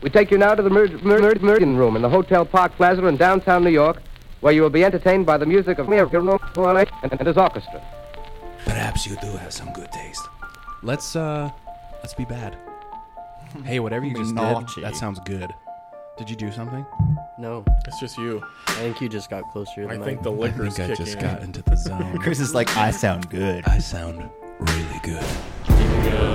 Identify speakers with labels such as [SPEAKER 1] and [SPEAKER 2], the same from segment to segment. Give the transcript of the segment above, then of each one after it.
[SPEAKER 1] We take you now to the Mur- Mur- Mur- Mergen Room in the Hotel Park Plaza in downtown New York, where you will be entertained by the music of Miracle and, and his orchestra.
[SPEAKER 2] Perhaps you do have some good taste. Let's uh, let's be bad. Hey, whatever you
[SPEAKER 3] Be
[SPEAKER 2] just
[SPEAKER 3] naughty.
[SPEAKER 2] did, that sounds good. Did you do something?
[SPEAKER 4] No,
[SPEAKER 5] It's just you.
[SPEAKER 4] I think you just got closer to the
[SPEAKER 5] I
[SPEAKER 4] mic.
[SPEAKER 5] think the liquor's
[SPEAKER 2] I
[SPEAKER 5] kicking
[SPEAKER 2] just
[SPEAKER 5] in.
[SPEAKER 2] got into the zone.
[SPEAKER 3] Chris is like, I sound good.
[SPEAKER 2] I sound really good.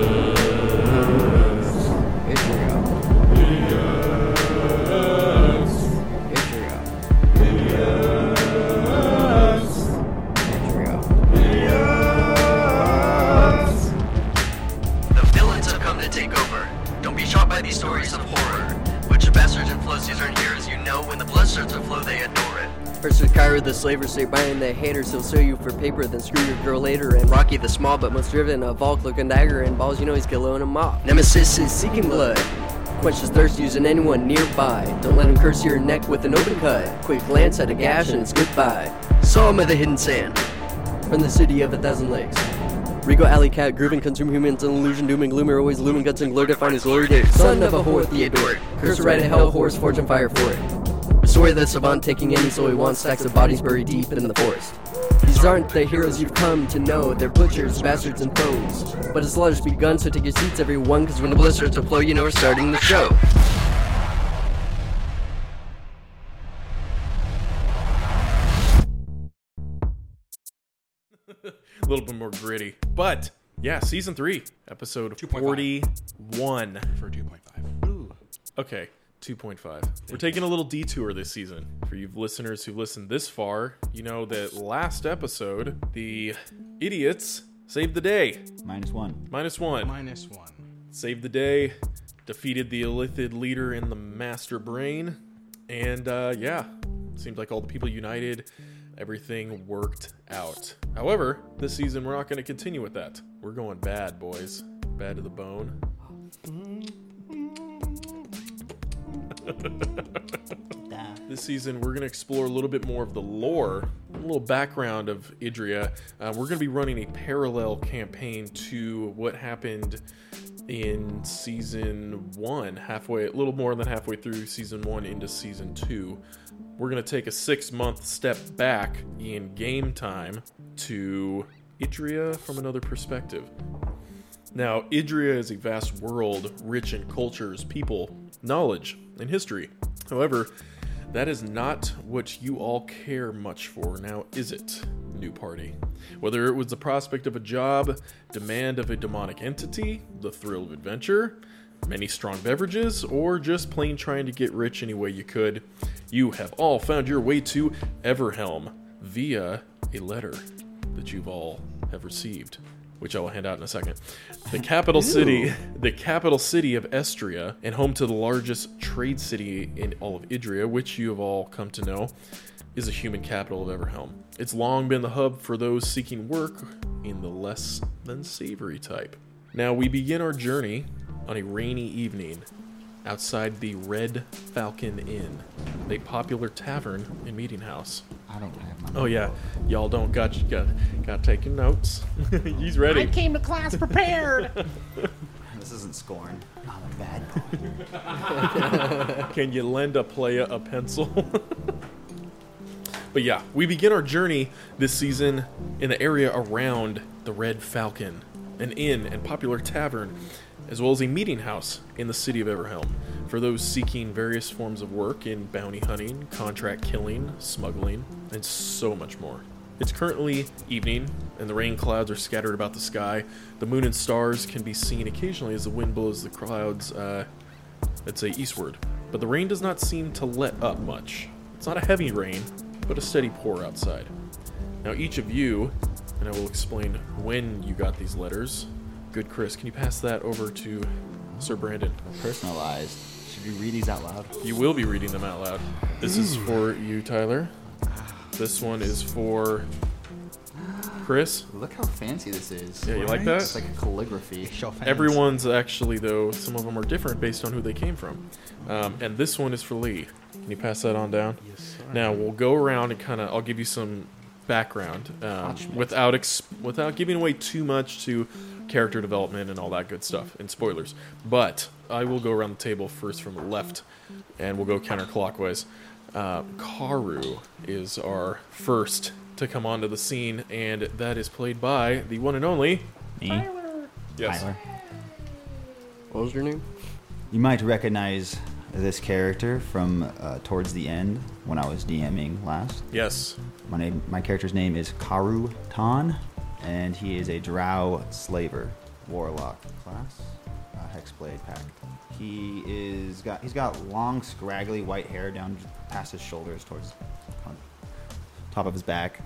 [SPEAKER 6] The villains have come to take over. Don't be shocked by these stories of horror, which the bastards and floodsters earn here, as you know when the bloodsters flow, they adore it.
[SPEAKER 4] First with Cairo, the slaver, say Brian, the haters, he'll sue you for paper, then screw your girl later. And Rocky, the small but most driven, a Volk looking dagger, and balls, you know he's killing him off. Nemesis is seeking blood. Quench his thirst using anyone nearby. Don't let him curse your neck with an open cut. Quick glance at a gash and it's goodbye.
[SPEAKER 6] Psalm of the Hidden Sand.
[SPEAKER 4] From the city of a thousand lakes. Regal alley cat, grooving, consume humans, an illusion, doom and gloom are always looming, guts and glare to find his glory day. Son of a whore, Theodoric. Curse right at hell, horse, fortune, fire for it. A story of the savant taking any soul he wants, stacks of bodies buried deep in the forest. These aren't the heroes you've come to know, they're butchers, bastards, and foes. But it's slaughter's begun, so take your seats, everyone, cause when the blizzards will flow, you know we're starting the show.
[SPEAKER 5] a little bit more gritty. But yeah, season three, episode 41.
[SPEAKER 2] For 2.5.
[SPEAKER 5] Okay, 2.5. We're taking a little detour this season. For you listeners who listened this far, you know that last episode, the idiots saved the day.
[SPEAKER 3] Minus one.
[SPEAKER 5] Minus one.
[SPEAKER 7] Minus one.
[SPEAKER 5] saved the day, defeated the Elithid leader in the Master Brain, and uh, yeah, seemed like all the people united. Everything worked out. However, this season we're not going to continue with that. We're going bad, boys. Bad to the bone. this season we're going to explore a little bit more of the lore a little background of idria uh, we're going to be running a parallel campaign to what happened in season one halfway a little more than halfway through season one into season two we're going to take a six month step back in game time to idria from another perspective now, Idria is a vast world rich in cultures, people, knowledge, and history. However, that is not what you all care much for now, is it, new party? Whether it was the prospect of a job, demand of a demonic entity, the thrill of adventure, many strong beverages, or just plain trying to get rich any way you could, you have all found your way to Everhelm via a letter that you've all have received, which I will hand out in a second. The capital city, the capital city of Estria, and home to the largest trade city in all of Idria, which you have all come to know, is the human capital of Everhelm. It's long been the hub for those seeking work in the less than savory type. Now we begin our journey on a rainy evening outside the Red Falcon Inn, a popular tavern and meeting house.
[SPEAKER 3] I don't have my
[SPEAKER 5] Oh yeah, y'all don't got got got taking notes. He's ready.
[SPEAKER 8] came to class prepared.
[SPEAKER 3] This isn't scorn. I'm a bad
[SPEAKER 5] Can you lend a player a pencil? but yeah, we begin our journey this season in the area around the Red Falcon, an inn and popular tavern, as well as a meeting house in the city of Everhelm for those seeking various forms of work in bounty hunting, contract killing, smuggling, and so much more. It's currently evening, and the rain clouds are scattered about the sky. The moon and stars can be seen occasionally as the wind blows the clouds uh, let's say eastward, but the rain does not seem to let up much. It's not a heavy rain, but a steady pour outside. Now, each of you, and I will explain when you got these letters. Good Chris, can you pass that over to Sir Brandon?
[SPEAKER 3] Personalized. Should we read these out loud?
[SPEAKER 5] You will be reading them out loud. This is for you, Tyler. This one is for Chris.
[SPEAKER 3] Look how fancy this is.
[SPEAKER 5] Yeah, you like
[SPEAKER 3] It's
[SPEAKER 5] that?
[SPEAKER 3] like a calligraphy.
[SPEAKER 5] Everyone's actually, though, some of them are different based on who they came from. Um, and this one is for Lee. Can you pass that on down? Yes, Now, we'll go around and kind of, I'll give you some background um, without ex- without giving away too much to character development and all that good stuff and spoilers. But I will go around the table first from the left, and we'll go counterclockwise. Uh, Karu is our first to come onto the scene, and that is played by the one and only.
[SPEAKER 3] Me?
[SPEAKER 5] Yes.
[SPEAKER 3] Tyler.
[SPEAKER 9] What was your name?
[SPEAKER 3] You might recognize this character from uh, towards the end when I was DMing last.
[SPEAKER 5] Yes.
[SPEAKER 3] My name, my character's name is Karu Tan, and he is a Drow slaver, warlock class, uh, hexblade pack. He is got he's got long scraggly white hair down j- past his shoulders towards on top of his back,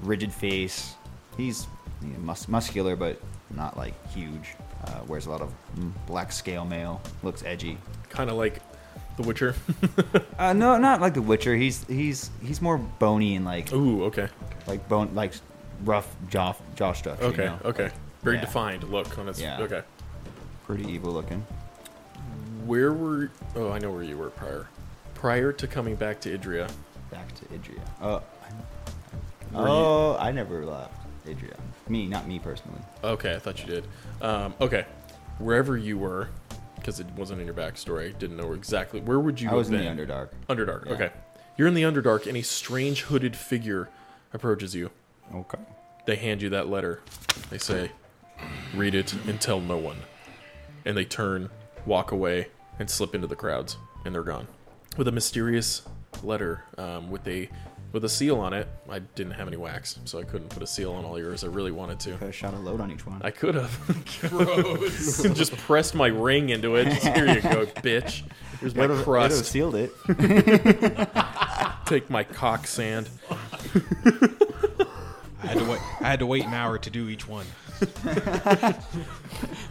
[SPEAKER 3] rigid face. He's you know, mus- muscular but not like huge. Uh, wears a lot of mm, black scale mail. Looks edgy.
[SPEAKER 5] Kind of like The Witcher.
[SPEAKER 3] Uh, no, not like The Witcher. He's he's he's more bony and like
[SPEAKER 5] Ooh, okay.
[SPEAKER 3] like bone like rough jaw jaw stuff. you
[SPEAKER 5] Okay,
[SPEAKER 3] know?
[SPEAKER 5] okay. Very
[SPEAKER 3] yeah.
[SPEAKER 5] defined look on its.
[SPEAKER 3] Yeah.
[SPEAKER 5] Okay.
[SPEAKER 3] Pretty evil looking.
[SPEAKER 5] Where were. Oh, I know where you were prior. Prior to coming back to Idria.
[SPEAKER 3] Back to Idria. Oh, I,
[SPEAKER 5] Were you-
[SPEAKER 3] oh, I never left Idria. Me, not me personally.
[SPEAKER 5] Okay, I thought you did. Um, okay. Wherever you were, because it wasn't in your backstory, didn't know exactly. Where would you
[SPEAKER 3] I
[SPEAKER 5] have
[SPEAKER 3] was in the
[SPEAKER 5] been?
[SPEAKER 3] Underdark.
[SPEAKER 5] Underdark.
[SPEAKER 3] Yeah.
[SPEAKER 5] Okay. You're in the Underdark, and a strange hooded figure approaches you.
[SPEAKER 3] Okay.
[SPEAKER 5] They hand you that letter. They say, read it and tell no one. And they turn, walk away, and slip into the crowds, and they're gone. With a mysterious letter um, with a with a seal on it. I didn't have any wax, so I couldn't put a seal on all yours. I really wanted to.
[SPEAKER 3] Could have shot a load on each one.
[SPEAKER 5] I could have. just pressed my ring into it. Just, here you go, bitch. Here's my
[SPEAKER 3] Would've- would've
[SPEAKER 5] crust.
[SPEAKER 3] sealed it.
[SPEAKER 5] Take my cock sand.
[SPEAKER 10] I had to wait. I had to wait an hour to do each one.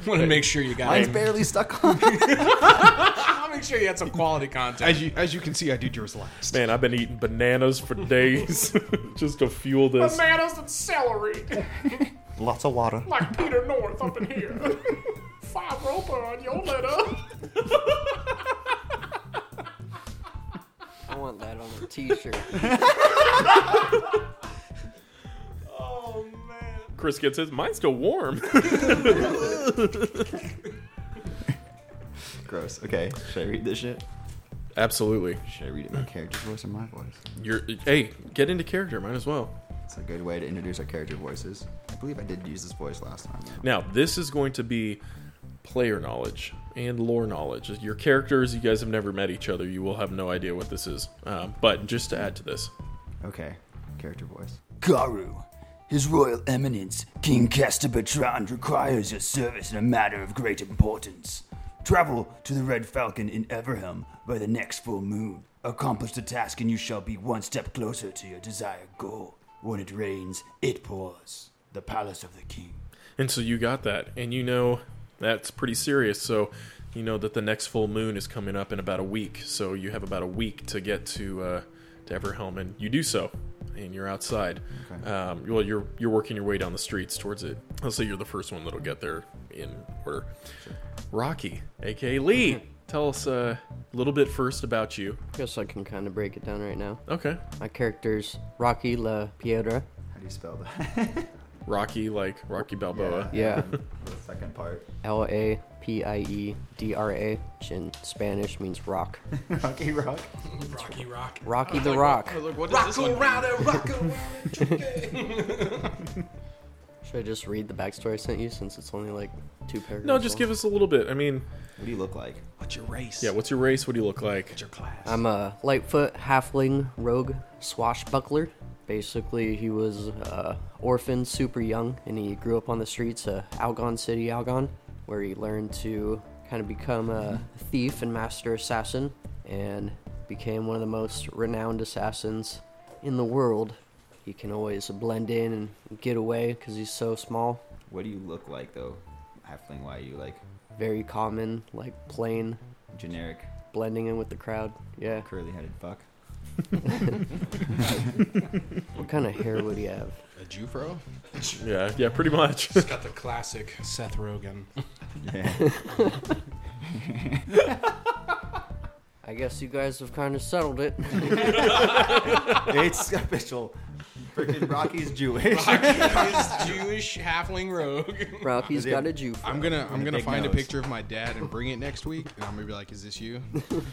[SPEAKER 10] Want to make sure you got.
[SPEAKER 3] Mine's
[SPEAKER 10] it.
[SPEAKER 3] barely stuck on.
[SPEAKER 11] I'll make sure you had some quality content.
[SPEAKER 10] As you as you can see, I did yours last.
[SPEAKER 5] Man, I've been eating bananas for days just to fuel this.
[SPEAKER 11] Bananas and celery,
[SPEAKER 3] Lots of water.
[SPEAKER 11] like Peter North up in here. Five rope on your letter.
[SPEAKER 9] I want that on a T-shirt.
[SPEAKER 11] Oh man.
[SPEAKER 5] Chris gets his. Mine's still warm.
[SPEAKER 3] Gross. Okay. Should I read this shit?
[SPEAKER 5] Absolutely.
[SPEAKER 3] Should I read it in my character's voice or my voice?
[SPEAKER 5] You're. Hey, get into character. Might as well.
[SPEAKER 3] It's a good way to introduce our character voices. I believe I did use this voice last time. yeah.
[SPEAKER 5] Now, this is going to be player knowledge and lore knowledge. Your characters, you guys have never met each other. You will have no idea what this is. Um, but just to add to this,
[SPEAKER 3] Okay. Character voice.
[SPEAKER 8] Garu, His Royal Eminence, King Casterbertrand, requires your service in a matter of great importance. Travel to the Red Falcon in Everhelm by the next full moon. Accomplish the task, and you shall be one step closer to your desired goal. When it rains, it pours. The Palace of the King.
[SPEAKER 5] And so you got that, and you know that's pretty serious. So you know that the next full moon is coming up in about a week. So you have about a week to get to uh, to Everhelm, and you do so, and you're outside. Um, well, you're you're working your way down the streets towards it. Let's say you're the first one that'll get there in order. Rocky, aka Lee, tell us uh, a little bit first about you.
[SPEAKER 9] Guess I can kind of break it down right now.
[SPEAKER 5] Okay,
[SPEAKER 9] My character's Rocky La Piedra.
[SPEAKER 3] How do you spell that?
[SPEAKER 5] Rocky, like Rocky Balboa.
[SPEAKER 9] Yeah.
[SPEAKER 3] the second part.
[SPEAKER 9] L A P I E D R A, which in Spanish means rock.
[SPEAKER 3] Rocky Rock.
[SPEAKER 11] Rocky Rock.
[SPEAKER 9] Rocky the Rock.
[SPEAKER 11] Look, what does this one
[SPEAKER 9] Should I just read the backstory I sent you since it's only like two paragraphs?
[SPEAKER 5] No, just give us a little bit. I mean,
[SPEAKER 3] What do you look like?
[SPEAKER 10] What's your race?
[SPEAKER 5] yeah. What's your race? What do you look like?
[SPEAKER 10] your class?
[SPEAKER 9] I'm a Lightfoot halfling rogue swashbuckler. Basically, he was uh, orphaned super young, and he grew up on the streets of Algon City, Algon, where he learned to kind of become a thief and master assassin, and became one of the most renowned assassins in the world. He can always blend in and get away because he's so small.
[SPEAKER 3] What do you look like though? Halfling, why are you like
[SPEAKER 9] Very common, like plain,
[SPEAKER 3] generic
[SPEAKER 9] blending in with the crowd. Yeah.
[SPEAKER 3] curly headed fuck?
[SPEAKER 9] What kind of hair would he have?
[SPEAKER 10] A Jufro?
[SPEAKER 5] Yeah, yeah. Pretty much.
[SPEAKER 11] It's got the classic.
[SPEAKER 10] Seth Rogen.
[SPEAKER 3] Yeah.
[SPEAKER 9] I guess you guys have kind of settled it.
[SPEAKER 3] it's official. Freaking Rocky's Jewish.
[SPEAKER 10] Rocky's Jewish halfling rogue.
[SPEAKER 4] Rocky's got a Jew.
[SPEAKER 10] I'm gonna I'm
[SPEAKER 3] a
[SPEAKER 10] gonna
[SPEAKER 3] big
[SPEAKER 10] find
[SPEAKER 3] nose.
[SPEAKER 10] a picture of my dad and bring it next week, and I'm gonna be like, "Is this you?"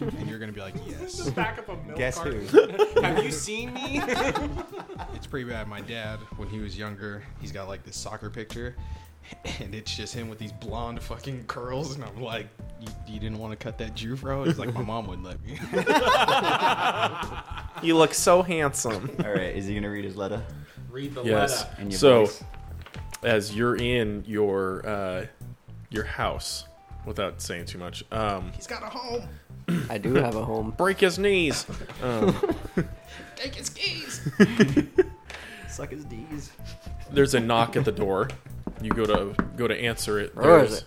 [SPEAKER 10] And you're gonna be like, "Yes."
[SPEAKER 7] Back up a milk
[SPEAKER 3] Guess
[SPEAKER 7] carton.
[SPEAKER 3] who?
[SPEAKER 10] Have you seen me? it's pretty bad. My dad, when he was younger, he's got like this soccer picture, and it's just him with these blonde fucking curls, and I'm like, "You, you didn't want to cut that Jew, fro?" It's like my mom wouldn't let me.
[SPEAKER 5] You look so handsome.
[SPEAKER 3] All right, is he gonna read his letter?
[SPEAKER 10] Read the
[SPEAKER 5] yes.
[SPEAKER 3] In your
[SPEAKER 5] So,
[SPEAKER 3] voice.
[SPEAKER 5] as you're in your uh, your house, without saying too much, um,
[SPEAKER 10] He's got a home.
[SPEAKER 4] I do have a home.
[SPEAKER 5] break his knees. Um,
[SPEAKER 10] Take his keys.
[SPEAKER 3] Suck his D's.
[SPEAKER 5] There's a knock at the door. You go to go to answer it.
[SPEAKER 4] Where is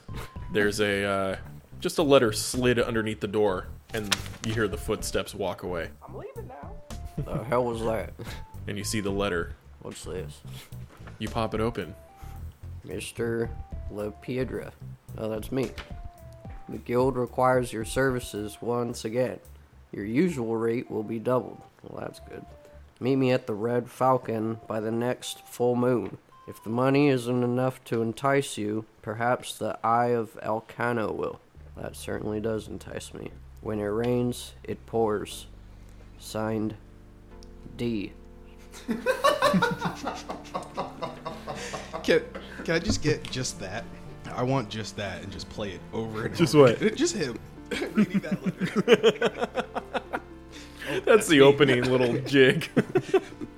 [SPEAKER 5] There's, there's a uh, just a letter slid underneath the door, and you hear the footsteps walk away,
[SPEAKER 4] The hell was that?
[SPEAKER 5] and you see the letter.
[SPEAKER 4] What's this?
[SPEAKER 5] You pop it open.
[SPEAKER 4] Mr. La Piedra. Oh, that's me. The guild requires your services once again. Your usual rate will be doubled. Well, that's good. Meet me at the Red Falcon by the next full moon. If the money isn't enough to entice you, perhaps the Eye of Elcano will. That certainly does entice me. When it rains, it pours. Signed, D.
[SPEAKER 10] Can, can I just get just that? I want just that and just play it over and
[SPEAKER 5] Just
[SPEAKER 10] over.
[SPEAKER 5] what?
[SPEAKER 10] again. Just him. Reading that letter.
[SPEAKER 5] That's the opening little jig.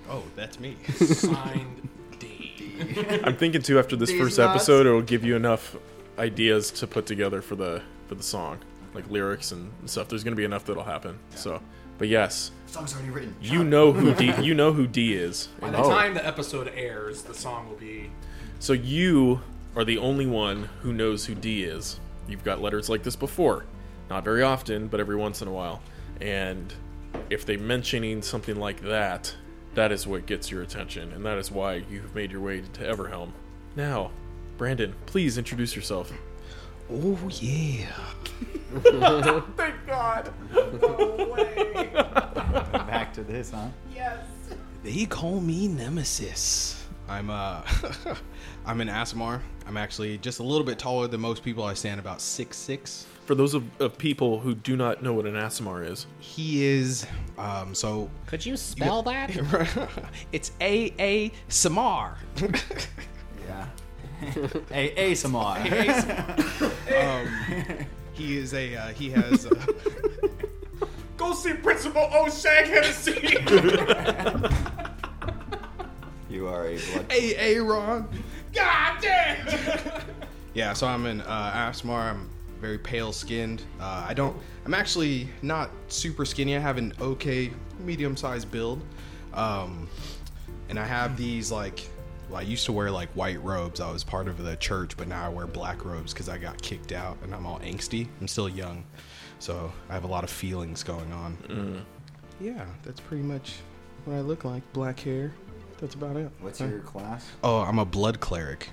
[SPEAKER 10] Oh, that's me.
[SPEAKER 7] Signed D.
[SPEAKER 5] I'm thinking too after this
[SPEAKER 3] These
[SPEAKER 5] first
[SPEAKER 3] nuts.
[SPEAKER 5] episode it'll give you enough ideas to put together for the for the song. Like lyrics and stuff. There's gonna be enough that'll happen. So but yes.
[SPEAKER 3] Song's already written.
[SPEAKER 5] You know who D you know who D is.
[SPEAKER 7] By
[SPEAKER 3] Oh.
[SPEAKER 7] the time the episode airs, the song will be.
[SPEAKER 5] So you are the only one who knows who D is. You've got letters like this before. Not very often, but every once in a while. And if they're mentioning something like that, that is what gets your attention, and that is why you have made your way to Everhelm. Now, Brandon, please introduce yourself.
[SPEAKER 10] Oh yeah.
[SPEAKER 7] Thank God. No way.
[SPEAKER 3] Back to this, huh?
[SPEAKER 7] Yes.
[SPEAKER 10] They call me Nemesis. I'm uh I'm in Asmar. I'm actually just a little bit taller than most people. I stand about six six.
[SPEAKER 5] For those of, of people who do not know what an ASMR is,
[SPEAKER 10] He is um so
[SPEAKER 12] Could you spell that?
[SPEAKER 10] it's A A Samar.
[SPEAKER 3] Yeah. hey, ASMR.
[SPEAKER 10] Um, He is a uh, he has uh,
[SPEAKER 7] Go see Principal O'Shag Hennessy.
[SPEAKER 3] You are a blood.
[SPEAKER 10] A A Ron.
[SPEAKER 7] God damn.
[SPEAKER 10] Yeah, so I'm in uh, Asmar. I'm very pale skinned. Uh, I don't. I'm actually not super skinny. I have an okay medium sized build, um, and I have these like. Well, I used to wear like white robes. I was part of the church, but now I wear black robes because I got kicked out, and I'm all angsty. I'm still young, so I have a lot of feelings going on. Yeah, that's pretty much what I look like. Black hair. That's about it.
[SPEAKER 3] What's your class?
[SPEAKER 10] Oh, I'm a blood cleric.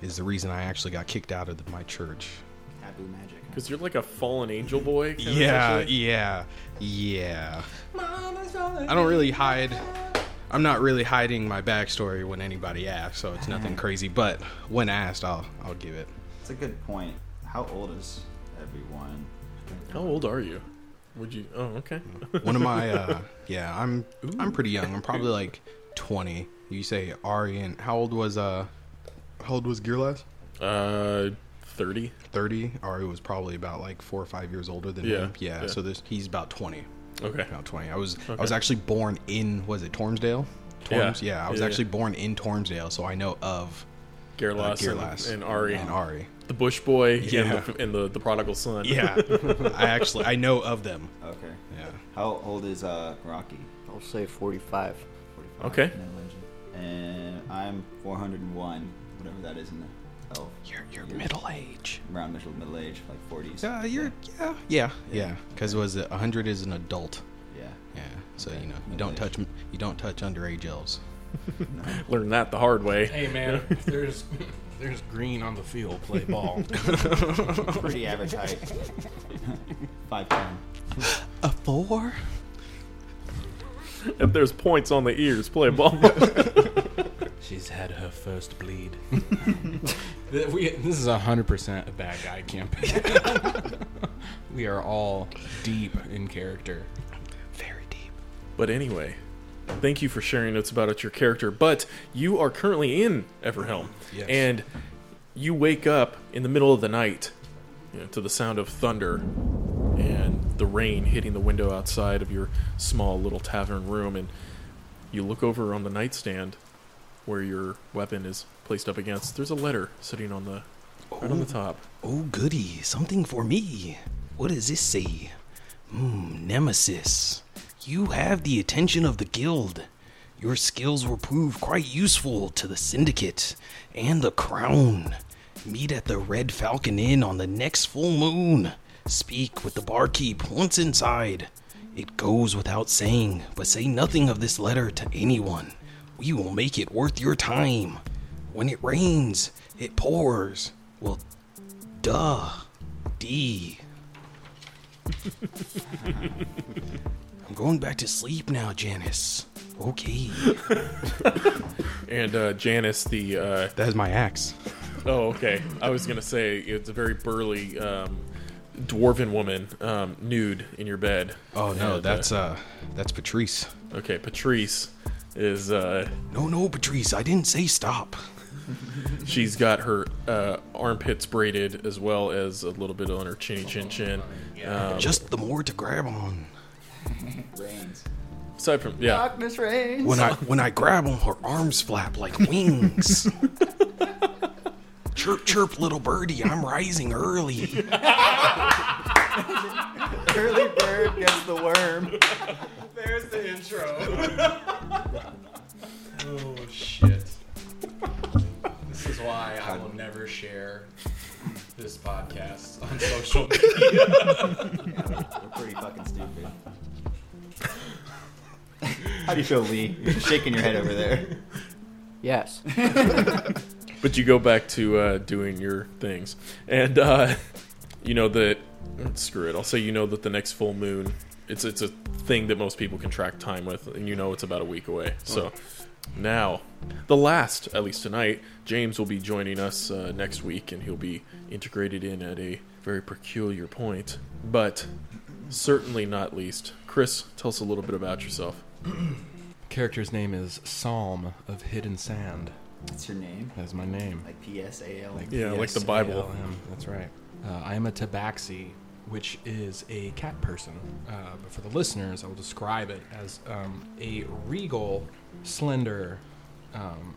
[SPEAKER 10] Is the reason I actually got kicked out of the- my church.
[SPEAKER 3] Taboo magic.
[SPEAKER 5] because you're like a fallen angel boy. kinda
[SPEAKER 10] Yeah,
[SPEAKER 5] essentially.
[SPEAKER 10] yeah, yeah. I don't really hide. I'm not really hiding my backstory when anybody asks, so
[SPEAKER 3] Mm-hmm.
[SPEAKER 10] it's nothing crazy. But when asked, I'll I'll give it.
[SPEAKER 3] It's a good point. How old is everyone?
[SPEAKER 5] How old are you? Would you? Oh, okay.
[SPEAKER 10] One of my uh, yeah, I'm I'm pretty young. I'm probably like 20. You say Aryan. How old was uh? How old was Gearless?
[SPEAKER 5] uh, thirty.
[SPEAKER 10] 30. Ari was probably about like four or five years older than
[SPEAKER 5] Yeah,
[SPEAKER 10] him. Yeah.
[SPEAKER 5] yeah.
[SPEAKER 10] So this he's about 20.
[SPEAKER 5] Okay.
[SPEAKER 10] about 20. I was I was actually born in was it Tormsdale?
[SPEAKER 5] Yeah.
[SPEAKER 10] Torms, yeah. I was
[SPEAKER 5] Yeah, yeah.
[SPEAKER 10] actually born in Tormsdale, so I know of uh,
[SPEAKER 5] Gerlas,
[SPEAKER 10] Gearlass
[SPEAKER 5] and, and Ari
[SPEAKER 10] and Ari.
[SPEAKER 5] the Bush Boy
[SPEAKER 10] Yeah.
[SPEAKER 5] and, the, and the the prodigal son.
[SPEAKER 10] Yeah, I actually I know of them.
[SPEAKER 3] Okay.
[SPEAKER 10] Yeah,
[SPEAKER 3] How old is uh, Rocky?
[SPEAKER 4] I'll say 45.
[SPEAKER 3] 45.
[SPEAKER 5] Okay.
[SPEAKER 3] No legend. And I'm 401, whatever that is in the elf.
[SPEAKER 10] you're you're middle age.
[SPEAKER 3] Around middle, middle age, like 40s.
[SPEAKER 10] Yeah, you're yeah yeah yeah. Because was it 100 is an adult.
[SPEAKER 3] Yeah.
[SPEAKER 10] Yeah, so you know you don't touch you don't touch underage elves.
[SPEAKER 5] Learned that the hard way.
[SPEAKER 12] Hey man, if there's there's green on the field. Play ball.
[SPEAKER 3] Pretty average height. Five ten.
[SPEAKER 10] A four.
[SPEAKER 5] if there's points on the ears, play ball.
[SPEAKER 11] She's had her first bleed. Th- we- this is 100% a bad guy campaign. we are all deep in character.
[SPEAKER 5] But anyway, thank you for sharing notes about your character. But you are currently in Everhelm,
[SPEAKER 11] Yes.
[SPEAKER 5] and you wake up in the middle of the night you know, to the sound of thunder and the rain hitting the window outside of your small little tavern room. And you look over on the nightstand where your weapon is placed up against. There's a letter sitting on the right on the top.
[SPEAKER 13] Oh, goody. Something for me. What does this say? Hmm, Nemesis. You have the attention of the guild. Your skills will prove quite useful to the syndicate and the crown. Meet at the Red Falcon Inn on the next full moon. Speak with the barkeep once inside. It goes without saying, but say nothing of this letter to anyone. We will make it worth your time. When it rains, it pours. Well, duh. D. I'm going back to sleep now, Janice. Okay.
[SPEAKER 5] And uh, Janice, the uh,
[SPEAKER 10] that is my axe.
[SPEAKER 5] Oh, okay. I was gonna say it's a very burly um, dwarven woman, um, nude in your bed.
[SPEAKER 10] Oh no,
[SPEAKER 5] And,
[SPEAKER 10] that's uh, that's Patrice.
[SPEAKER 5] okay. Patrice is uh,
[SPEAKER 13] No, no, Patrice, I didn't say stop.
[SPEAKER 5] she's got her uh, armpits braided as well as a little bit on her chinny chin chin. Um,
[SPEAKER 13] Just the more to grab on.
[SPEAKER 5] rains. Aside from yeah,
[SPEAKER 13] Darkness rains. When I when I grab on her arms flap like wings. chirp chirp little birdie, I'm rising early.
[SPEAKER 3] Early bird gets the worm.
[SPEAKER 14] There's the intro.
[SPEAKER 11] Oh, shit. this is why I will never share this podcast on social media.
[SPEAKER 3] We're pretty fucking stupid. How do you feel, Lee? You're shaking your head over there.
[SPEAKER 9] Yes.
[SPEAKER 5] but you go back to uh, doing your things, and uh, you know that. Screw it. I'll say you know that the next full moon, it's it's a thing that most people can track time with, and you know it's about a week away. So now, the last, at least tonight, James will be joining us uh, next week, and he'll be integrated in at a very peculiar point, but certainly not least. Chris, tell us a little bit about yourself.
[SPEAKER 11] Character's name is Psalm of Hidden Sand.
[SPEAKER 3] That's your name?
[SPEAKER 11] That's my name.
[SPEAKER 3] Like PSAL.
[SPEAKER 11] PSALM, That's right. Uh, I am a tabaxi, which is a cat person. Uh, but for the listeners, I will describe it as um, a regal, slender, um,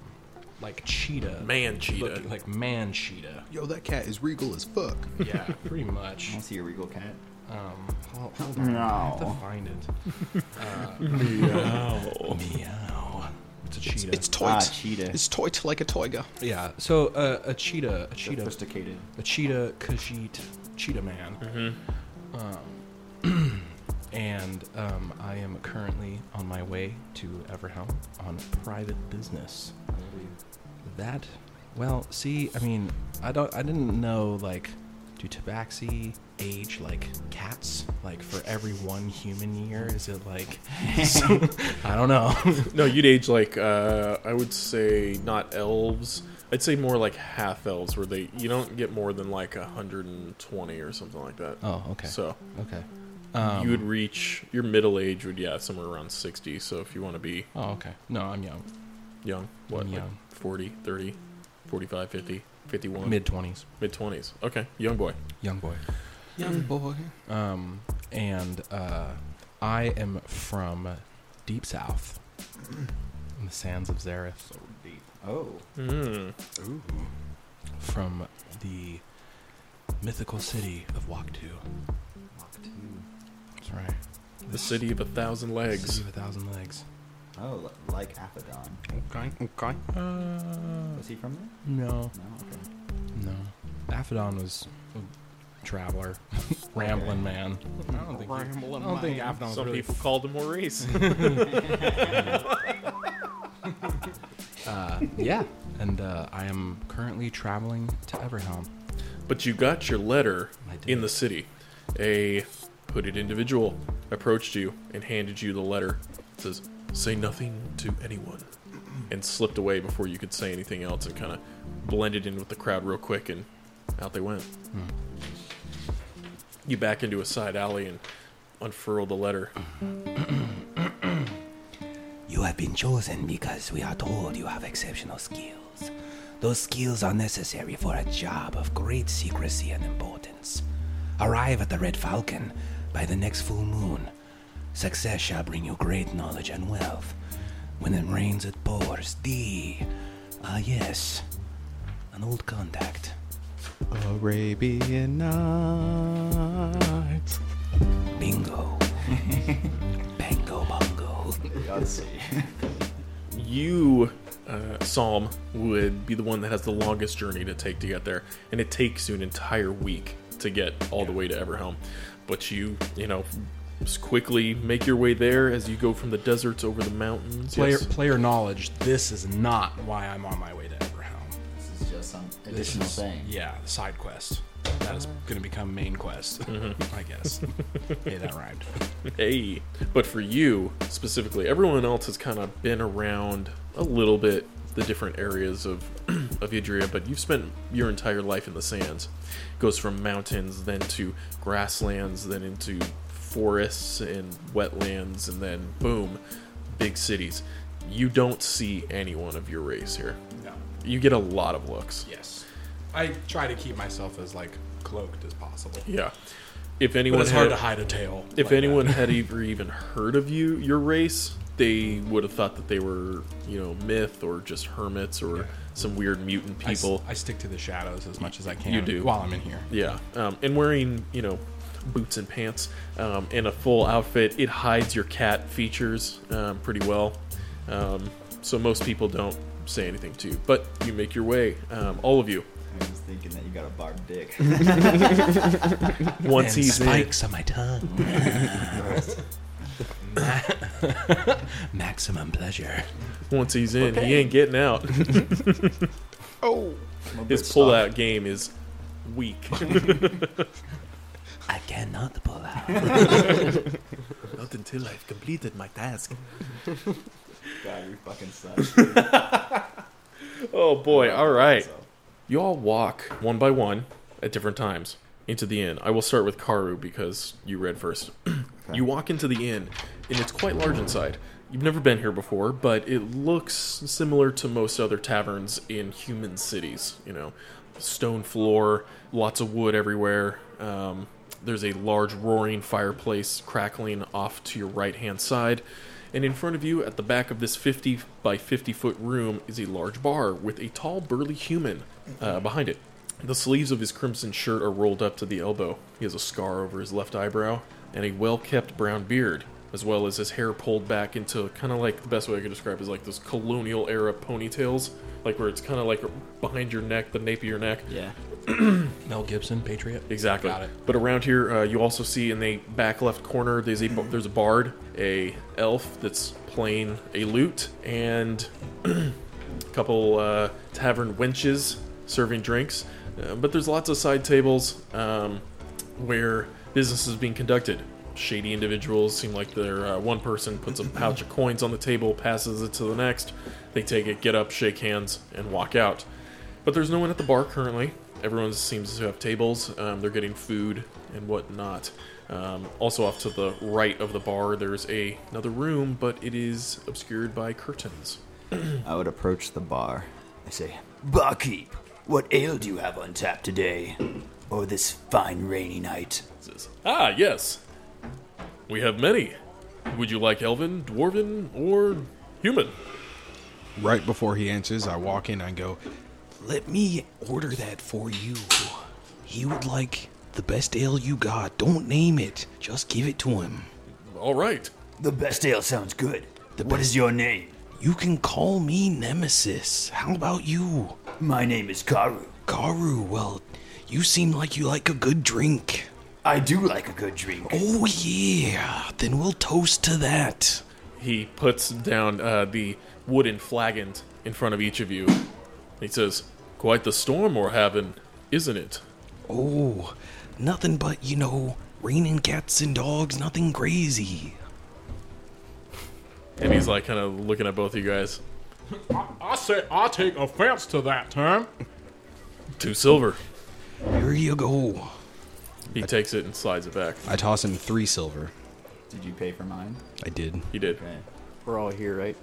[SPEAKER 11] like cheetah.
[SPEAKER 5] Man cheetah.
[SPEAKER 11] looking- like man cheetah.
[SPEAKER 10] Yo, that cat is regal as fuck.
[SPEAKER 11] Yeah, pretty much.
[SPEAKER 3] I see a regal cat.
[SPEAKER 11] Um, hold, hold on. I have to
[SPEAKER 3] Meow.
[SPEAKER 11] find it. Uh,
[SPEAKER 10] Meow.
[SPEAKER 11] Meow. It's a cheetah.
[SPEAKER 10] It's toit.
[SPEAKER 11] Ah,
[SPEAKER 3] cheetah.
[SPEAKER 10] It's toit like a toiga.
[SPEAKER 11] Yeah. So uh, a cheetah, a cheetah,
[SPEAKER 3] Sophisticated.
[SPEAKER 11] a cheetah, Khajiit, cheetah man. Mm-hmm. Um, and um, I am currently on my way to Everhelm on private business. That, well, see, I mean, I don't, I didn't know like, do tabaxi age like cats? Like for every one human year, is it like? I don't know.
[SPEAKER 5] no, you'd age like uh, I would say not elves. I'd say more like half elves, where they you don't get more than like hundred and twenty or something like that.
[SPEAKER 11] Oh, okay.
[SPEAKER 5] So
[SPEAKER 11] Okay. Um,
[SPEAKER 5] you would reach your middle age would yeah somewhere around sixty. So if you want to be
[SPEAKER 11] Oh, okay. No, I'm young.
[SPEAKER 5] young, what
[SPEAKER 11] I'm
[SPEAKER 5] like
[SPEAKER 11] young.
[SPEAKER 5] 40, 30, 45, 50, 51?
[SPEAKER 11] Mid twenties.
[SPEAKER 5] mid twenties. Okay, young boy.
[SPEAKER 11] Young boy.
[SPEAKER 10] Young boy.
[SPEAKER 11] Um, and uh, I am from deep south, in the sands of Zareth,
[SPEAKER 3] Oh.
[SPEAKER 5] Mm.
[SPEAKER 10] Ooh.
[SPEAKER 11] from the mythical city of Waktu. That's right.
[SPEAKER 5] The city of a thousand legs.
[SPEAKER 11] City of a thousand legs.
[SPEAKER 3] Oh, li- like Apodon.
[SPEAKER 10] Okay. Okay.
[SPEAKER 11] Uh,
[SPEAKER 3] Was he from there?
[SPEAKER 11] no,
[SPEAKER 3] No, okay.
[SPEAKER 11] no. Aphodon was a traveler, rambling man. I don't think. he- I don't think Aphodon was
[SPEAKER 5] Some
[SPEAKER 11] really
[SPEAKER 5] people called him Maurice.
[SPEAKER 11] Uh, yeah, and uh, I am currently traveling to Everhelm.
[SPEAKER 5] But you got your letter
[SPEAKER 11] I did.
[SPEAKER 5] in the city. A hooded individual approached you and handed you the letter. It says, Say nothing to anyone. And slipped away before you could say anything else and kind of blended in with the crowd real quick and out they went.
[SPEAKER 11] Hmm.
[SPEAKER 5] You back into a side alley and unfurl the letter.
[SPEAKER 11] Mm-hmm.
[SPEAKER 15] You have been chosen because we are told you have exceptional skills. Those skills are necessary for a job of great secrecy and importance. Arrive at the Red Falcon by the next full moon. Success shall bring you great knowledge and wealth. When it rains, it pours. D. Ah, yes. An old contact.
[SPEAKER 10] Arabian Nights.
[SPEAKER 15] Bingo. Bango bongo.
[SPEAKER 5] you, uh, Psalm, would be the one that has the longest journey to take to get there, and it takes you an entire week to get all the way to Everhelm. But you, you know, just quickly make your way there as you go from the deserts over the mountains.
[SPEAKER 12] Player,
[SPEAKER 5] Yes.
[SPEAKER 12] player knowledge. This is not why I'm on my way to Everhelm.
[SPEAKER 9] This is just some
[SPEAKER 12] This
[SPEAKER 9] additional
[SPEAKER 12] is-
[SPEAKER 9] thing.
[SPEAKER 12] Yeah, side quest. That is going to become main quest,
[SPEAKER 11] Mm-hmm.
[SPEAKER 12] I guess. hey, that rhymed.
[SPEAKER 5] Hey, but for you specifically, everyone else has kind of been around a little bit the different areas of of Idria, but you've spent your entire life in the sands. goes from mountains, then to grasslands, then into forests and wetlands, and then boom, big cities. You don't see anyone of your race here.
[SPEAKER 12] No.
[SPEAKER 5] You get a lot of looks.
[SPEAKER 12] Yes. I try to keep myself as like cloaked as possible.
[SPEAKER 5] Yeah. If
[SPEAKER 12] But
[SPEAKER 5] anyone
[SPEAKER 12] it's
[SPEAKER 5] had,
[SPEAKER 12] hard to hide a tail
[SPEAKER 5] If
[SPEAKER 12] like
[SPEAKER 5] anyone
[SPEAKER 12] that.
[SPEAKER 5] had ever even heard of you, your race, they would have thought that they were, you know, myth or just hermits or some weird mutant
[SPEAKER 12] I s-
[SPEAKER 5] people.
[SPEAKER 12] I stick to the shadows as much as I can
[SPEAKER 5] You do
[SPEAKER 12] while I'm in here.
[SPEAKER 5] Yeah, um, and wearing you know boots and pants um, and a full outfit, it hides your cat features um, pretty well. Um, so most people don't say anything to you, but you make your way, um, all of you.
[SPEAKER 3] I was thinking that you got a barbed dick.
[SPEAKER 5] Once
[SPEAKER 15] and
[SPEAKER 5] he's
[SPEAKER 15] spikes on my tongue. Ma- Maximum pleasure.
[SPEAKER 5] Once he's in, he ain't getting out.
[SPEAKER 10] oh,
[SPEAKER 5] his pullout game is weak.
[SPEAKER 15] I cannot pull out.
[SPEAKER 2] Not until I've completed my task.
[SPEAKER 3] God, you fucking
[SPEAKER 5] oh boy! All right, you all walk one by one at different times into the inn. I will start with Karu because you read first. You walk into the inn, and it's quite large inside. You've never been here before, but it looks similar to most other taverns in human cities. You know, stone floor, lots of wood everywhere. Um, there's a large roaring fireplace crackling off to your right hand side. And in front of you, at the back of this 50 by 50 foot room, is a large bar with a tall, burly human uh, behind it. The sleeves of his crimson shirt are rolled up to the elbow. He has a scar over his left eyebrow and a well kept brown beard, as well as his hair pulled back into kind of like the best way I could describe is like those colonial era ponytails, like where it's kind of like behind your neck, the nape of your neck.
[SPEAKER 12] Yeah. Mel Gibson, Patriot.
[SPEAKER 5] Exactly.
[SPEAKER 12] Got it.
[SPEAKER 5] But around here, uh, you also see in the back left corner there's a there's a bard, a elf that's playing a lute, and a couple uh, tavern wenches serving drinks. Uh, but there's lots of side tables um, where business is being conducted. Shady individuals seem like they're uh, one person puts a pouch of coins on the table, passes it to the next. They take it, get up, shake hands, and walk out. But there's no one at the bar currently. Everyone seems to have tables. Um, they're getting food and whatnot. Um, also, off to the right of the bar, there's a, another room, but it is obscured by curtains.
[SPEAKER 3] I would approach the bar.
[SPEAKER 8] I say, Barkeep, what ale do you have on tap today? Or this fine rainy night?
[SPEAKER 5] Ah, yes. We have many. Would you like elven, dwarven, or human?
[SPEAKER 10] Right before he answers, I walk in and go,
[SPEAKER 13] Let me order that for you. He would like the best ale you got. Don't name it. Just give it to him.
[SPEAKER 5] All right.
[SPEAKER 8] The best ale sounds good. what is your name?
[SPEAKER 13] You can call me Nemesis. How about you?
[SPEAKER 8] My name is Karu.
[SPEAKER 13] Karu, well, you seem like you like a good drink.
[SPEAKER 8] I do like a good drink.
[SPEAKER 13] Oh, yeah. Then we'll toast to that.
[SPEAKER 5] He puts down uh, the wooden flagons in front of each of you. He says, Quite the storm we're having, isn't it?
[SPEAKER 13] Oh, nothing but, you know, raining cats and dogs, nothing crazy.
[SPEAKER 5] And he's like kind of looking at both of you guys.
[SPEAKER 7] I say I take offense to that term.
[SPEAKER 5] Two silver.
[SPEAKER 13] Here you go.
[SPEAKER 5] He takes it and slides it back.
[SPEAKER 10] I toss him three silver.
[SPEAKER 3] Did you pay for mine?
[SPEAKER 10] I did.
[SPEAKER 5] He did.
[SPEAKER 4] We're all here, right?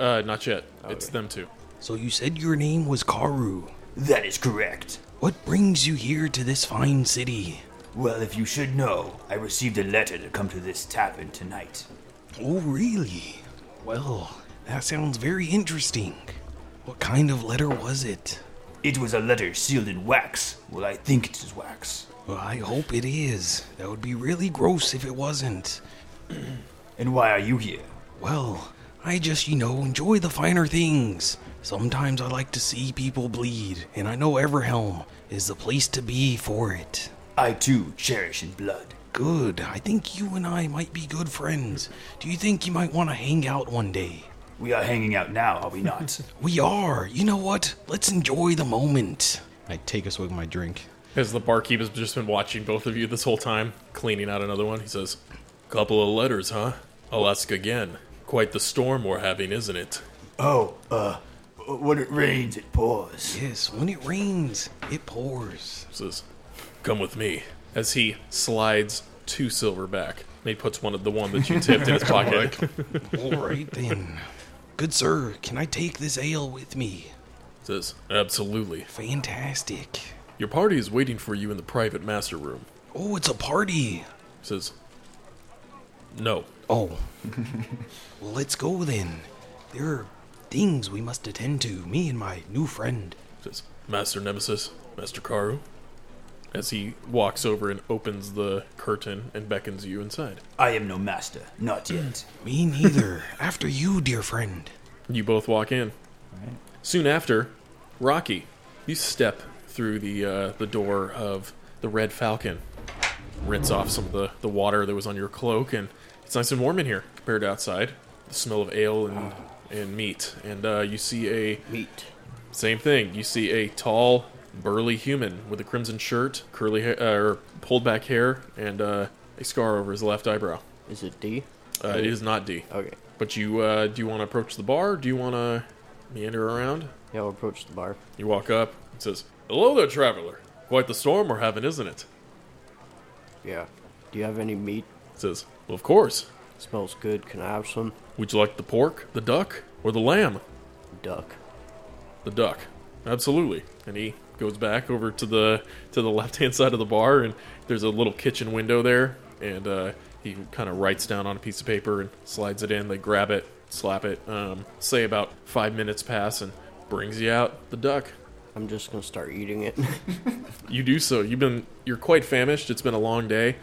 [SPEAKER 5] Uh, not yet.
[SPEAKER 3] Oh,
[SPEAKER 5] It's them two.
[SPEAKER 13] So you said your name was Karu.
[SPEAKER 8] That is correct.
[SPEAKER 13] What brings you here to this fine city?
[SPEAKER 8] Well, if you should know, I received a letter to come to this tavern tonight.
[SPEAKER 13] Oh, really? Well, that sounds very interesting. What kind of letter was it?
[SPEAKER 8] It was a letter sealed in wax. Well, I think it is wax.
[SPEAKER 13] Well, I hope it is. That would be really gross if it wasn't.
[SPEAKER 8] and why are you here?
[SPEAKER 13] Well, I just, you know, enjoy the finer things. Sometimes I like to see people bleed, and I know Everhelm is the place to be for it.
[SPEAKER 8] I too cherish in blood.
[SPEAKER 13] Good. I think you and I might be good friends. Do you think you might want to hang out one day?
[SPEAKER 8] We are hanging out now, are we not?
[SPEAKER 13] we are. You know what? Let's enjoy the moment.
[SPEAKER 10] I take a swig of my drink.
[SPEAKER 5] Because the barkeep has just been watching both of you this whole time, cleaning out another one. He says, Couple of letters, huh? I'll ask again. Quite the storm we're having, isn't it?
[SPEAKER 8] Oh, uh, when it rains, it pours.
[SPEAKER 13] Yes, when it rains, it pours.
[SPEAKER 5] Says, Come with me. As he slides two silver back, and he puts one of the one that you tipped in his pocket.
[SPEAKER 13] All right then. Good sir, can I take this ale with me?
[SPEAKER 5] Says, Absolutely.
[SPEAKER 13] Fantastic.
[SPEAKER 5] Your party is waiting for you in the private master room.
[SPEAKER 13] Oh, it's a party.
[SPEAKER 5] Says, No.
[SPEAKER 13] Oh.
[SPEAKER 3] Uh,
[SPEAKER 13] Well, let's go then. There are things we must attend to, me and my new friend.
[SPEAKER 5] Says, Master Nemesis, Master Karu. As he walks over and opens the curtain and beckons you inside.
[SPEAKER 8] I am no master, not yet.
[SPEAKER 13] me neither. After you, dear friend.
[SPEAKER 5] You both walk in. Soon after, Rocky, you step through the uh, the door of the Red Falcon, rinse off some of the, the water that was on your cloak, and it's nice and warm in here compared to outside. The smell of ale and and meat, and uh, you see a
[SPEAKER 4] meat.
[SPEAKER 5] Same thing. You see a tall, burly human with a crimson shirt, curly hair, uh, or pulled back hair, and uh, a scar over his left eyebrow.
[SPEAKER 4] Is it D?
[SPEAKER 5] Uh, it is not D.
[SPEAKER 4] Okay.
[SPEAKER 5] But you uh, do you want to approach the bar? Do you want to meander around?
[SPEAKER 4] Yeah, we'll approach the bar.
[SPEAKER 5] You walk up. It says, "Hello there, traveler. Quite the storm we're having, isn't it?"
[SPEAKER 4] Yeah. Do you have any meat?
[SPEAKER 5] It says, "Well, of course.
[SPEAKER 4] Smells good. Can I have some?
[SPEAKER 5] Would you like the pork, the duck, or the lamb?"
[SPEAKER 4] Duck.
[SPEAKER 5] The duck. Absolutely. And he goes back over to the to the left hand side of the bar, and there's a little kitchen window there, and uh, he kind of writes down on a piece of paper and slides it in. They grab it, slap it. Um, say about five minutes pass, and brings you out the duck.
[SPEAKER 4] I'm just gonna start eating it.
[SPEAKER 5] you do so. You've been you're quite famished. It's been a long day.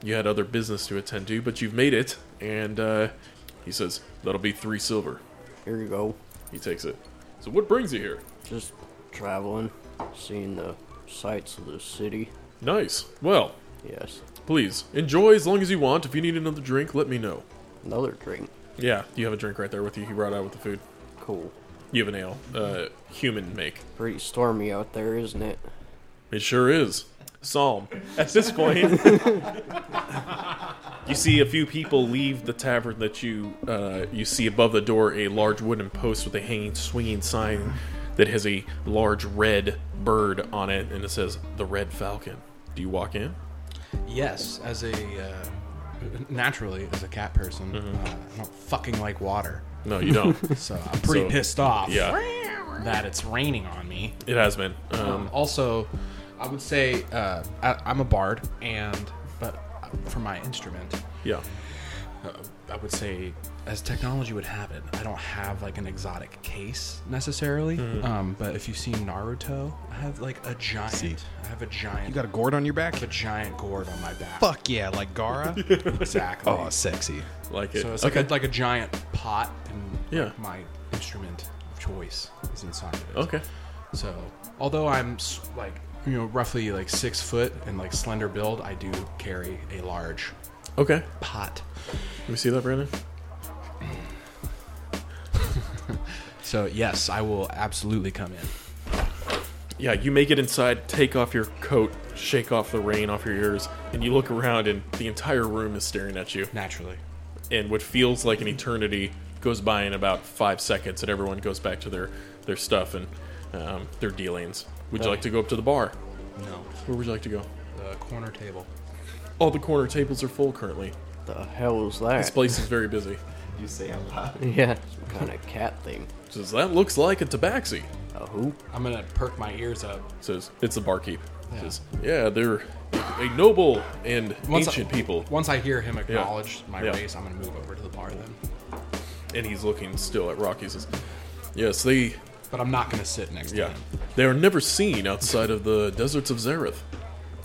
[SPEAKER 5] You had other business to attend to, but you've made it. And uh, he says that'll be three silver.
[SPEAKER 4] Here you go.
[SPEAKER 5] He takes it. So what brings you here?
[SPEAKER 4] Just traveling, seeing the sights of the city.
[SPEAKER 5] Nice. Well.
[SPEAKER 4] Yes.
[SPEAKER 5] Please enjoy as long as you want. If you need another drink, let me know.
[SPEAKER 4] Another drink.
[SPEAKER 5] Yeah, you have a drink right there with you. He brought out with the food.
[SPEAKER 4] Cool.
[SPEAKER 5] You have an ale, uh, human make.
[SPEAKER 4] Pretty stormy out there, isn't it?
[SPEAKER 5] It sure is. Psalm. At this point, you see a few people leave the tavern that you uh, you see above the door a large wooden post with a hanging swinging sign that has a large red bird on it and it says the Red Falcon. Do you walk in?
[SPEAKER 12] Yes, as a uh, naturally as a cat person, uh, I don't fucking like water.
[SPEAKER 5] Mm-hmm. No, you don't.
[SPEAKER 12] so I'm pretty
[SPEAKER 5] So-
[SPEAKER 12] pissed off.
[SPEAKER 5] yeah.
[SPEAKER 12] that it's raining on me.
[SPEAKER 5] It has been.
[SPEAKER 12] Um,
[SPEAKER 5] Um,
[SPEAKER 12] also, I would say uh, I, I'm a bard, and but uh, for my instrument,
[SPEAKER 5] Yeah.
[SPEAKER 12] uh, I would say as technology would have it, I don't have like an exotic case necessarily.
[SPEAKER 10] Mhm.
[SPEAKER 12] Um, but if you've seen Naruto, I have like a giant.
[SPEAKER 10] See.
[SPEAKER 12] I have a giant.
[SPEAKER 10] You got a gourd on your back?
[SPEAKER 12] I have a giant gourd on my back.
[SPEAKER 10] Fuck yeah, like Gara?
[SPEAKER 12] exactly.
[SPEAKER 10] Oh, sexy.
[SPEAKER 5] Like
[SPEAKER 12] So it's like, a, like a giant pot, and yeah. my instrument of choice is inside of it.
[SPEAKER 5] Okay.
[SPEAKER 12] So, although I'm s- like you know roughly like six foot and like slender build, I do carry a large
[SPEAKER 5] Okay.
[SPEAKER 12] pot.
[SPEAKER 5] Let me see that, Brandon.
[SPEAKER 12] So yes, I will absolutely come in.
[SPEAKER 5] Yeah, you make it inside, take off your coat, shake off the rain off your ears, and you look around, and the entire room is staring at you.
[SPEAKER 12] Naturally.
[SPEAKER 5] And what feels like an eternity goes by in about five seconds, and everyone goes back to their their stuff and um, their dealings. Would you
[SPEAKER 12] Okay.
[SPEAKER 5] like to go up to the bar?
[SPEAKER 12] No.
[SPEAKER 5] Where would you like to go?
[SPEAKER 12] The corner table.
[SPEAKER 5] All the corner tables are full currently. The hell is
[SPEAKER 12] that?
[SPEAKER 5] This place is very busy.
[SPEAKER 3] you say out loud.
[SPEAKER 5] Yeah.
[SPEAKER 12] Some kind of
[SPEAKER 5] cat thing. Says that looks like a tabaxi. A who?
[SPEAKER 2] I'm gonna perk my ears up.
[SPEAKER 5] Says it's the barkeep.
[SPEAKER 2] Yeah.
[SPEAKER 5] Says yeah, they're a noble and
[SPEAKER 2] Once I-
[SPEAKER 5] ancient people.
[SPEAKER 2] Once I hear him
[SPEAKER 5] Yeah.
[SPEAKER 2] acknowledge my
[SPEAKER 5] Yeah.
[SPEAKER 2] race, I'm gonna move over to the bar then.
[SPEAKER 5] and he's looking still at Rocky. He says, "Yes, they."
[SPEAKER 2] But I'm not going to sit next
[SPEAKER 5] yeah,
[SPEAKER 2] to him.
[SPEAKER 5] they are never seen outside of the deserts of Zareth.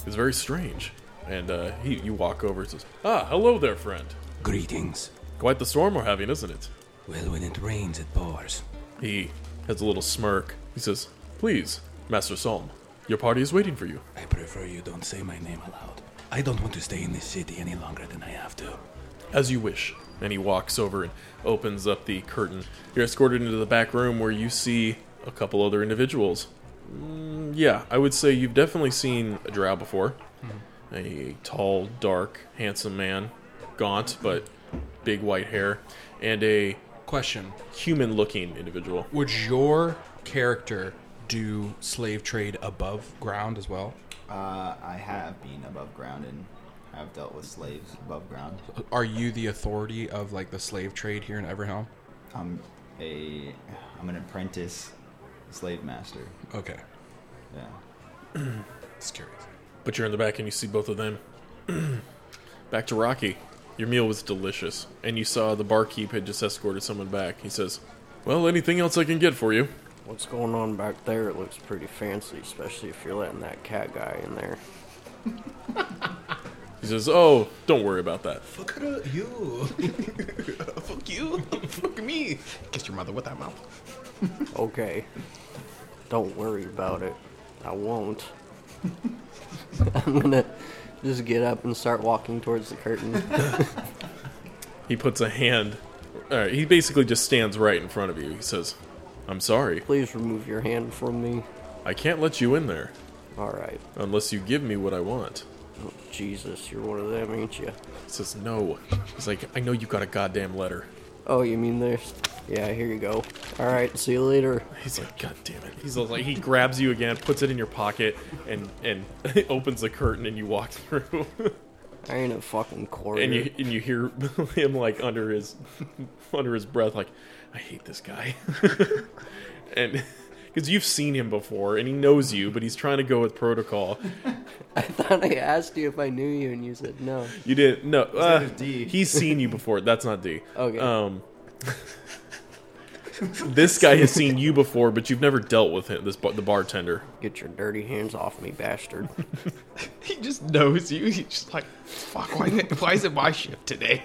[SPEAKER 5] It's very strange. And uh, he, you walk over and says, "Ah, hello there, friend.
[SPEAKER 15] Greetings.
[SPEAKER 5] Quite the storm we're having, isn't it?"
[SPEAKER 15] Well, when it rains, it pours.
[SPEAKER 5] He has a little smirk. He says, "Please, Master Solm, your party is waiting for you."
[SPEAKER 15] I prefer you don't say my name aloud. I don't want to stay in this city any longer than I have to.
[SPEAKER 5] As you wish. And he walks over and opens up the curtain. You're escorted into the back room where you see a couple other individuals. Mm, yeah, I would say you've definitely seen a drow before. A tall, dark, handsome man, gaunt but big white hair, and a
[SPEAKER 2] question
[SPEAKER 5] human-looking individual.
[SPEAKER 2] Would your character do slave trade above ground as well?
[SPEAKER 3] Uh, I have been above ground and have dealt with slaves above ground.
[SPEAKER 2] Are you the authority of like the slave trade here in Everhelm?
[SPEAKER 3] I'm a Um, I'm an apprentice slave master.
[SPEAKER 2] Okay.
[SPEAKER 3] Yeah.
[SPEAKER 2] Just curious.
[SPEAKER 5] But you're in the back and you see both of them. back to Rocky. Your meal was delicious, and you saw the barkeep had just escorted someone back. He says, Well, anything else I can get for you?
[SPEAKER 9] What's going on back there? It looks pretty fancy, especially if you're letting that cat guy in there.
[SPEAKER 5] He says, "Oh, don't worry about that."
[SPEAKER 10] Fuck it, you. Fuck you. Fuck me. Kiss your mother with that mouth.
[SPEAKER 9] Okay. Don't worry about it. I won't. I'm gonna just get up and start walking towards the curtain.
[SPEAKER 5] He puts a hand. All right, he basically just stands right in front of you. He says, "I'm sorry."
[SPEAKER 9] Please remove your hand from me.
[SPEAKER 5] I can't let you in there.
[SPEAKER 9] All right. Oh,
[SPEAKER 5] Unless you give me what I want.
[SPEAKER 9] Jesus, you're one of them, ain't you?
[SPEAKER 5] He says, "No." He's like, "I know you got a goddamn letter."
[SPEAKER 9] Oh, you mean there's. Yeah, here you go. All right, see you later.
[SPEAKER 5] He's like, God damn it. He's like, he grabs you again, puts it in your pocket, and and opens the curtain, and you walk through.
[SPEAKER 9] I ain't a fucking quarter.
[SPEAKER 5] and you and you hear him like under his under his breath like I hate this guy and because you've seen him before and he knows you but he's trying to go with protocol
[SPEAKER 9] thought I asked you if I knew you, and you said no.
[SPEAKER 5] you didn't no uh,
[SPEAKER 9] that a D?
[SPEAKER 5] he's seen you before that's not D
[SPEAKER 9] Okay.
[SPEAKER 5] um this guy has seen you before but you've never dealt with him this bar- the bartender
[SPEAKER 9] get your dirty hands off me bastard
[SPEAKER 10] He just knows you. He's just like, fuck. Why, why is it my shift today?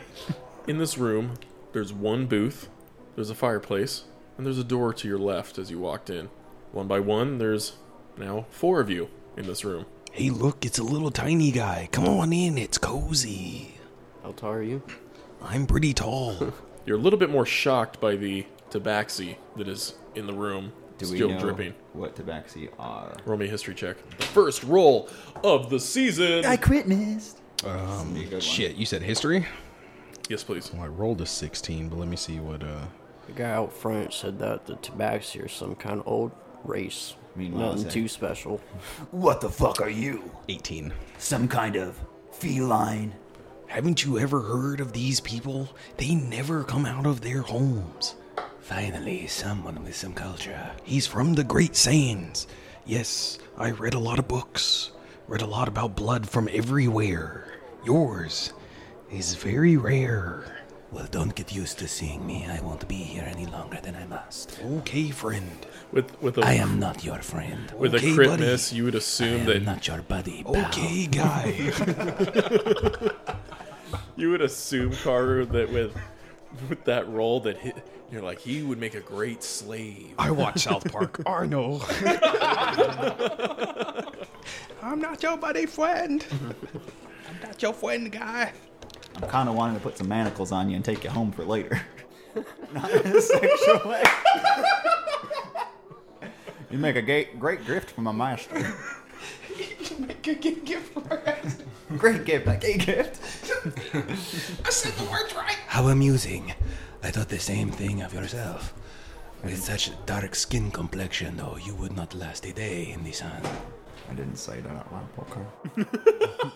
[SPEAKER 5] In this room, there's one booth, there's a fireplace, and there's a door to your left as you walked in. One by one, there's now four of you in this room.
[SPEAKER 13] Hey, look, it's a little tiny guy. Come on in, it's cozy.
[SPEAKER 9] How tall are you?
[SPEAKER 13] I'm pretty tall.
[SPEAKER 5] You're a little bit more shocked by the tabaxi that is in the room,
[SPEAKER 3] Do we
[SPEAKER 5] still
[SPEAKER 3] know
[SPEAKER 5] dripping.
[SPEAKER 3] what tabaxi are?
[SPEAKER 5] Roll me a history check. The first roll of the season.
[SPEAKER 3] quit, missed.
[SPEAKER 10] Um, shit, you said history?
[SPEAKER 5] Yes, please.
[SPEAKER 10] Well, I rolled a 16, but let me see what. uh
[SPEAKER 9] The guy out front said that the Tabaxi are some kind of old race.
[SPEAKER 10] Meanwhile,
[SPEAKER 9] Nothing
[SPEAKER 3] eh?
[SPEAKER 10] Zach-
[SPEAKER 9] too special.
[SPEAKER 8] What the fuck are you?
[SPEAKER 13] 18.
[SPEAKER 8] Some kind of feline.
[SPEAKER 13] Haven't you ever heard of these people? They never come out of their homes.
[SPEAKER 15] Finally, someone with some culture.
[SPEAKER 13] He's from the Great Sands. Yes, I read a lot of books, read a lot about blood from everywhere. Yours is very rare.
[SPEAKER 15] Well, don't get used to seeing me. I won't be here any longer than I must.
[SPEAKER 13] Okay, friend.
[SPEAKER 5] With with a
[SPEAKER 15] I am not your friend.
[SPEAKER 5] With a crit miss, you would assume that
[SPEAKER 15] not your buddy.
[SPEAKER 13] Okay, guy.
[SPEAKER 5] you would assume Karu that with with that roll that hit, you're like he would make a great slave.
[SPEAKER 13] I watch South Park. Arno.
[SPEAKER 10] I'm not your buddy friend. I'm not your friend guy.
[SPEAKER 3] I'm kind of wanting to put some manacles on you and take you home for later. You make a great, great gift from a master.
[SPEAKER 10] Good gift for us.
[SPEAKER 3] great gift, a gay gift.
[SPEAKER 10] I said the words right.
[SPEAKER 15] How amusing. I thought the same thing of yourself. With such dark skin complexion, though, you would not last a day in the sun.
[SPEAKER 3] I didn't say that out loud, Poker.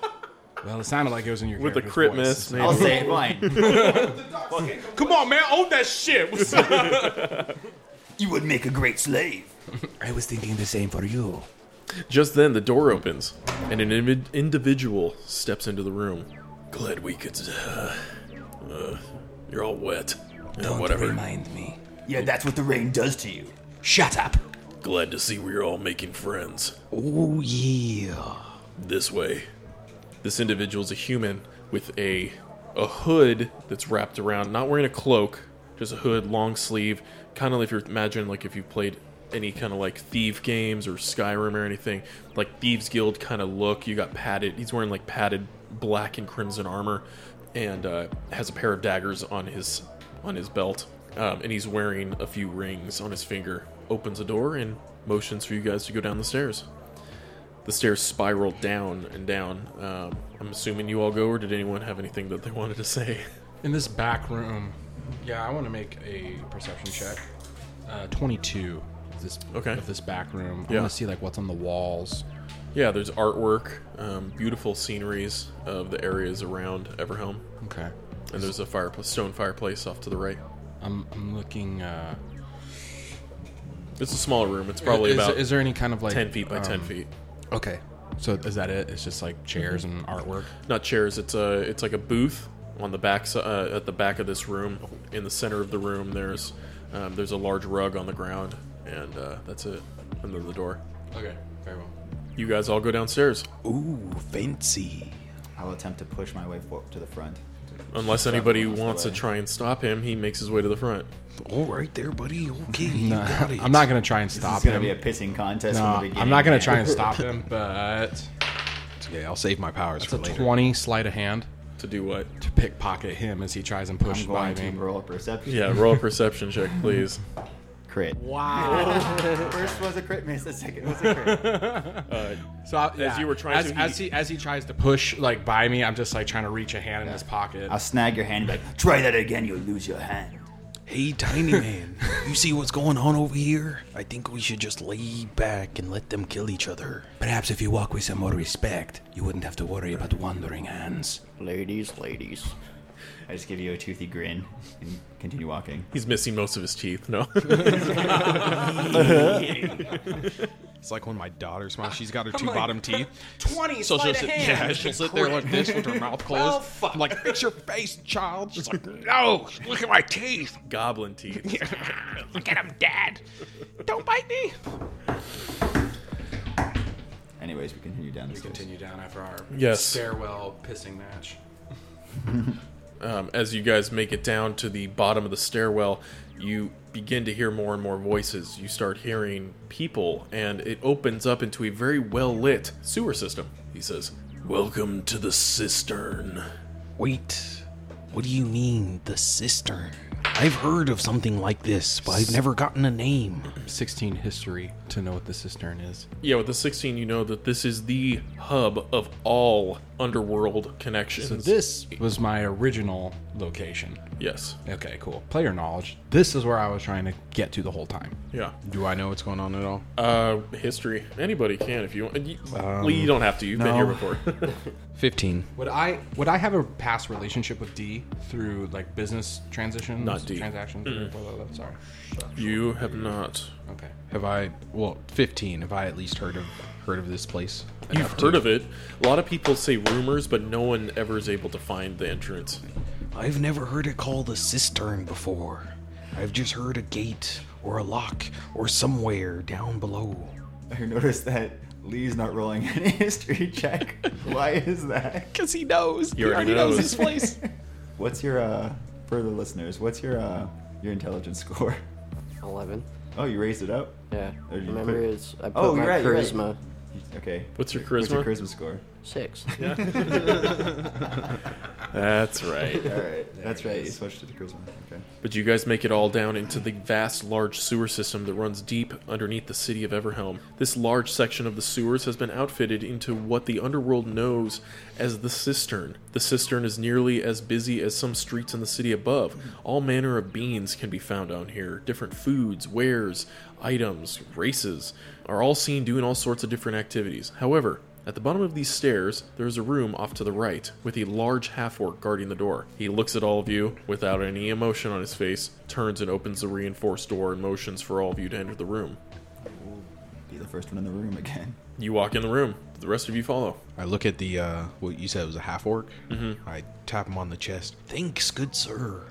[SPEAKER 11] Well, it sounded like it was in your
[SPEAKER 5] With the
[SPEAKER 11] character's
[SPEAKER 5] crit
[SPEAKER 11] voice.
[SPEAKER 5] miss, maybe.
[SPEAKER 3] I'll say it, fine.
[SPEAKER 11] Come on, man, own that shit. What's up?
[SPEAKER 8] You would make a great slave.
[SPEAKER 15] I was thinking the same for you.
[SPEAKER 5] Just then, the door opens, and an invi- individual steps into the room. Glad we could. Uh, uh, you're all wet. Yeah,
[SPEAKER 15] Don't
[SPEAKER 5] whatever.
[SPEAKER 15] remind me.
[SPEAKER 8] Yeah, that's what the rain does to you.
[SPEAKER 15] Shut up.
[SPEAKER 5] Glad to see we're all making friends.
[SPEAKER 13] Oh, yeah.
[SPEAKER 5] This way. This individual's a human with a a hood that's wrapped around, not wearing a cloak, just a hood, long sleeve, kind of if you're imagine like if you've played any kind of like thief games or Skyrim or anything, like thieves guild kind of look. You got padded. He's wearing like padded black and crimson armor, and uh, has a pair of daggers on his on his belt, um, and he's wearing a few rings on his finger. Opens a door and motions for you guys to go down the stairs the stairs spiral down and down. Um, I'm assuming you all go, or did anyone have anything that they wanted to say?
[SPEAKER 11] In this back room, yeah, I want to make a perception check. Uh, Twenty-two. Of this, okay. Of this back room, I
[SPEAKER 5] Yeah.
[SPEAKER 11] want to see like what's on the walls.
[SPEAKER 5] Yeah, there's artwork, um, beautiful sceneries of the areas around Everhelm.
[SPEAKER 11] Okay.
[SPEAKER 5] And there's a fireplace, stone fireplace off to the right.
[SPEAKER 11] I'm, I'm looking. Uh,
[SPEAKER 5] it's a small room. It's probably
[SPEAKER 11] is,
[SPEAKER 5] about
[SPEAKER 11] Is there any kind of like
[SPEAKER 5] ten feet by ten
[SPEAKER 11] um,
[SPEAKER 5] feet?
[SPEAKER 11] Okay. So is that it? It's just like chairs and artwork.
[SPEAKER 5] Mm-hmm. Not chairs. It's a it's like a booth on the back si- uh, at the back of this room. In the center of the room, there's um, there's a large rug on the ground, and uh, that's it. And then the door.
[SPEAKER 11] Okay. Very well.
[SPEAKER 5] You guys all go downstairs.
[SPEAKER 13] Ooh, fancy.
[SPEAKER 3] I'll attempt to push my way forward to the front.
[SPEAKER 5] Unless
[SPEAKER 3] Travel
[SPEAKER 5] anybody
[SPEAKER 3] across the
[SPEAKER 5] wants to
[SPEAKER 3] way.
[SPEAKER 5] try and stop him, he makes his way to the front.
[SPEAKER 13] All right, there, buddy. Okay, you
[SPEAKER 11] Nah,
[SPEAKER 13] got it.
[SPEAKER 11] I'm not gonna try and stop
[SPEAKER 3] It's gonna
[SPEAKER 11] him.
[SPEAKER 3] be a pissing contest.
[SPEAKER 11] No,
[SPEAKER 3] from the beginning,
[SPEAKER 11] I'm not gonna
[SPEAKER 3] man.
[SPEAKER 11] try and stop him, but
[SPEAKER 13] okay. I'll save my powers
[SPEAKER 11] that's
[SPEAKER 13] for
[SPEAKER 11] a
[SPEAKER 13] later.
[SPEAKER 11] Twenty sleight of hand
[SPEAKER 5] to do what?
[SPEAKER 11] To pickpocket him as he tries and push
[SPEAKER 3] I'm
[SPEAKER 11] by
[SPEAKER 3] going to
[SPEAKER 11] me.
[SPEAKER 3] roll a perception.
[SPEAKER 5] Yeah, roll a perception check, please.
[SPEAKER 3] Crit. Wow. First was a crit miss. The second was a crit.
[SPEAKER 11] so I,
[SPEAKER 5] Uh, as you were trying
[SPEAKER 11] as,
[SPEAKER 5] to,
[SPEAKER 11] as he as he tries to push like by me, I'm just like trying to reach a hand in his pocket.
[SPEAKER 3] I'll snag your hand. and be Like,
[SPEAKER 8] Try that again, you'll lose your hand.
[SPEAKER 13] Hey, tiny man, you see what's going on over here? I think we should just lay back and let them kill each other.
[SPEAKER 15] Perhaps if you walk with some more respect, you wouldn't have to worry about wandering hands.
[SPEAKER 9] Ladies, ladies.
[SPEAKER 3] I just give you a toothy grin and continue walking.
[SPEAKER 5] He's missing most of his teeth. No.
[SPEAKER 10] It's like when my daughter smiles. She's got her
[SPEAKER 5] I'm
[SPEAKER 10] two
[SPEAKER 5] like,
[SPEAKER 10] bottom teeth.
[SPEAKER 13] 20
[SPEAKER 10] So she'll
[SPEAKER 13] sleight
[SPEAKER 10] sit,
[SPEAKER 13] of
[SPEAKER 10] yeah,
[SPEAKER 13] hand.
[SPEAKER 10] she'll sit there like this with her mouth closed.
[SPEAKER 13] Well,
[SPEAKER 10] I'm like, fix your Oh, face, child. She's like, no, look at my teeth.
[SPEAKER 5] Goblin teeth.
[SPEAKER 10] look at him, Dad. Don't bite me.
[SPEAKER 3] Anyways, we continue down the
[SPEAKER 11] we
[SPEAKER 3] stairs.
[SPEAKER 11] continue down after our
[SPEAKER 5] Yes.
[SPEAKER 11] stairwell pissing match.
[SPEAKER 5] um, as you guys make it down to the bottom of the stairwell, you begin to hear more and more voices. You start hearing people, and it opens up into a very well lit sewer system. He says, Welcome to the cistern.
[SPEAKER 13] Wait, what do you mean, the cistern? I've heard of something like this, but I've never gotten a name.
[SPEAKER 11] 16 history to know what the cistern is.
[SPEAKER 5] Yeah, with the 16, you know that this is the hub of all underworld connections.
[SPEAKER 11] So this was my original location.
[SPEAKER 5] Yes.
[SPEAKER 11] Okay, cool. Player knowledge. This is where I was trying to get to the whole time.
[SPEAKER 5] Yeah.
[SPEAKER 10] Do I know what's going on at all?
[SPEAKER 5] Uh, history. Anybody can if you want. You,
[SPEAKER 10] Um,
[SPEAKER 5] Lee, you don't have to. You've been
[SPEAKER 10] no.
[SPEAKER 5] here before.
[SPEAKER 16] 15.
[SPEAKER 11] Would I would I have a past relationship with D through like business transitions?
[SPEAKER 5] Not D.
[SPEAKER 11] Transactions? or blah, blah, blah, Sorry.
[SPEAKER 5] you have not.
[SPEAKER 11] Okay.
[SPEAKER 16] Have I? Well, 15. Have I at least heard of heard of this place?
[SPEAKER 5] You've heard of it. A lot of people say rumors, but no one ever is able to find the entrance.
[SPEAKER 13] I've never heard it called a cistern before. I've just heard a gate or a lock or somewhere down below.
[SPEAKER 3] I noticed that Lee's not rolling any history check. Why is that?
[SPEAKER 13] Because he knows.
[SPEAKER 5] He already knows.
[SPEAKER 13] this place.
[SPEAKER 3] What's your uh for the listeners? What's your uh your intelligence score?
[SPEAKER 9] 11.
[SPEAKER 3] Oh, you raised it up.
[SPEAKER 9] Yeah.
[SPEAKER 3] Or did you
[SPEAKER 9] Remember
[SPEAKER 3] put-
[SPEAKER 9] is I put
[SPEAKER 3] Oh,
[SPEAKER 9] my
[SPEAKER 3] you're right, you're right.
[SPEAKER 9] charisma.
[SPEAKER 3] Okay.
[SPEAKER 5] What's your
[SPEAKER 3] What's your
[SPEAKER 5] charisma?
[SPEAKER 3] charisma score?
[SPEAKER 9] Six.
[SPEAKER 5] That's right.
[SPEAKER 3] All right. there
[SPEAKER 9] That's
[SPEAKER 3] it
[SPEAKER 9] right.
[SPEAKER 3] is. Switch to the charisma. Okay.
[SPEAKER 5] But you guys make it all down into the vast, large sewer system that runs deep underneath the city of Everhelm. This large section of the sewers has been outfitted into what the underworld knows as the cistern. The cistern is nearly as busy as some streets in the city above. All manner of beans can be found on here. Different foods, wares, items, races are all seen doing all sorts of different activities. However, at the bottom of these stairs, there is a room off to the right with a large half orc guarding the door. He looks at all of you without any emotion on his face, turns and opens the reinforced door and motions for all of you to enter the room.
[SPEAKER 3] Be the first one in the room again.
[SPEAKER 5] You walk in the room. The rest of you follow.
[SPEAKER 10] I look at the uh, what you said was a half orc.
[SPEAKER 5] Mm-hmm.
[SPEAKER 10] I tap him on the chest.
[SPEAKER 13] Thanks, good sir.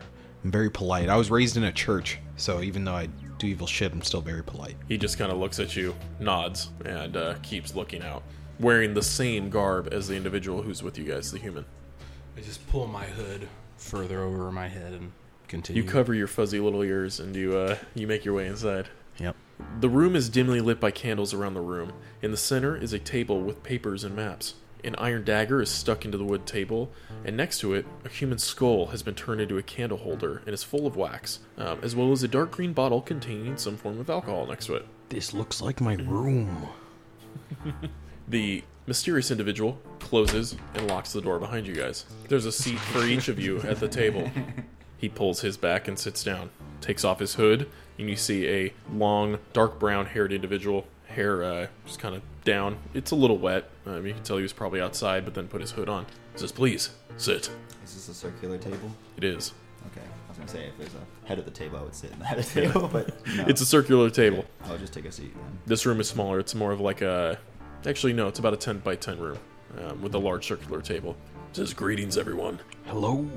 [SPEAKER 10] I'm very polite. I was raised in a church, so even though I do evil shit, I'm still very polite.
[SPEAKER 5] He just kind of looks at you, nods, and uh, keeps looking out, wearing the same garb as the individual who's with you guys, the human.
[SPEAKER 2] I just pull my hood further over my head and continue.
[SPEAKER 5] You cover your fuzzy little ears and you uh, you make your way inside.
[SPEAKER 12] Yep.
[SPEAKER 5] The room is dimly lit by candles around the room. In the center is a table with papers and maps. An iron dagger is stuck into the wood table, and next to it, a human skull has been turned into a candle holder and is full of wax, um, as well as a dark green bottle containing some form of alcohol next to it.
[SPEAKER 13] This looks like my room.
[SPEAKER 5] The mysterious individual closes and locks the door behind you guys. There's a seat for each of you at the table. He pulls his back and sits down, takes off his hood, and you see a long, dark brown haired individual, hair uh, just kind of down. It's a little wet. Um, you can tell he was probably outside, but then put his hood on. says, Please, sit.
[SPEAKER 3] Is this a circular table?
[SPEAKER 5] It is.
[SPEAKER 3] Okay. I was gonna say if there's a head of the table, I would sit in the head of the table, but no.
[SPEAKER 5] It's a circular table.
[SPEAKER 3] I'll just take a seat then.
[SPEAKER 5] This room is smaller. It's more of like a. Actually, no, it's about a 10 by 10 room um, with a large circular table. It says, Greetings, everyone.
[SPEAKER 13] Hello.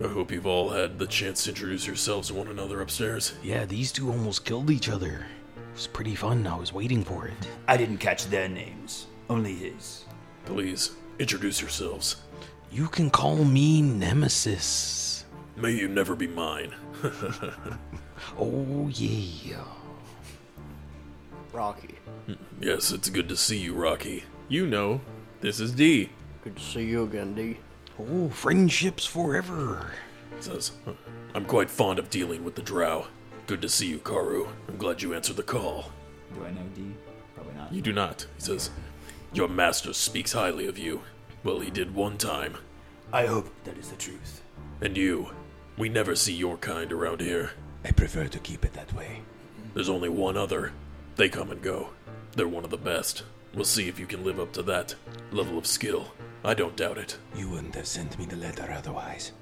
[SPEAKER 2] I hope you've all had the chance to introduce yourselves to one another upstairs.
[SPEAKER 13] Yeah, these two almost killed each other. It was pretty fun. I was waiting for it.
[SPEAKER 8] I didn't catch their names, only his.
[SPEAKER 2] Please introduce yourselves.
[SPEAKER 13] You can call me Nemesis.
[SPEAKER 2] May you never be mine.
[SPEAKER 13] Oh, yeah.
[SPEAKER 9] Rocky.
[SPEAKER 2] yes, it's good to see you, Rocky.
[SPEAKER 5] You know, this is D.
[SPEAKER 9] Good to see you again, D.
[SPEAKER 13] Oh, friendships forever.
[SPEAKER 2] Says, I'm quite fond of dealing with the drow. Good to see you, Karu. I'm glad you answered the call.
[SPEAKER 3] Do I know D? Probably not.
[SPEAKER 2] You do not. He says, Your master speaks highly of you. Well, he did one time.
[SPEAKER 8] I hope that is the truth.
[SPEAKER 2] And you. We never see your kind around here.
[SPEAKER 15] I prefer to keep it that way.
[SPEAKER 2] There's only one other. They come and go. They're one of the best. We'll see if you can live up to that level of skill. I don't doubt it.
[SPEAKER 15] You wouldn't have sent me the letter otherwise.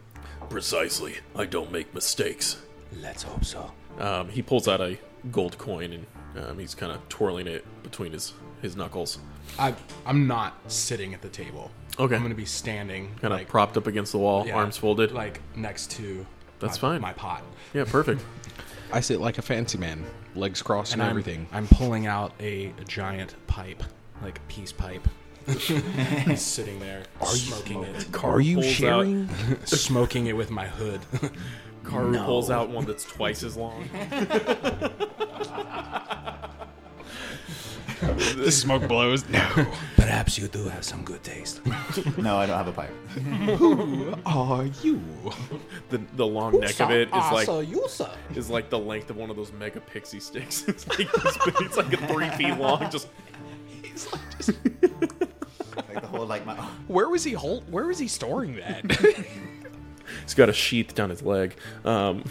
[SPEAKER 2] Precisely. I don't make mistakes.
[SPEAKER 15] Let's hope so.
[SPEAKER 5] Um, he pulls out a gold coin and um, he's kind of twirling it between his, his knuckles.
[SPEAKER 2] I, I'm not sitting at the table.
[SPEAKER 5] Okay.
[SPEAKER 2] I'm going to be standing.
[SPEAKER 5] Kind of propped up against the wall,
[SPEAKER 2] yeah,
[SPEAKER 5] arms folded.
[SPEAKER 2] Like next to.
[SPEAKER 5] That's
[SPEAKER 2] my-
[SPEAKER 5] fine.
[SPEAKER 2] My pot.
[SPEAKER 5] Yeah, perfect.
[SPEAKER 10] I sit like a fancy man, legs crossed and,
[SPEAKER 2] I'm,
[SPEAKER 10] everything.
[SPEAKER 2] I'm pulling out a, giant pipe, like peace pipe.
[SPEAKER 12] He's sitting there
[SPEAKER 2] Are you
[SPEAKER 12] smoking it.
[SPEAKER 2] smoking? Are you
[SPEAKER 12] Pulls out-
[SPEAKER 2] sharing?
[SPEAKER 12] smoking it with my hood.
[SPEAKER 5] Karu
[SPEAKER 12] No.
[SPEAKER 5] pulls out one that's twice as long.
[SPEAKER 10] the smoke blows. No.
[SPEAKER 15] Perhaps you do have some good taste.
[SPEAKER 3] no, I don't have a pipe.
[SPEAKER 10] Who are you?
[SPEAKER 5] The, the long neck of it is like
[SPEAKER 13] Asa Yusa.
[SPEAKER 5] is like the length of one of those mega pixie sticks. It's like this big- it's like a three feet long. Just
[SPEAKER 10] He's like just.
[SPEAKER 3] like the whole like my.
[SPEAKER 10] Where was he hol- Where was he storing that?
[SPEAKER 5] he's got a sheath down his leg. Um,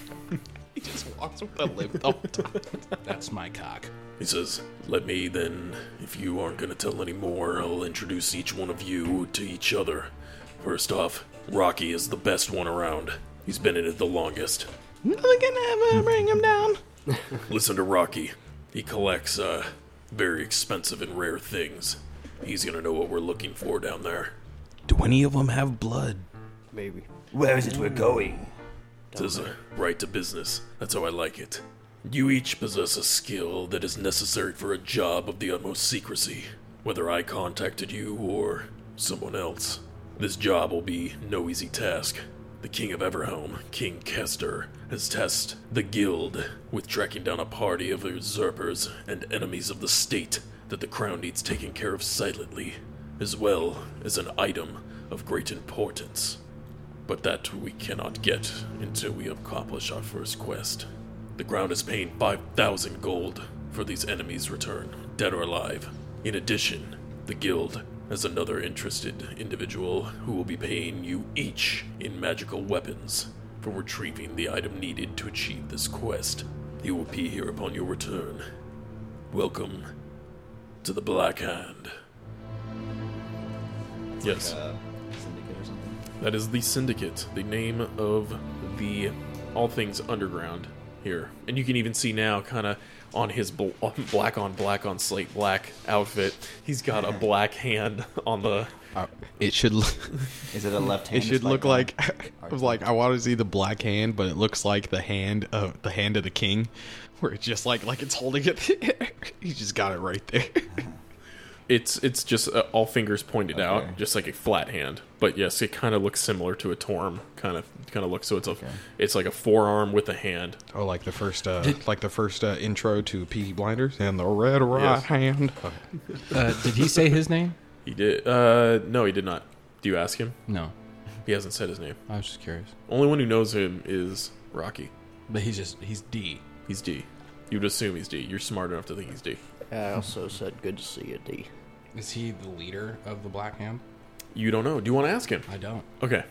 [SPEAKER 10] he just walks with a limp the whole time.
[SPEAKER 12] Oh, That's my cock.
[SPEAKER 2] He says, Let me then, if you aren't going to tell any more, I'll introduce each one of you to each other. First off, Rocky is the best one around. He's been in it the longest.
[SPEAKER 13] Nothing can ever bring him down.
[SPEAKER 2] Listen to Rocky. He collects uh, very expensive and rare things. He's going to know what we're looking for down there.
[SPEAKER 13] Do any of them have blood?
[SPEAKER 9] Maybe.
[SPEAKER 8] Where is it we're going?
[SPEAKER 2] Says, uh, right to business. That's how I like it. You each possess a skill that is necessary for a job of the utmost secrecy, whether I contacted you or someone else. This job will be no easy task. The King of Everhelm, King Kester, has tasked the Guild with tracking down a party of usurpers and enemies of the state that the Crown needs taken care of silently, as well as an item of great importance.
[SPEAKER 5] but that we cannot get until we accomplish our first quest. The ground is paying 5,000 gold for these enemies' return, dead or alive. In addition, the guild has another interested individual who will be paying you each in magical weapons for retrieving the item needed to achieve this quest. He will be here upon your return. Welcome to the Black Hand. Yes.
[SPEAKER 6] syndicate or something.
[SPEAKER 17] That is the Syndicate, the name of the all things underground here, and you can even see now, kind of on his bl- on black on black on slate black outfit, he's got a black hand on the.
[SPEAKER 10] it should. Look,
[SPEAKER 6] Is it a left
[SPEAKER 10] It should look like I was like I want to see the black hand, but it looks like the hand of the hand of the king, where it's just like like it's holding it. he just got it right there.
[SPEAKER 17] It's it's just uh, all fingers pointed out, just like a flat hand. But yes, it kind of looks similar to a torm kind of kind of look. So it's a it's like a forearm with a hand.
[SPEAKER 10] Oh, like the first uh, like the first uh, intro to Peaky Blinders and the red right hand.
[SPEAKER 11] Uh, did he say his name?
[SPEAKER 17] He did. Uh, no, he did not. Do you ask him?
[SPEAKER 11] No.
[SPEAKER 17] He hasn't said his name.
[SPEAKER 11] I was just curious.
[SPEAKER 17] Only one who knows him is Rocky.
[SPEAKER 11] But he's just he's D.
[SPEAKER 17] He's D. You would assume he's D. You're smart enough to think he's D.
[SPEAKER 9] I also said good to see you, D.
[SPEAKER 11] Is he the leader of the Black Hand?
[SPEAKER 17] You don't know. Do you want to ask him?
[SPEAKER 11] I don't.
[SPEAKER 17] Okay.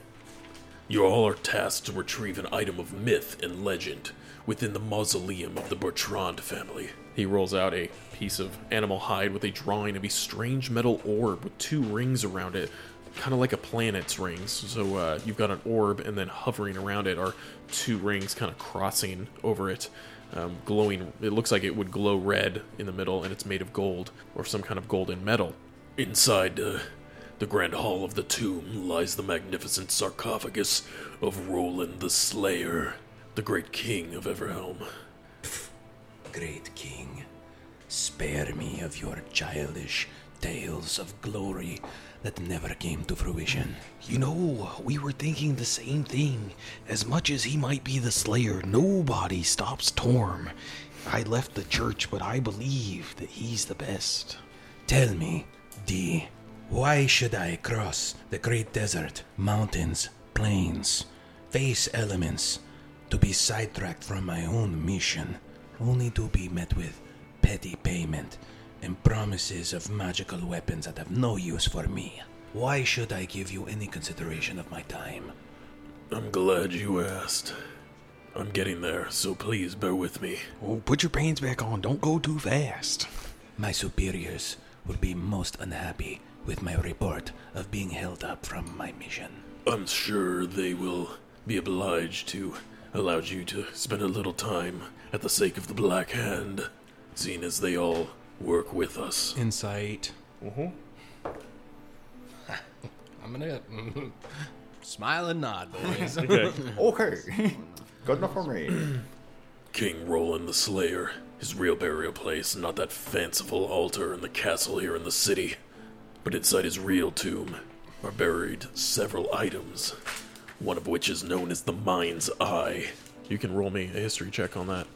[SPEAKER 5] You all are tasked to retrieve an item of myth and legend within the mausoleum of the Bertrand family.
[SPEAKER 17] He rolls out a piece of animal hide with a drawing of a strange metal orb with two rings around it, kind of like a planet's rings. So uh, you've got an orb, and then hovering around it are two rings kind of crossing over it, um, glowing. It looks like it would glow red in the middle, and it's made of gold or some kind of golden metal.
[SPEAKER 5] Inside uh, the grand hall of the tomb lies the magnificent sarcophagus of Roland the Slayer, the great king of Everhelm.
[SPEAKER 15] Great king, spare me of your childish tales of glory that never came to fruition.
[SPEAKER 13] You know, we were thinking the same thing. As much as he might be the slayer, nobody stops Torm. I left the church, but I believe that he's the best.
[SPEAKER 15] Tell me, D, why should I cross the great desert, mountains, plains, face elements, to be sidetracked from my own mission, only to be met with petty payment and promises of magical weapons that have no use for me? Why should I give you any consideration of my time?
[SPEAKER 5] I'm glad you asked. I'm getting there, so please bear with me.
[SPEAKER 13] Oh, put your pants back on. Don't go too fast.
[SPEAKER 15] My superiors would be most unhappy with my report of being held up from my mission.
[SPEAKER 5] I'm sure they will be obliged to allow you to spend a little time at the sake of the Black Hand, seeing as they all work with us.
[SPEAKER 11] Insight. Mm-hmm. I'm gonna smile and nod, boys.
[SPEAKER 6] okay. Good enough for me.
[SPEAKER 5] King Roland the Slayer, his real burial place, not that fanciful altar in the castle here in the city, but inside his real tomb are buried several items, one of which is known as the Mind's Eye.
[SPEAKER 17] You can roll me a history check on that.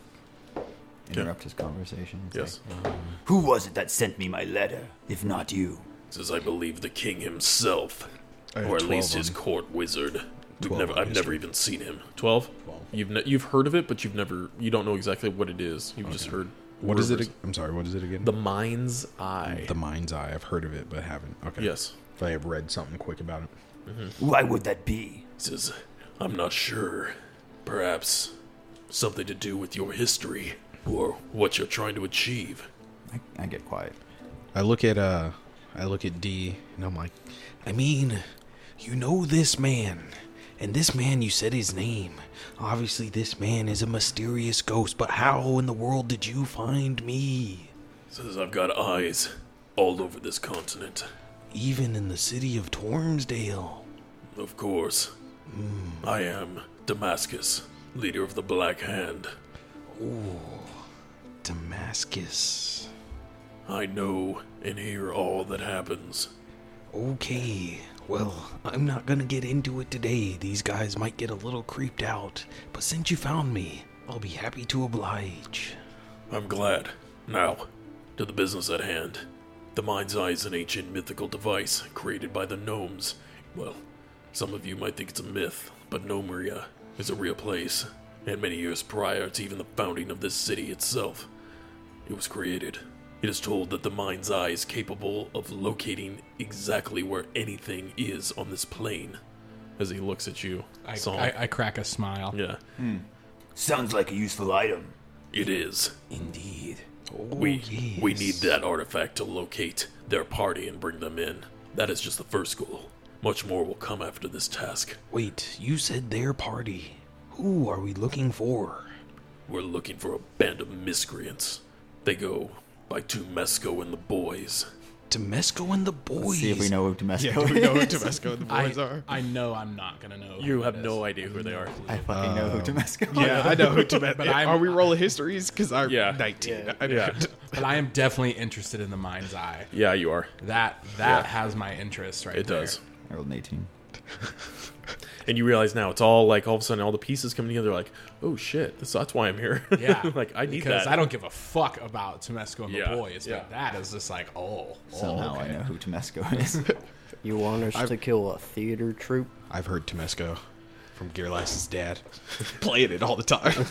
[SPEAKER 6] Interrupt his conversation. It's
[SPEAKER 17] Yes.
[SPEAKER 6] like,
[SPEAKER 8] Who was it that sent me my letter, if not you?
[SPEAKER 5] Says I believe the king himself,
[SPEAKER 8] I had
[SPEAKER 5] or at
[SPEAKER 8] 12
[SPEAKER 5] least
[SPEAKER 8] on
[SPEAKER 5] his
[SPEAKER 8] it.
[SPEAKER 5] court wizard. We've
[SPEAKER 17] 12
[SPEAKER 5] never,
[SPEAKER 17] on
[SPEAKER 5] I've never
[SPEAKER 17] history.
[SPEAKER 5] even seen him.
[SPEAKER 17] Twelve. You've ne- you've heard of it, but you've never you don't know exactly what it is. You've just heard.
[SPEAKER 10] What is it?
[SPEAKER 17] rumors.
[SPEAKER 10] ag- I'm sorry. What is it again?
[SPEAKER 17] The mind's eye.
[SPEAKER 10] The mind's eye. I've heard of it, but haven't. Okay.
[SPEAKER 17] Yes.
[SPEAKER 10] If I have read something quick about it.
[SPEAKER 8] Why would that be?
[SPEAKER 5] Says, I'm not sure. Perhaps something to do with your history or what you're trying to achieve.
[SPEAKER 6] I get quiet.
[SPEAKER 10] I look at uh, I look at D, and I'm like,
[SPEAKER 13] I mean, you know this man. And this man, you said his name. Obviously, this man is a mysterious ghost, but how in the world did you find me?
[SPEAKER 5] Says, I've got eyes all over this continent.
[SPEAKER 13] Even in the city of Tormsdale. Hmm,
[SPEAKER 5] Of course. I am Damascus, leader of the Black Hand.
[SPEAKER 13] Ooh, Damascus.
[SPEAKER 5] I know and hear all that happens.
[SPEAKER 13] Okay, well, I'm not gonna get into it today. These guys might get a little creeped out, but since you found me, I'll be happy to oblige.
[SPEAKER 5] I'm glad. Now, to the business at hand. The mind's eye is an ancient mythical device created by the gnomes. Well,
[SPEAKER 2] Some of you might think it's a myth, but Nomeria is a real place, and many years prior to even the founding of this city itself, it was created. It is told that the mind's eye is capable of locating exactly where anything is on this plane. As he looks at you,
[SPEAKER 11] I,
[SPEAKER 2] Saul.
[SPEAKER 11] I, I crack a smile.
[SPEAKER 2] Yeah.
[SPEAKER 3] Hmm.
[SPEAKER 8] Sounds like a useful item. Oh,
[SPEAKER 2] It is. Indeed. we we need that artifact to locate their party and bring them in. That is just the first goal. Much more will come after this task.
[SPEAKER 13] Wait, you said their party. Who are we looking for?
[SPEAKER 2] We're looking for a band of miscreants. They go by Tumesco and the boys.
[SPEAKER 13] Domesco and the boys.
[SPEAKER 3] Let's see if we know who Domesco
[SPEAKER 2] Yeah, do we know who Temesco and the
[SPEAKER 11] I-
[SPEAKER 2] boys are?
[SPEAKER 11] I know I'm not gonna know.
[SPEAKER 5] You have no idea who they are.
[SPEAKER 3] I fucking know
[SPEAKER 11] Um,
[SPEAKER 3] who Temesco
[SPEAKER 10] Yeah, I know who Temesco.
[SPEAKER 11] But
[SPEAKER 10] but
[SPEAKER 11] I'm-
[SPEAKER 10] um, are we rolling histories? Because I'm
[SPEAKER 11] Yeah.
[SPEAKER 10] 19. I don't-
[SPEAKER 11] Yeah. but I am definitely interested in the mind's eye.
[SPEAKER 5] Yeah, you are.
[SPEAKER 11] That that
[SPEAKER 5] Yeah.
[SPEAKER 11] has my interest right
[SPEAKER 5] It
[SPEAKER 11] there.
[SPEAKER 5] does.
[SPEAKER 3] I rolled an 18.
[SPEAKER 5] And you realize now it's all like all of a sudden all the pieces come together. Like, oh shit, this, that's why I'm here.
[SPEAKER 11] Yeah,
[SPEAKER 5] like I need
[SPEAKER 11] because
[SPEAKER 5] that.
[SPEAKER 11] I don't give a fuck about Tomesco and
[SPEAKER 5] Yeah,
[SPEAKER 11] the boys, but that is just like oh. oh,
[SPEAKER 3] Somehow
[SPEAKER 11] okay.
[SPEAKER 3] I know who Temesco is.
[SPEAKER 9] You want us
[SPEAKER 10] I've-
[SPEAKER 9] to kill a theater troupe?
[SPEAKER 10] I've heard Tomesco from Gearlice's dad playing it all the time.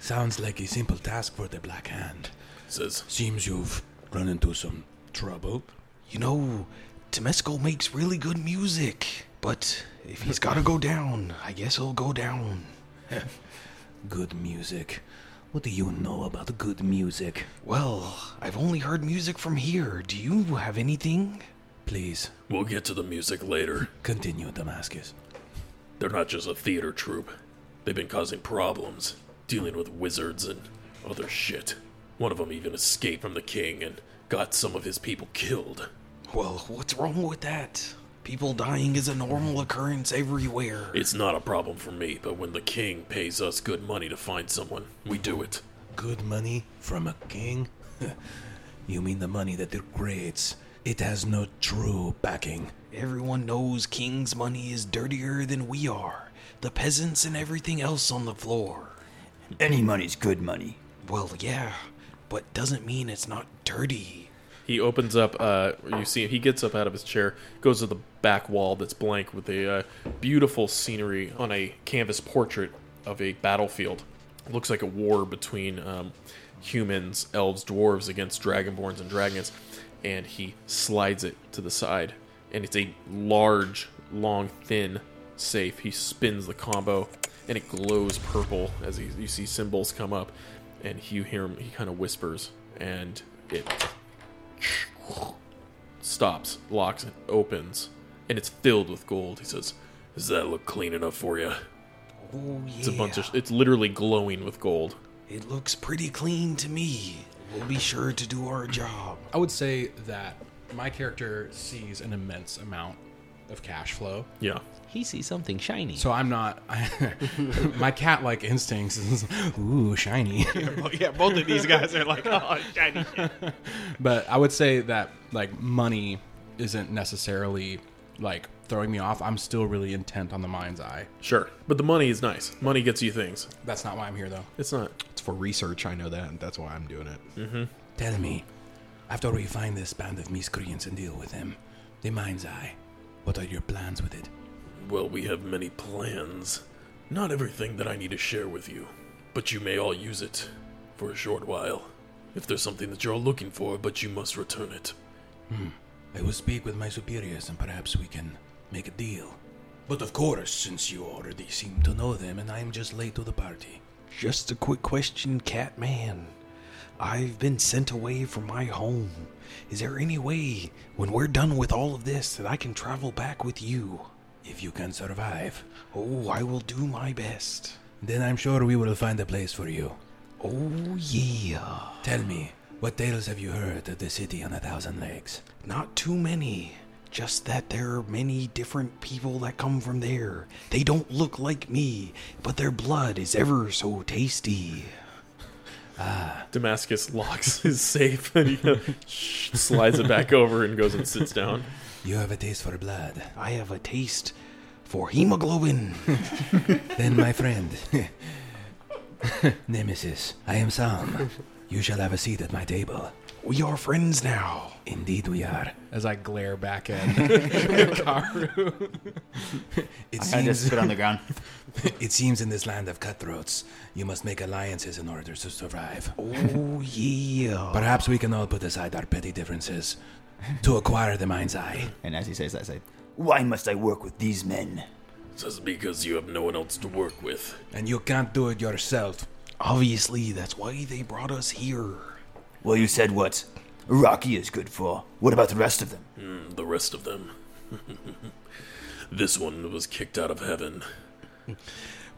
[SPEAKER 15] Sounds like a simple task for the Black Hand.
[SPEAKER 2] Says,
[SPEAKER 15] Seems you've run into some trouble.
[SPEAKER 13] You know, Temesco makes really good music, but if he's gotta go down, I guess he'll go down.
[SPEAKER 15] Good music. What do you know about good music?
[SPEAKER 13] Well, I've only heard music from here. Do you have anything?
[SPEAKER 15] Please.
[SPEAKER 2] We'll get to the music later.
[SPEAKER 15] Continue, Damascus.
[SPEAKER 2] They're not just a theater troupe. They've been causing problems, dealing with wizards and other shit. One of them even escaped from the king and got some of his people killed.
[SPEAKER 13] Well, what's wrong with that? People dying is a normal occurrence everywhere.
[SPEAKER 2] It's not a problem for me, but when the king pays us good money to find someone, we do it.
[SPEAKER 15] Good money from a king? you mean the money that it creates? It has no true backing.
[SPEAKER 13] Everyone knows King's money is dirtier than we are. The peasants and everything else on the floor.
[SPEAKER 8] Any money's good money.
[SPEAKER 13] Well, yeah, but doesn't mean it's not dirty.
[SPEAKER 5] He opens up. Uh, you see, he gets up out of his chair, goes to the back wall that's blank with a uh, beautiful scenery on a canvas portrait of a battlefield. It looks like a war between um, humans, elves, dwarves against dragonborns and dragons. And he slides it to the side, and it's a large, long, thin safe. He spins the combo, and it glows purple as he, you see symbols come up, and you hear him. He kind of whispers, and it stops, locks, and opens, and it's filled with gold. He says, "Does that look clean enough for you?"
[SPEAKER 13] Oh,
[SPEAKER 5] It's a bunch of. It's literally glowing with gold.
[SPEAKER 13] It looks pretty clean to me. We'll be sure to do our job.
[SPEAKER 11] I would say that my character sees an immense amount of cash flow.
[SPEAKER 5] Yeah.
[SPEAKER 12] He sees something shiny.
[SPEAKER 11] So I'm not. my cat-like instincts is ooh shiny.
[SPEAKER 10] yeah, both of these guys are like, oh, shiny.
[SPEAKER 11] but I would say that like money isn't necessarily like throwing me off. I'm still really intent on the mind's eye.
[SPEAKER 5] Sure, but the money is nice. Money gets you things.
[SPEAKER 11] That's not why I'm here though.
[SPEAKER 5] It's not.
[SPEAKER 10] It's for research. I know that, and that's why I'm doing it.
[SPEAKER 5] Mm-hmm.
[SPEAKER 15] Tell me, after we find this band of miscreants and deal with them, the mind's eye, what are your plans with it?
[SPEAKER 2] Well, we have many plans. Not everything that I need to share with you, but you may all use it for a short while. If there's something that you're looking for, but you must return it.
[SPEAKER 15] Hmm. I will speak with my superiors and perhaps we can make a deal. But of course, since you already seem to know them and I'm just late to the party.
[SPEAKER 13] Just a quick question, Catman. I've been sent away from my home. Is there any way, when we're done with all of this, that I can travel back with you?
[SPEAKER 15] If you can survive,
[SPEAKER 13] Oh, I will do my best.
[SPEAKER 15] then I'm sure we will find a place for you.
[SPEAKER 13] Oh, yeah.
[SPEAKER 15] Tell me, what tales have you heard of the city on a thousand legs?
[SPEAKER 13] Not too many. Just that there are many different people that come from there. They don't look like me, but their blood is ever so tasty.
[SPEAKER 15] Ah,
[SPEAKER 5] Damascus locks his safe and he uh, slides it back over and goes and sits down.
[SPEAKER 15] You have a taste for blood.
[SPEAKER 13] I have a taste for hemoglobin.
[SPEAKER 15] then, my friend, Nemesis, I am Sam. You shall have a seat at my table.
[SPEAKER 13] We are friends now.
[SPEAKER 15] Indeed, we are.
[SPEAKER 18] As I glare back at Karu.
[SPEAKER 15] It
[SPEAKER 3] I just spit on the ground.
[SPEAKER 15] it seems in this land of cutthroats, you must make alliances in order to survive.
[SPEAKER 13] Oh, yeah.
[SPEAKER 15] Perhaps we can all put aside our petty differences to acquire the mind's eye.
[SPEAKER 3] And as he says that, I say,
[SPEAKER 8] Why must I work with these men?
[SPEAKER 5] Just because you have no one else to work with.
[SPEAKER 15] And you can't do it yourself.
[SPEAKER 13] Obviously, that's why they brought us here.
[SPEAKER 8] Well, you said what Rocky is good for. What about the rest of them?
[SPEAKER 5] Hmm, the rest of them. this one was kicked out of heaven.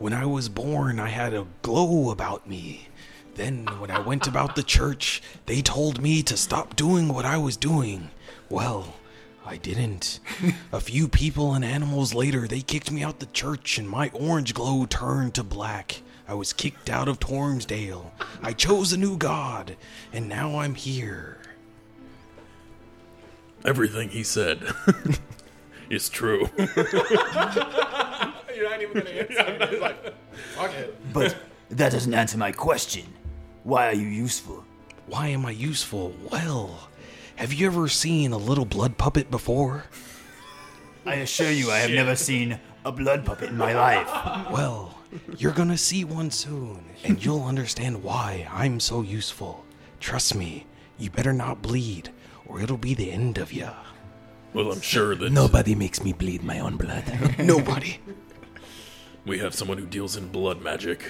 [SPEAKER 13] When I was born, I had a glow about me. Then, when I went about the church, they told me to stop doing what I was doing. Well, I didn't. a few people and animals later, they kicked me out the church, and my orange glow turned to black. I was kicked out of Tormsdale. I chose a new god, and now I'm here.
[SPEAKER 5] Everything he said is true. Hmm.
[SPEAKER 11] You're not even gonna answer. He's like, fuck it.
[SPEAKER 8] But that doesn't answer my question. Why are you useful?
[SPEAKER 13] Why am I useful? Well, have you ever seen a little blood puppet before?
[SPEAKER 8] I assure you, I have never seen a blood puppet in my life.
[SPEAKER 13] Well, you're gonna see one soon, and you'll understand why I'm so useful. Trust me, you better not bleed, or it'll be the end of ya.
[SPEAKER 5] Well, I'm sure that
[SPEAKER 15] Nobody makes me bleed my own blood.
[SPEAKER 13] Nobody.
[SPEAKER 5] We have someone who deals in blood magic.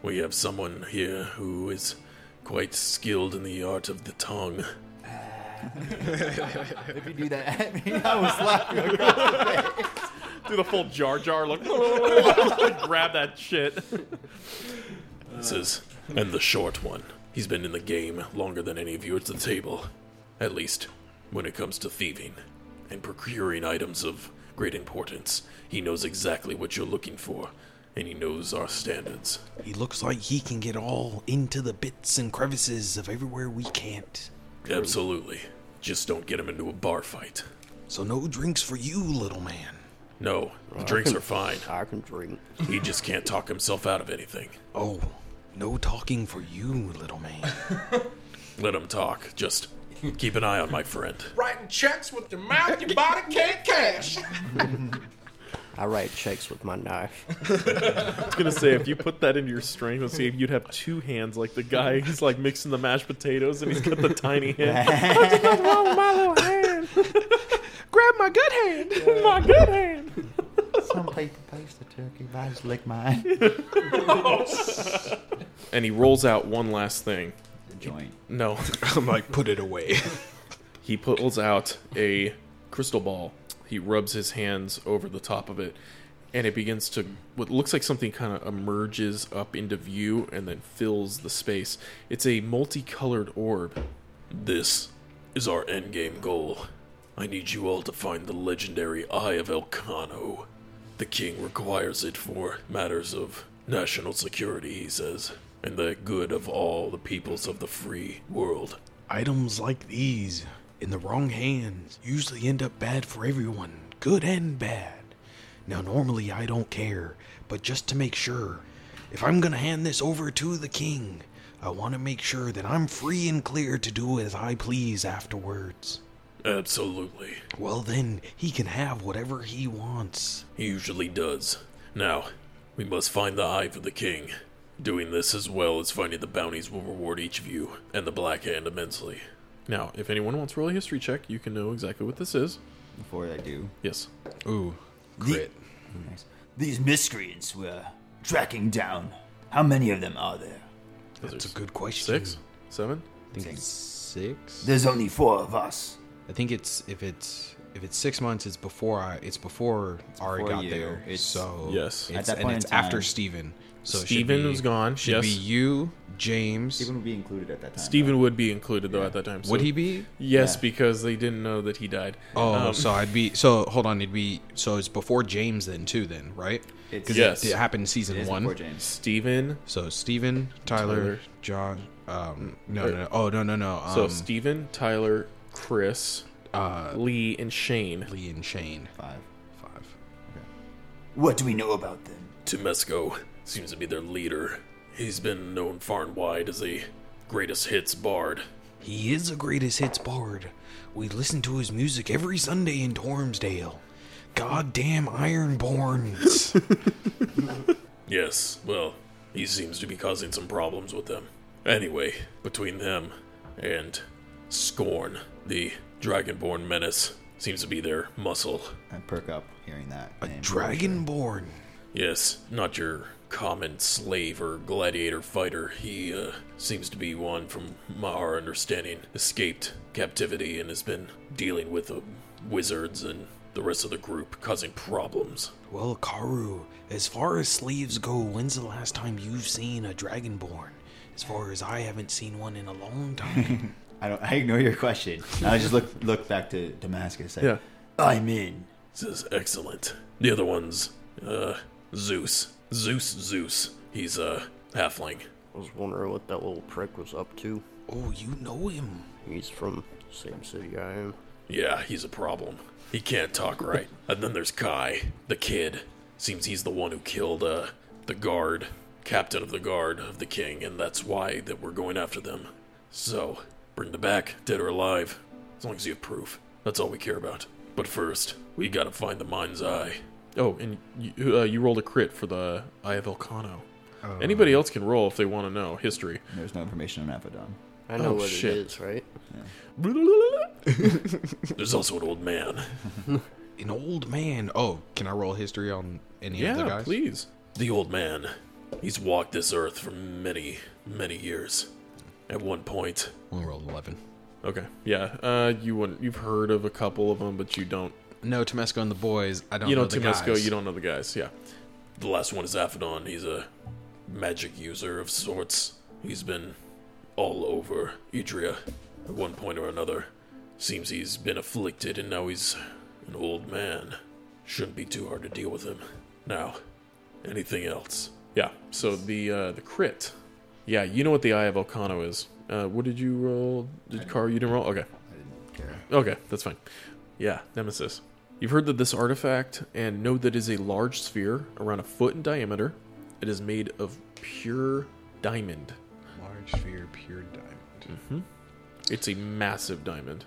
[SPEAKER 5] We have someone here who is quite skilled in the art of the tongue.
[SPEAKER 3] if you do that at me, I will slap you across the face.
[SPEAKER 7] Do the full Jar Jar look. Like, grab that shit.
[SPEAKER 5] This is, and the short one. He's been in the game longer than any of you at the table, at least when it comes to thieving and procuring items of great importance. He knows exactly what you're looking for, and he knows our standards.
[SPEAKER 13] He looks like he can get all into the bits and crevices of everywhere we can't.
[SPEAKER 5] Absolutely. Just don't get him into a bar fight.
[SPEAKER 13] So, no drinks for you, little man.
[SPEAKER 5] No, the
[SPEAKER 13] I
[SPEAKER 5] drinks
[SPEAKER 13] can-
[SPEAKER 5] are fine.
[SPEAKER 9] I can drink.
[SPEAKER 5] He just can't talk himself out of anything.
[SPEAKER 13] Oh, no talking for you, little man.
[SPEAKER 5] Let him talk. Just keep an eye on my friend.
[SPEAKER 11] Writing checks with your mouth, your body can't cash.
[SPEAKER 9] I write checks with my knife.
[SPEAKER 7] I was gonna say if you put that into your strength, let's see if you'd have two hands like the guy who's like mixing the mashed potatoes and he's got the tiny hand.
[SPEAKER 11] What's wrong with my little hand? Grab my good hand. my good hand.
[SPEAKER 3] Some people taste the turkey, but I just lick mine.
[SPEAKER 7] and he rolls out one last thing.
[SPEAKER 3] joint.
[SPEAKER 7] No, I'm like
[SPEAKER 13] put it away.
[SPEAKER 7] he pulls out a crystal ball. He rubs his hands over the top of it, and it begins to what looks like something kind of emerges up into view and then fills the space. It's a multicolored orb.
[SPEAKER 5] This is our endgame goal. I need you all to find the legendary Eye of Elcano. The king requires it for matters of national security, he says, and the good of all the peoples of the free world.
[SPEAKER 13] Items like these, in the wrong hands, usually end up bad for everyone, good and bad. Now, normally I don't care, but just to make sure, if I'm gonna hand this over to the king, I wanna make sure that I'm free and clear to do as I please afterwards.
[SPEAKER 5] Absolutely.
[SPEAKER 13] Well, then, he can have whatever he wants.
[SPEAKER 5] He usually does. Now, we must find the eye for the king. Doing this as well as finding the bounties will reward each of you and the Black Hand immensely.
[SPEAKER 7] Now, if anyone wants to roll a history check, you can know exactly what this is.
[SPEAKER 3] Before I do.
[SPEAKER 7] Yes.
[SPEAKER 13] Ooh.
[SPEAKER 7] Crit.
[SPEAKER 8] These miscreants were tracking down. How many of them are there?
[SPEAKER 13] That's a good question.
[SPEAKER 7] Six? Seven?
[SPEAKER 8] I
[SPEAKER 10] think it's six.
[SPEAKER 8] There's only four of us.
[SPEAKER 10] I think it's if it's if it's six months, it's before I it's before Ari
[SPEAKER 3] before
[SPEAKER 10] got
[SPEAKER 3] you.
[SPEAKER 10] there.
[SPEAKER 3] It's-
[SPEAKER 10] so
[SPEAKER 7] Yes.
[SPEAKER 10] it's, and it's after Steven. So it should
[SPEAKER 7] Steven
[SPEAKER 10] be-
[SPEAKER 7] was gone,
[SPEAKER 10] Should
[SPEAKER 7] yes.
[SPEAKER 10] be you, James. Steven
[SPEAKER 3] would be included at that
[SPEAKER 7] Stephen would be included though at that time.
[SPEAKER 10] Would he be?
[SPEAKER 7] Yes,
[SPEAKER 10] Yeah.
[SPEAKER 7] because they didn't know that he died.
[SPEAKER 10] Oh,
[SPEAKER 7] Um,
[SPEAKER 10] so I'd be so. Hold on, it'd be so it's before James then too, then right?
[SPEAKER 3] It's-
[SPEAKER 10] Because
[SPEAKER 7] Yes.
[SPEAKER 10] it, it happened season
[SPEAKER 7] It is
[SPEAKER 10] one.
[SPEAKER 7] before James. Steven.
[SPEAKER 10] So Steven, Tyler,
[SPEAKER 7] Tyler.
[SPEAKER 10] John. Um, no, no, no. Oh, no, no, no.
[SPEAKER 7] so
[SPEAKER 10] um,
[SPEAKER 7] Steven, Tyler, Chris,
[SPEAKER 10] uh,
[SPEAKER 7] Lee, and Shane.
[SPEAKER 10] Lee and Shane.
[SPEAKER 3] Five.
[SPEAKER 10] Five.
[SPEAKER 8] What do we know about them?
[SPEAKER 5] Temesco seems to be their leader. He's been known far and wide as a greatest hits bard.
[SPEAKER 13] He is the greatest hits bard. We listen to his music every Sunday in Tormsdale. Goddamn Ironborns.
[SPEAKER 5] Yes, well, he seems to be causing some problems with them. Anyway, between them and Scorn, the Dragonborn menace seems to be their muscle.
[SPEAKER 3] I perk up hearing that. A
[SPEAKER 13] Dragonborn.
[SPEAKER 5] Yes, not your common slave or gladiator fighter. He uh, seems to be one, from my- our understanding, escaped captivity and has been dealing with the wizards and the rest of the group, causing problems.
[SPEAKER 13] Well, Karu, as far as slaves go, when's the last time you've seen a Dragonborn? As far as I haven't seen one in a long time.
[SPEAKER 3] I don't. I ignore your question. I just look look back to Damascus. Like,
[SPEAKER 13] Yeah.
[SPEAKER 3] I'm in.
[SPEAKER 5] This is excellent. The other one's uh, Zeus. Zeus, Zeus. He's a halfling.
[SPEAKER 9] I was wondering what that little prick was up to.
[SPEAKER 13] Oh, you know him.
[SPEAKER 9] He's from the same city I am.
[SPEAKER 5] Yeah, he's a problem. He can't talk right. and then there's Kai, the kid. Seems he's the one who killed uh, the guard, captain of the guard of the king, and that's why that we're going after them. So, bring them back, dead or alive, as long as you have proof. That's all we care about. But first, we gotta find the mind's eye.
[SPEAKER 11] Oh, and you, uh, you rolled a crit for the Eye of Elcano.
[SPEAKER 5] Oh.
[SPEAKER 11] Anybody else can roll if they want to know history.
[SPEAKER 3] Um, There's no information on Apodon.
[SPEAKER 9] I know
[SPEAKER 11] Oh,
[SPEAKER 9] what
[SPEAKER 11] shit.
[SPEAKER 9] it is, right?
[SPEAKER 5] There's also an old man.
[SPEAKER 10] An old man. Oh, can I roll history on any of the
[SPEAKER 5] Yeah,
[SPEAKER 10] guys?
[SPEAKER 11] please.
[SPEAKER 5] The old man. He's walked this earth for many, many years. At one point,
[SPEAKER 10] We'll roll 11.
[SPEAKER 11] Okay. Yeah, uh, you wouldn't. You've heard of a couple of them, but you don't.
[SPEAKER 10] No, Tomesco and the boys. I don't
[SPEAKER 11] you
[SPEAKER 10] know,
[SPEAKER 11] know,
[SPEAKER 10] the
[SPEAKER 11] Temesco,
[SPEAKER 10] guys.
[SPEAKER 11] You don't know the guys. Yeah.
[SPEAKER 5] The last one is Aphodon. He's a magic user of sorts. He's been all over Idria at one point or another. Seems he's been afflicted and now he's an old man. Shouldn't be too hard to deal with him. Now, anything else?
[SPEAKER 11] Yeah. So the uh, the crit. Yeah, you know what the Eye of Elcano is. Uh, what did you roll? Did Car? You didn't roll. Okay. I didn't care. Okay, that's fine. Yeah, Nemesis. You've heard that this artifact and know that it is a large sphere around a foot in diameter. It is made of pure diamond.
[SPEAKER 10] Large sphere, pure diamond.
[SPEAKER 11] hmm It's a massive diamond.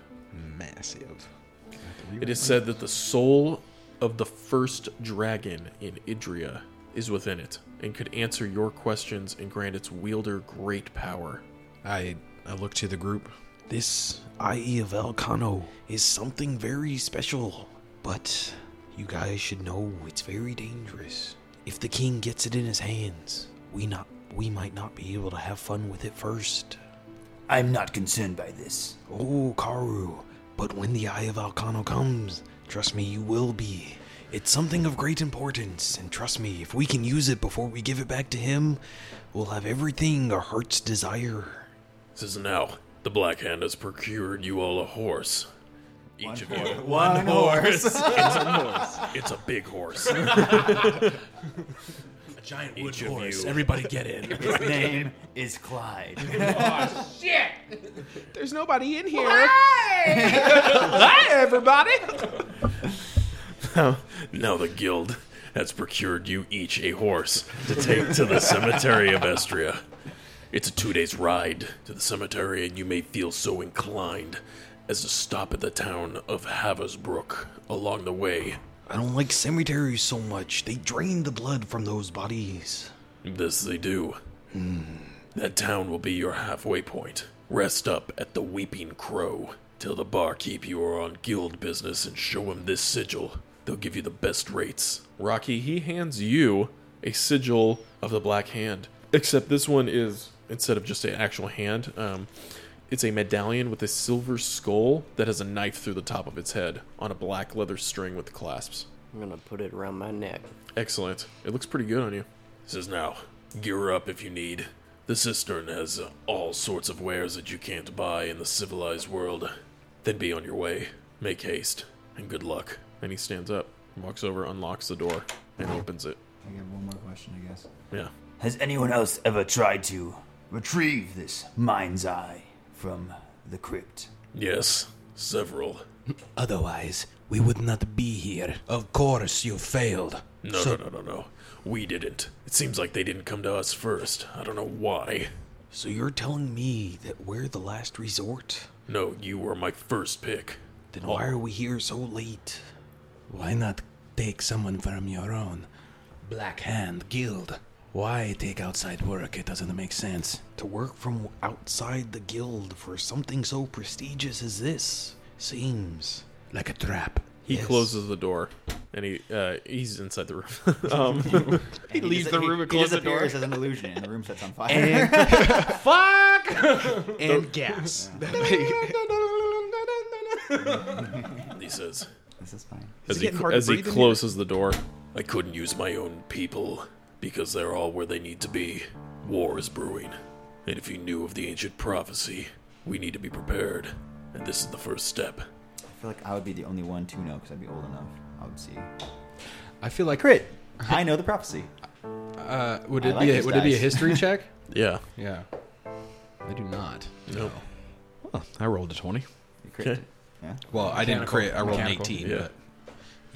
[SPEAKER 10] Massive.
[SPEAKER 11] It is said that the soul of the first dragon in Idria is within it and could answer your questions and grant its wielder great power.
[SPEAKER 10] I I look to the group.
[SPEAKER 13] This IE of Elcano is something very special, but you guys should know it's very dangerous. If the king gets it in his hands, we not we might not be able to have fun with it first.
[SPEAKER 8] I'm not concerned by this.
[SPEAKER 13] Oh, Karu, but when the Eye of Alcano comes, trust me, you will be. It's something of great importance, and trust me, if we can use it before we give it back to him, we'll have everything our hearts desire.
[SPEAKER 5] Says now, the Black Hand has procured you all a horse. Each of you.
[SPEAKER 3] One horse.
[SPEAKER 5] it's, a, it's a big horse.
[SPEAKER 3] A
[SPEAKER 15] giant
[SPEAKER 5] wood
[SPEAKER 15] horse. Everybody get in.
[SPEAKER 3] His name is Clyde.
[SPEAKER 19] Shit!
[SPEAKER 10] There's nobody in here.
[SPEAKER 19] Hi,
[SPEAKER 10] everybody.
[SPEAKER 5] now the guild has procured you each a horse to take to the cemetery of Estria. It's a two days ride to the cemetery, and you may feel so inclined as to stop at the town of Haversbrook along the way.
[SPEAKER 13] I don't like cemeteries so much. They drain the blood from those bodies.
[SPEAKER 5] This they do. Hmm. That town will be your halfway point. Rest up at the Weeping Crow. Tell the barkeep you are on guild business and show him this sigil. They'll give you the best rates.
[SPEAKER 11] Rocky, he hands you a sigil of the Black Hand. Except this one is, instead of just an actual hand, um, it's a medallion with a silver skull that has a knife through the top of its head on a black leather string with clasps.
[SPEAKER 9] I'm gonna put it around my neck.
[SPEAKER 11] Excellent. It looks pretty good on you.
[SPEAKER 5] Says now, gear up if you need. The cistern has uh, all sorts of wares that you can't buy in the civilized world. Then be on your way. Make haste, and good luck.
[SPEAKER 11] And he stands up, walks over, unlocks the door, and opens it.
[SPEAKER 3] I got one more question, I guess.
[SPEAKER 11] Yeah.
[SPEAKER 8] Has anyone else ever tried to retrieve this mind's eye from the crypt?
[SPEAKER 5] Yes, several.
[SPEAKER 15] Otherwise, we would not be here. Of course, you failed.
[SPEAKER 5] No,
[SPEAKER 15] So-
[SPEAKER 5] no, no, no, no. We didn't. It seems like they didn't come to us first. I don't know why.
[SPEAKER 13] So you're telling me that we're the last resort?
[SPEAKER 5] No, you were my first pick.
[SPEAKER 13] Then why are we here so late?
[SPEAKER 15] Why not take someone from your own Black Hand Guild? Why take outside work? It doesn't make sense.
[SPEAKER 13] To work from outside the guild for something so prestigious as this seems
[SPEAKER 15] like a trap.
[SPEAKER 6] He
[SPEAKER 13] Yes.
[SPEAKER 6] closes the door, and he uh, he's inside the room. um, he
[SPEAKER 3] And
[SPEAKER 6] leaves
[SPEAKER 3] dis-
[SPEAKER 6] the room
[SPEAKER 3] he-
[SPEAKER 6] and closes
[SPEAKER 3] he
[SPEAKER 6] the door.
[SPEAKER 3] disappears as an illusion, and the room sets on fire.
[SPEAKER 6] And-
[SPEAKER 5] Fuck!
[SPEAKER 6] And gas.
[SPEAKER 5] he says.
[SPEAKER 3] This is fine.
[SPEAKER 5] As he, as he closes the door, I couldn't use my own people because they're all where they need to be. War is brewing. And if you knew of the ancient prophecy, we need to be prepared. And this is the first step.
[SPEAKER 3] I feel like I would be the only one to know because I'd be old enough. I would see.
[SPEAKER 11] I feel like
[SPEAKER 3] crit. I know the prophecy.
[SPEAKER 11] Uh, would
[SPEAKER 3] I
[SPEAKER 11] it
[SPEAKER 3] like
[SPEAKER 11] be a,
[SPEAKER 3] his
[SPEAKER 11] would it be a
[SPEAKER 3] dice.
[SPEAKER 11] history check?
[SPEAKER 6] Yeah.
[SPEAKER 11] Yeah. I do not.
[SPEAKER 6] No.
[SPEAKER 10] I rolled a 20.
[SPEAKER 3] You
[SPEAKER 10] crit. Well, I didn't crit. I rolled an 18. But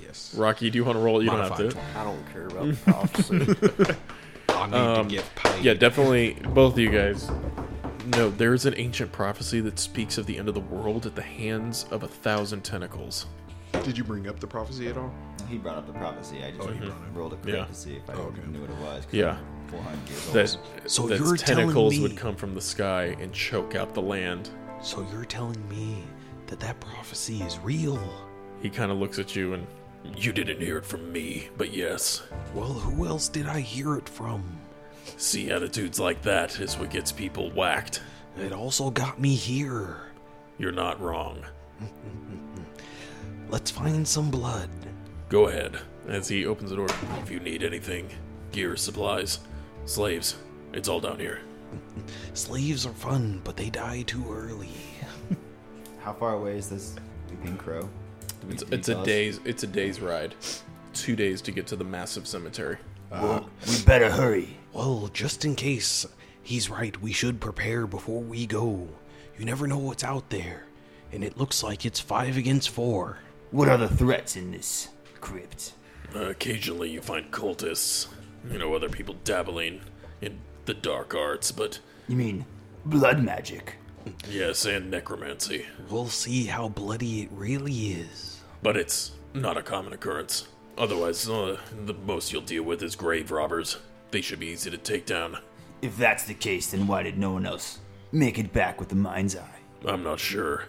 [SPEAKER 6] Yes. Rocky, do you want to roll? You
[SPEAKER 10] Modified
[SPEAKER 6] don't have to.
[SPEAKER 10] 20. I don't care
[SPEAKER 9] about prophecy.
[SPEAKER 10] I need to get paid.
[SPEAKER 6] Um, Yeah, definitely. Both of you guys. No, there's an ancient prophecy that speaks of the end of the world at the hands of a thousand tentacles.
[SPEAKER 20] Did you bring up the prophecy at all?
[SPEAKER 3] He brought up the prophecy. I just rolled a crit to see if I knew what it was. 'cause
[SPEAKER 6] Yeah.
[SPEAKER 3] I'm 400 years old.
[SPEAKER 6] That,
[SPEAKER 13] So
[SPEAKER 6] that
[SPEAKER 13] you're telling
[SPEAKER 6] tentacles
[SPEAKER 13] me-
[SPEAKER 6] would come from the sky and choke out the land.
[SPEAKER 13] So you're telling me that that prophecy is real?
[SPEAKER 6] He kind of looks at you and.
[SPEAKER 5] You didn't hear it from me, but yes.
[SPEAKER 13] Well, who else did I hear it from?
[SPEAKER 5] See, attitudes like that is what gets people whacked.
[SPEAKER 13] It also got me here.
[SPEAKER 5] You're not wrong.
[SPEAKER 13] Let's find some blood.
[SPEAKER 5] Go ahead. As he opens the door, if you need anything gear, supplies, slaves, it's all down here.
[SPEAKER 13] Slaves are fun, but they die too early.
[SPEAKER 3] How far away is this Weeping Crow? Do we-
[SPEAKER 6] It's,
[SPEAKER 3] do you
[SPEAKER 6] it's a
[SPEAKER 3] tell us?
[SPEAKER 6] day's. It's a day's ride. Two days to get to the massive cemetery.
[SPEAKER 3] Uh,
[SPEAKER 13] Well,
[SPEAKER 8] we better hurry.
[SPEAKER 13] Well, just in case, he's right. We should prepare before we go. You never know what's out there, and it looks like it's five against four.
[SPEAKER 8] What are the threats in this crypt?
[SPEAKER 5] Uh, occasionally, you find cultists, you know, other people dabbling in the dark arts, but
[SPEAKER 8] You mean blood magic?
[SPEAKER 5] yes, and necromancy.
[SPEAKER 13] We'll see how bloody it really is.
[SPEAKER 5] But it's not a common occurrence. Otherwise, uh, the most you'll deal with is grave robbers. They should be easy to take down.
[SPEAKER 8] If that's the case, then why did no one else make it back with the mind's eye?
[SPEAKER 5] I'm not sure.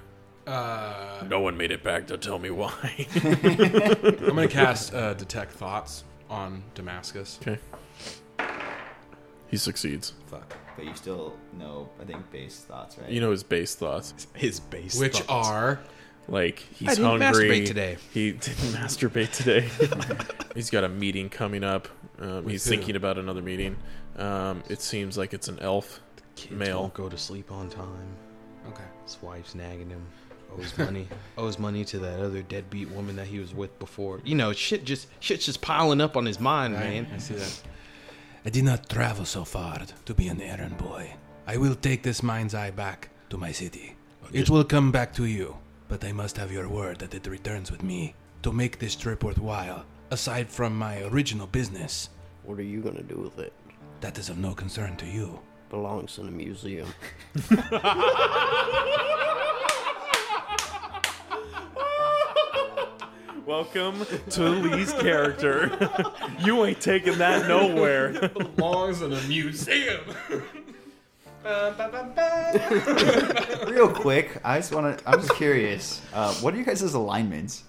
[SPEAKER 11] Uh,
[SPEAKER 5] no one made it back to tell me why.
[SPEAKER 11] I'm gonna cast uh, detect thoughts on Damascus.
[SPEAKER 6] Okay. He succeeds.
[SPEAKER 3] Fuck. But you still know, I think, base thoughts, right?
[SPEAKER 6] You know his base thoughts.
[SPEAKER 10] His base
[SPEAKER 11] Which thoughts. are?
[SPEAKER 6] like he's
[SPEAKER 11] I didn't
[SPEAKER 6] hungry.
[SPEAKER 11] masturbate today.
[SPEAKER 6] He didn't masturbate today. he's got a meeting coming up. Um,
[SPEAKER 13] With
[SPEAKER 6] he's
[SPEAKER 13] who?
[SPEAKER 6] thinking about another meeting. Um, it seems like it's an elf
[SPEAKER 13] Kids
[SPEAKER 6] male.
[SPEAKER 13] won't go to sleep on time.
[SPEAKER 11] Okay.
[SPEAKER 13] His wife's nagging him. Owes money. owes money to that other deadbeat woman that he was with before.
[SPEAKER 10] You know, shit just shit's just piling up on his mind, man.
[SPEAKER 11] I see that.
[SPEAKER 15] I did not travel so far to be an errand boy. I will take this mind's eye back to my city. It will come back to you, but I must have your word that it returns with me to make this trip worthwhile, aside from my original business.
[SPEAKER 9] What are you going to do with it?
[SPEAKER 15] That is of no concern to you.
[SPEAKER 9] Belongs in a museum.
[SPEAKER 6] Welcome to Lee's character. you ain't taking that nowhere.
[SPEAKER 11] Belongs in a museum.
[SPEAKER 3] Real quick, I just want to. I'm just curious. Uh, what are you guys' alignments?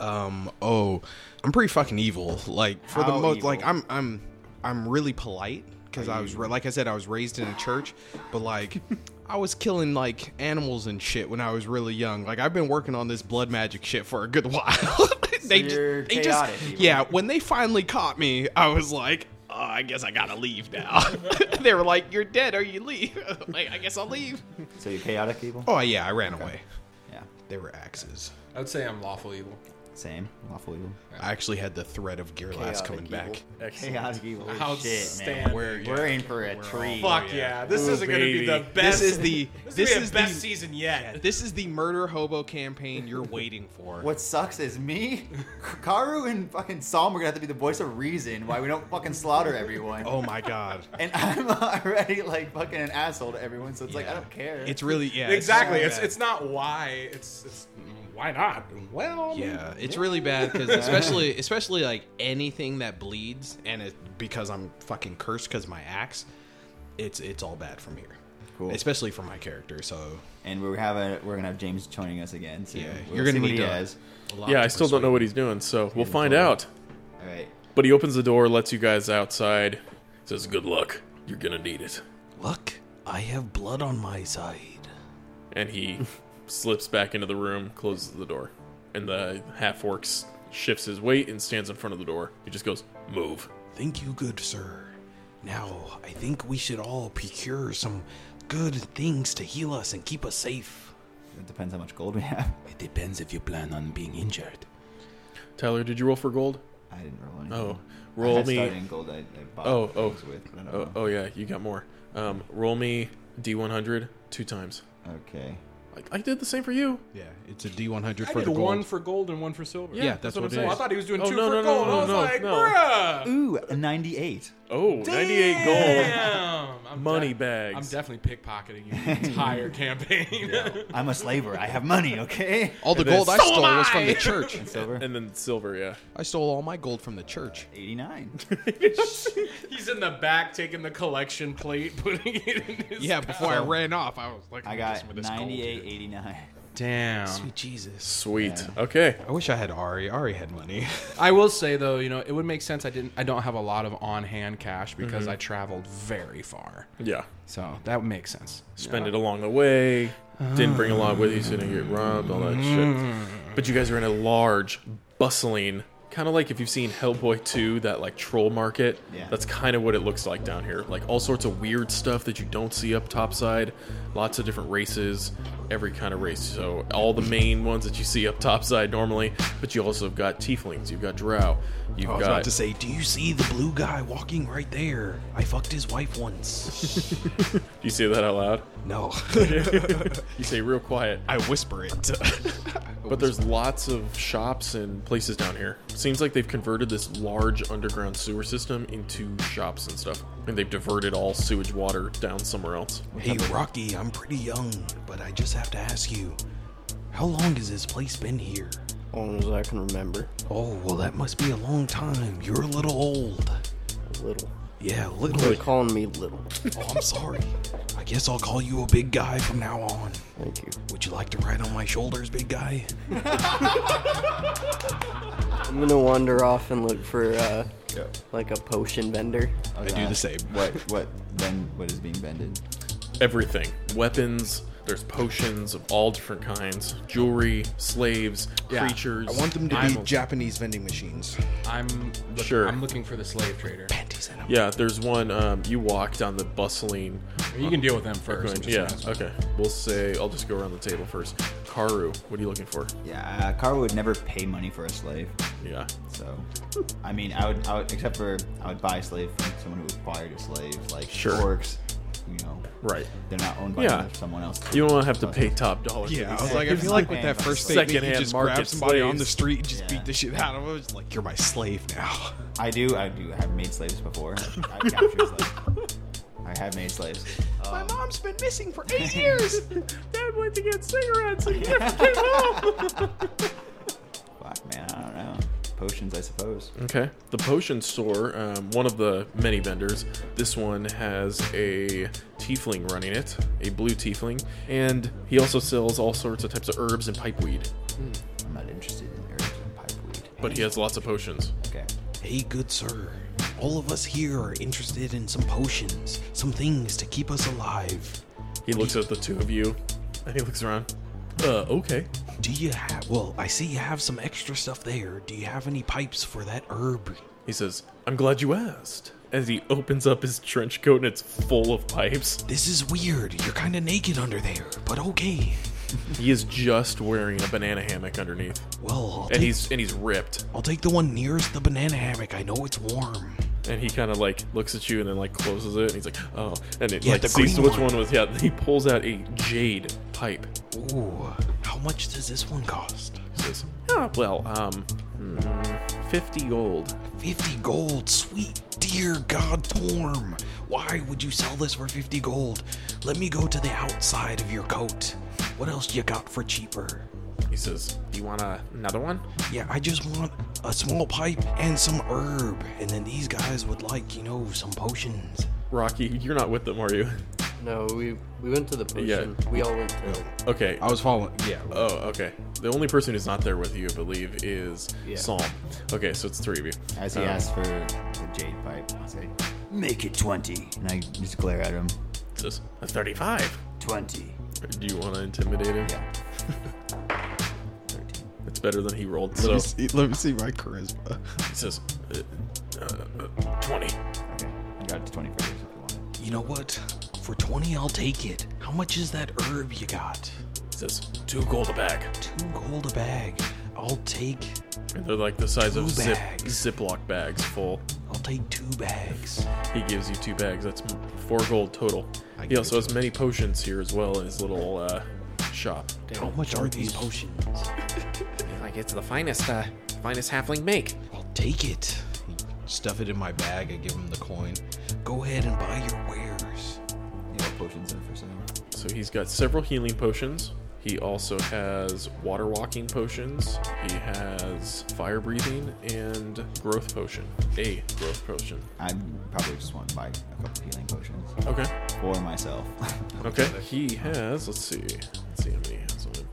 [SPEAKER 10] Um. Oh, I'm pretty fucking evil. Like for
[SPEAKER 3] How
[SPEAKER 10] the most,
[SPEAKER 3] evil?
[SPEAKER 10] like I'm I'm I'm really polite because
[SPEAKER 3] Are
[SPEAKER 10] I
[SPEAKER 3] you-
[SPEAKER 10] was ra- like I said I was raised in a church, but like I was killing like animals and shit when I was really young. Like I've been working on this blood magic shit for a good while. they
[SPEAKER 3] you're
[SPEAKER 10] just, they just
[SPEAKER 3] chaotic evil.
[SPEAKER 10] yeah. When they finally caught me, I was like. Oh, I guess I gotta leave now. they were like, "You're dead, or you leave." like, I guess I'll leave.
[SPEAKER 3] So you're chaotic evil.
[SPEAKER 10] Oh yeah, I ran away.
[SPEAKER 3] Yeah,
[SPEAKER 10] they were axes.
[SPEAKER 11] I would say I'm lawful evil.
[SPEAKER 3] Same. Lawful evil.
[SPEAKER 21] I actually had the threat of Gearlass
[SPEAKER 3] Chaotic
[SPEAKER 21] coming
[SPEAKER 3] evil.
[SPEAKER 21] back.
[SPEAKER 3] Excellent. Chaotic evil. Holy shit,
[SPEAKER 21] Outstanding.
[SPEAKER 3] man. We're- We're in for a treat.
[SPEAKER 21] Fuck
[SPEAKER 3] yeah.
[SPEAKER 21] yeah!
[SPEAKER 3] This
[SPEAKER 21] This
[SPEAKER 3] Ooh,
[SPEAKER 21] isn't going to be the
[SPEAKER 3] baby.
[SPEAKER 21] best. This is the
[SPEAKER 3] This is
[SPEAKER 21] this
[SPEAKER 3] gonna be
[SPEAKER 21] is
[SPEAKER 3] the best
[SPEAKER 21] season yet. This is the murder hobo campaign you're waiting for.
[SPEAKER 3] What sucks is me, Karu, and fucking Psalm are gonna have to be the voice of reason why we don't fucking slaughter everyone.
[SPEAKER 21] Oh my god.
[SPEAKER 3] And I'm already like fucking an asshole to everyone, so it's like I don't care.
[SPEAKER 21] It's really yeah.
[SPEAKER 11] exactly.
[SPEAKER 21] really
[SPEAKER 11] It's
[SPEAKER 21] bad.
[SPEAKER 11] it's not why. It's it's why not? Well, I mean,
[SPEAKER 21] yeah. It's really bad because especially especially like anything that bleeds and it because I'm fucking cursed because my axe. It's it's all bad from here.
[SPEAKER 3] Cool.
[SPEAKER 21] Especially for my character. So
[SPEAKER 3] And we have a we're gonna have James joining us again. So
[SPEAKER 21] Yeah,
[SPEAKER 3] we'll
[SPEAKER 21] you're gonna
[SPEAKER 3] see what
[SPEAKER 21] need
[SPEAKER 3] he
[SPEAKER 21] to-
[SPEAKER 3] has.
[SPEAKER 5] yeah, I still don't know what he's doing, so we'll find out.
[SPEAKER 3] All right.
[SPEAKER 5] But he opens the door, lets you guys outside, says, Good luck. You're going to need it.
[SPEAKER 13] Luck, I have blood on my side.
[SPEAKER 5] And he slips back into the room, closes the door. And the half orc s- shifts his weight and stands in front of the door. He just goes, Move.
[SPEAKER 13] Thank you, good sir. Now, I think we should all procure some good things to heal us and keep us safe.
[SPEAKER 3] It depends how much gold we have.
[SPEAKER 15] It depends if you plan on being injured.
[SPEAKER 5] Tyler, did you roll for gold?
[SPEAKER 3] I didn't roll anything.
[SPEAKER 5] Oh,
[SPEAKER 3] I
[SPEAKER 5] roll
[SPEAKER 3] had
[SPEAKER 5] me.
[SPEAKER 3] starting gold I- I bought
[SPEAKER 5] oh, oh,
[SPEAKER 3] things with, but I don't
[SPEAKER 5] oh,
[SPEAKER 3] know.
[SPEAKER 5] oh, yeah, you got more. Um, roll me D100 two times.
[SPEAKER 3] Okay.
[SPEAKER 5] I, I did the same for you.
[SPEAKER 21] Yeah, it's a D100
[SPEAKER 11] I
[SPEAKER 21] for
[SPEAKER 11] did
[SPEAKER 21] the gold.
[SPEAKER 11] one for gold and one for silver.
[SPEAKER 21] Yeah, Yeah, that's that's what what it I'm is. saying.
[SPEAKER 11] I'm I thought he was doing
[SPEAKER 5] Oh,
[SPEAKER 11] two
[SPEAKER 5] no,
[SPEAKER 11] for
[SPEAKER 5] no, no,
[SPEAKER 11] gold.
[SPEAKER 5] no,
[SPEAKER 11] I was
[SPEAKER 5] no,
[SPEAKER 11] like,
[SPEAKER 5] no.
[SPEAKER 11] bruh.
[SPEAKER 3] Ooh, a 98.
[SPEAKER 5] Oh, 98 gold.
[SPEAKER 11] Damn. I'm
[SPEAKER 5] Money
[SPEAKER 11] de-
[SPEAKER 5] bags.
[SPEAKER 11] I'm definitely pickpocketing you the entire campaign.
[SPEAKER 3] I'm a slaver. I have money, okay?
[SPEAKER 21] All the
[SPEAKER 5] And then-
[SPEAKER 21] gold I
[SPEAKER 5] So
[SPEAKER 21] stole
[SPEAKER 5] am
[SPEAKER 21] was from
[SPEAKER 5] I!
[SPEAKER 21] the church.
[SPEAKER 3] And silver.
[SPEAKER 5] And then silver, yeah.
[SPEAKER 21] I stole all my gold from the church.
[SPEAKER 3] 89.
[SPEAKER 11] He's in the back taking the collection plate, putting it in his.
[SPEAKER 21] Yeah, before I
[SPEAKER 11] pouch.
[SPEAKER 21] ran off, I was like,
[SPEAKER 3] I got 98, 89.
[SPEAKER 11] Damn.
[SPEAKER 21] Sweet
[SPEAKER 13] Jesus.
[SPEAKER 5] Sweet. Okay.
[SPEAKER 21] I wish I had Ari. Ari had money.
[SPEAKER 11] I will say though, you know, it would make sense. I didn't. I don't have a lot of on-hand cash because
[SPEAKER 21] Mm-hmm.
[SPEAKER 5] Mhm.
[SPEAKER 11] I traveled very far.
[SPEAKER 5] Yeah.
[SPEAKER 11] So that makes sense.
[SPEAKER 5] Spend it along the way. Didn't bring a lot with you, so you didn't get robbed, all that
[SPEAKER 13] Mm.
[SPEAKER 5] shit. But you guys are in a large, bustling, kind of like if you've seen Hellboy 2, that like troll market.
[SPEAKER 3] Yeah.
[SPEAKER 5] That's kind of what it looks like down here. Like all sorts of weird stuff that you don't see up topside. Lots of different races, every kind of race. So all the main ones that you see up topside normally, but you also have got tieflings, you've got drow, you've
[SPEAKER 13] Oh, I was
[SPEAKER 5] got
[SPEAKER 13] about to say, do you see the blue guy walking right there? I fucked his wife once.
[SPEAKER 5] Do you say that out loud?
[SPEAKER 13] No.
[SPEAKER 5] you say real quiet.
[SPEAKER 21] I whisper it.
[SPEAKER 5] but there's lots of shops and places down here. Seems like they've converted this large underground sewer system into shops and stuff. And they've diverted all sewage water down somewhere else.
[SPEAKER 13] hey, Rocky, I'm pretty young, but I just have to ask you, how long has this place been here?
[SPEAKER 9] long as I can remember.
[SPEAKER 13] Oh, well, that must be a long time. You're a little old.
[SPEAKER 9] Little.
[SPEAKER 13] Yeah,
[SPEAKER 9] They're
[SPEAKER 13] little.
[SPEAKER 9] calling me little.
[SPEAKER 13] Oh, I'm sorry. I guess I'll call you a big guy from now on.
[SPEAKER 9] Thank you.
[SPEAKER 13] Would you like to ride on my shoulders, big guy?
[SPEAKER 9] I'm gonna wander off and look for uh, like a potion vendor.
[SPEAKER 3] I was
[SPEAKER 5] do the
[SPEAKER 3] honest.
[SPEAKER 5] same.
[SPEAKER 3] What what then what is being bended?
[SPEAKER 5] Everything weapons, there's potions of all different kinds, jewelry, slaves, creatures.
[SPEAKER 21] I want them to be
[SPEAKER 5] I'm-
[SPEAKER 21] Japanese vending machines.
[SPEAKER 11] I'm look,
[SPEAKER 5] Sure.
[SPEAKER 11] I'm looking for the slave trader.
[SPEAKER 13] Panties and
[SPEAKER 5] Yeah, there's one. Um, you walk down the bustling. uh,
[SPEAKER 11] You can deal with them first, I'm just
[SPEAKER 5] Yeah.
[SPEAKER 11] gonna-
[SPEAKER 5] Okay. We'll say I'll just go around the table first. Karu, what are you looking for?
[SPEAKER 3] Yeah, Karu would never pay money for a slave.
[SPEAKER 5] Yeah.
[SPEAKER 3] So, I mean, I would, I would except for I would buy a slave from someone who acquired a slave, like
[SPEAKER 5] Sure.
[SPEAKER 3] orcs. You know,
[SPEAKER 5] Right.
[SPEAKER 3] They're not owned by
[SPEAKER 5] Yeah.
[SPEAKER 3] someone else.
[SPEAKER 5] You don't wanna have to pay top dollar for
[SPEAKER 21] Yeah, I
[SPEAKER 5] these
[SPEAKER 21] was like, I
[SPEAKER 5] things.
[SPEAKER 21] feel like with that first statement, you
[SPEAKER 5] Secondhand
[SPEAKER 21] just
[SPEAKER 5] market
[SPEAKER 21] grab somebody on the
[SPEAKER 5] slaves.
[SPEAKER 21] street and just
[SPEAKER 3] Yeah.
[SPEAKER 21] beat the shit out of them. It's like, you're my slave now.
[SPEAKER 3] I do. I do. I have made slaves before. I captured slaves. I have made slaves.
[SPEAKER 21] my mom's been missing for eight years.
[SPEAKER 5] Dad went to get cigarettes and
[SPEAKER 21] never
[SPEAKER 5] came home.
[SPEAKER 3] Fuck, man. I don't know. Potions, I suppose.
[SPEAKER 5] Okay. The potion store, um, one of the many vendors. This one has a tiefling running it, a blue tiefling, and he also sells all sorts of types of herbs and pipeweed.
[SPEAKER 3] I'm not interested in herbs and pipeweed.
[SPEAKER 5] But he has lots of potions.
[SPEAKER 3] Okay.
[SPEAKER 13] Hey, good sir. All of us here are interested in some potions, some things to keep us alive.
[SPEAKER 5] He looks at the two of you, and he looks around. Uh, okay.
[SPEAKER 13] Do you have? Well, I see you have some extra stuff there. Do you have any pipes for that herb?
[SPEAKER 5] He says, I'm glad you asked. As he opens up his trench coat and it's full of pipes.
[SPEAKER 13] This is weird. You're kind of naked under there, but okay.
[SPEAKER 5] He is just wearing a banana hammock underneath.
[SPEAKER 13] Well, I'll
[SPEAKER 5] and
[SPEAKER 13] take-
[SPEAKER 5] he's and he's ripped.
[SPEAKER 13] I'll take the one nearest the banana hammock. I know it's warm.
[SPEAKER 5] And he kind of like looks at you and then like closes it. And he's like, oh, and it
[SPEAKER 13] Yeah,
[SPEAKER 5] like
[SPEAKER 13] the
[SPEAKER 5] sees
[SPEAKER 13] green
[SPEAKER 5] which
[SPEAKER 13] one.
[SPEAKER 5] one was. Yeah, he pulls out a jade pipe.
[SPEAKER 13] Ooh, how much does this one cost?
[SPEAKER 5] He says, "Ah, well, um, mm, fifty gold.
[SPEAKER 13] 50 gold, sweet dear God Torm. Why would you sell this for 50 gold? Let me go to the outside of your coat. What else you got for cheaper?
[SPEAKER 5] He says, Do you want another one?
[SPEAKER 13] Yeah, I just want a small pipe and some herb. And then these guys would like, you know, some potions.
[SPEAKER 5] Rocky, you're not with them, are you?
[SPEAKER 9] No, we we went to the potion.
[SPEAKER 3] Mm-hmm.
[SPEAKER 5] Yeah.
[SPEAKER 9] We all went to.
[SPEAKER 5] Okay.
[SPEAKER 9] I was following- yeah.
[SPEAKER 5] Oh, okay. The only person who's not there with you, I believe, is
[SPEAKER 9] Yeah.
[SPEAKER 5] Psalm. Okay, so it's three of you.
[SPEAKER 3] As he
[SPEAKER 5] Um,
[SPEAKER 3] asks for the jade pipe, I say,
[SPEAKER 8] Make it 20.
[SPEAKER 3] and I just glare at him.
[SPEAKER 5] Says, a 35.
[SPEAKER 8] 20.
[SPEAKER 5] Do you want to intimidate him? Yeah. it's better than he rolled,
[SPEAKER 21] Let,
[SPEAKER 5] so.
[SPEAKER 21] me see, let me see my charisma.
[SPEAKER 5] He says, uh, uh, uh, 20.
[SPEAKER 3] Okay, I got it to 20 figures if you want. it.
[SPEAKER 13] You know what? For 20, I'll take it. How much is that herb you got?
[SPEAKER 5] He says, two gold a bag.
[SPEAKER 13] Two gold a bag. I'll take
[SPEAKER 5] And they're like the size of
[SPEAKER 13] Two
[SPEAKER 5] zip, Ziploc bags full.
[SPEAKER 13] I'll take two bags.
[SPEAKER 5] He gives you two bags. That's m- four gold total. He also has many potions here as well in his little uh, shop.
[SPEAKER 13] How much are these potions?
[SPEAKER 5] Like it's the finest, uh, finest halfling make.
[SPEAKER 13] I'll take it.
[SPEAKER 21] Stuff it in my bag. I give him the coin.
[SPEAKER 13] Go ahead and buy your wares.
[SPEAKER 3] Yeah, potions in for sale.
[SPEAKER 5] So he's got several healing potions. He also has water walking potions. He has fire breathing and growth potion. A growth potion.
[SPEAKER 3] I probably just want to buy a couple healing potions.
[SPEAKER 5] Okay.
[SPEAKER 3] For myself.
[SPEAKER 5] Okay. He has. Let's see. Let's see how many he has on him.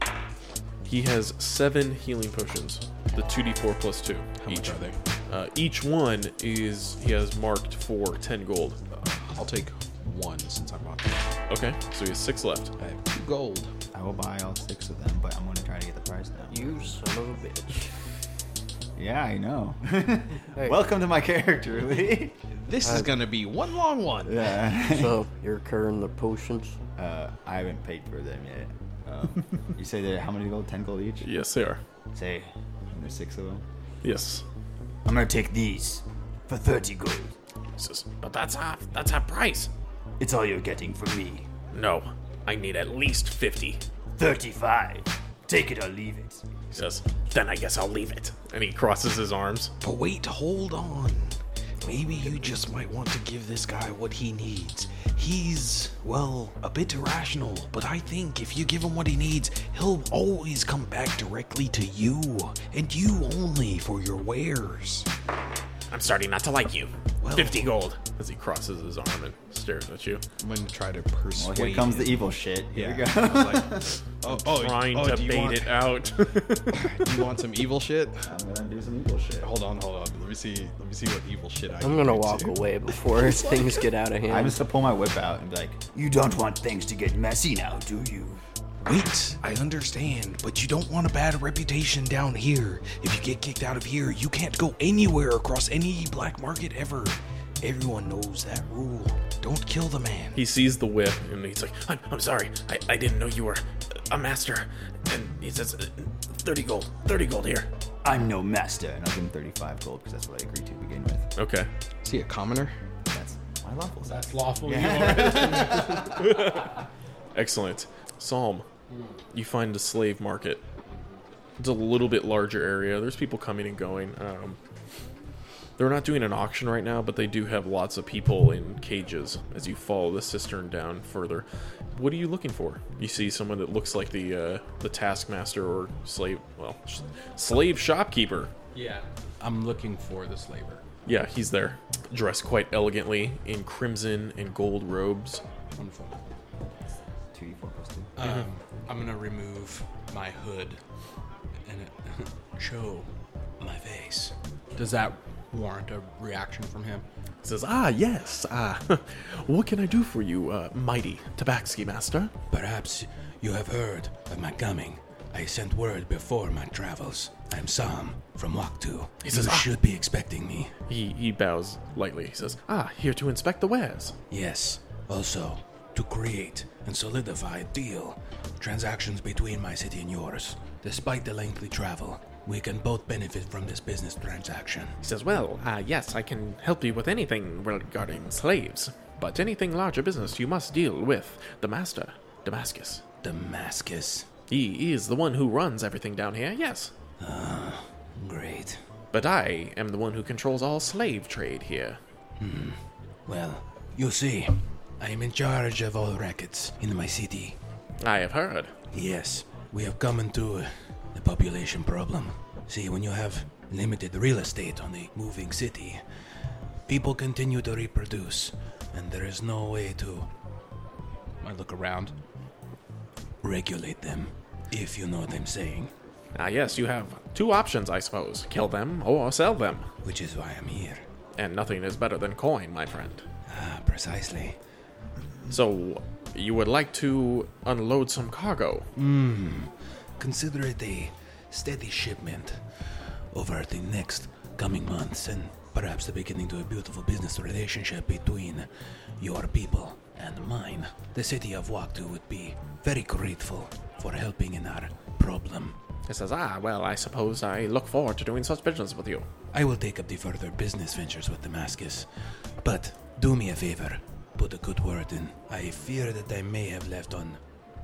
[SPEAKER 5] He has seven healing potions. The two d four plus two. How much are they? Uh, each one is he has marked for ten gold.
[SPEAKER 21] Uh, I'll take one since I'm on.
[SPEAKER 5] Okay. So he has six left.
[SPEAKER 21] I have two gold.
[SPEAKER 3] I will buy all six of them, but I'm going to try to get the price down.
[SPEAKER 9] You son of a bitch.
[SPEAKER 3] Yeah, I know. Welcome to my character, Lee.
[SPEAKER 21] This is gonna be one long one.
[SPEAKER 3] Yeah.
[SPEAKER 9] so you're current the potions.
[SPEAKER 3] Uh, I haven't paid for them yet. Um, you say they're how many gold? Ten gold each?
[SPEAKER 5] Yes, they are.
[SPEAKER 3] Say, and there's six of them.
[SPEAKER 5] Yes.
[SPEAKER 8] I'm gonna take these for 30 gold.
[SPEAKER 5] But that's half. That's half price.
[SPEAKER 8] It's all you're getting from me.
[SPEAKER 5] No, I need at least fifty.
[SPEAKER 8] 35. Take it or leave it.
[SPEAKER 5] He says, Then I guess I'll leave it. And he crosses his arms.
[SPEAKER 13] But wait, hold on. Maybe you just might want to give this guy what he needs. He's, well, a bit irrational, but I think if you give him what he needs, he'll always come back directly to you, and you only for your wares.
[SPEAKER 5] I'm starting not to like you.
[SPEAKER 13] Well-
[SPEAKER 5] 50 gold. As he crosses his arm and stares at you.
[SPEAKER 21] I'm gonna try to persuade.
[SPEAKER 3] Well, here comes the evil shit. Here
[SPEAKER 21] Yeah.
[SPEAKER 3] we
[SPEAKER 21] I
[SPEAKER 3] go.
[SPEAKER 21] was like, oh, oh,
[SPEAKER 5] Trying
[SPEAKER 21] oh,
[SPEAKER 5] to
[SPEAKER 21] do you
[SPEAKER 5] bait
[SPEAKER 21] want-
[SPEAKER 5] it out.
[SPEAKER 21] do you want some evil shit?
[SPEAKER 3] I'm gonna do some evil shit.
[SPEAKER 21] Hold on, hold on. Let me see. Let me see what evil shit I.
[SPEAKER 9] I'm gonna walk away before things get out of hand.
[SPEAKER 3] I'm just gonna pull my whip out and be like,
[SPEAKER 8] You don't want things to get messy now, do you?
[SPEAKER 13] Wait, I understand, but you don't want a bad reputation down here. If you get kicked out of here, you can't go anywhere across any black market ever. Everyone knows that rule. Don't kill the man.
[SPEAKER 5] He sees the whip and he's like, I'm, I'm sorry. I, I didn't know you were a master. And he says,
[SPEAKER 7] "Uh,
[SPEAKER 5] 30 gold. 30 gold here.
[SPEAKER 3] I'm no master, and I'll give him 35 gold because that's what I agreed to begin with.
[SPEAKER 5] Okay.
[SPEAKER 21] Is he a commoner?
[SPEAKER 3] That's my lawful. That's
[SPEAKER 11] lawful.
[SPEAKER 5] Excellent. Psalm, you find a slave market. It's a little bit larger area. There's people coming and going. Um, they're not doing an auction right now, but they do have lots of people in cages as you follow the cistern down further. What are you looking for? You see someone that looks like the uh, the taskmaster or slave, well, sh- slave shopkeeper.
[SPEAKER 11] Yeah. I'm looking for the slaver.
[SPEAKER 5] Yeah, he's there, dressed quite elegantly in crimson and gold robes.
[SPEAKER 11] Wonderful.
[SPEAKER 3] 2d4 plus 2.
[SPEAKER 11] Um, I'm gonna remove my hood and show my face. Does that warrant a reaction from him?
[SPEAKER 5] Says, ah, yes, ah, what can I do for you, uh, mighty Tabaxi master?
[SPEAKER 15] Perhaps you have heard of my coming. I sent word before my travels. I'm Sam from Waktu.
[SPEAKER 5] He says,
[SPEAKER 15] you
[SPEAKER 5] "Ah."
[SPEAKER 15] should be expecting me.
[SPEAKER 5] He he bows lightly. He says, ah, here to inspect the wares.
[SPEAKER 15] Yes. Also, to create and solidify deal transactions between my city and yours. Despite the lengthy travel, we can both benefit from this business transaction.
[SPEAKER 7] He says, Well, uh, yes, I can help you with anything regarding slaves, but anything larger business you must deal with the master, Damascus.
[SPEAKER 15] Damascus?
[SPEAKER 7] He is the one who runs everything down here, yes.
[SPEAKER 15] Ah, great.
[SPEAKER 7] But I am the one who controls all slave trade here.
[SPEAKER 15] Hmm. Well, you see, I am in charge of all rackets in my city.
[SPEAKER 7] I have heard.
[SPEAKER 15] Yes, we have come into uh, the population problem. See, when you have limited real estate on a moving city, people continue to reproduce, and there is no way to.
[SPEAKER 11] I look around.
[SPEAKER 15] Regulate them, if you know what I'm saying.
[SPEAKER 7] Ah, yes, you have two options, I suppose kill them or sell them.
[SPEAKER 15] Which is why I'm here.
[SPEAKER 7] And nothing is better than coin, my friend.
[SPEAKER 15] Ah, precisely.
[SPEAKER 7] So, you would like to unload some cargo?
[SPEAKER 15] Hmm. Consider it a steady shipment over the next coming months and perhaps the beginning to a beautiful business relationship between your people and mine. The city of Waktu would be very grateful for helping in our problem.
[SPEAKER 7] He says, Ah, well, I suppose I look forward to doing such business with you.
[SPEAKER 15] I will take up the further business ventures with Damascus, but do me a favor put a good word in. I fear that I may have left on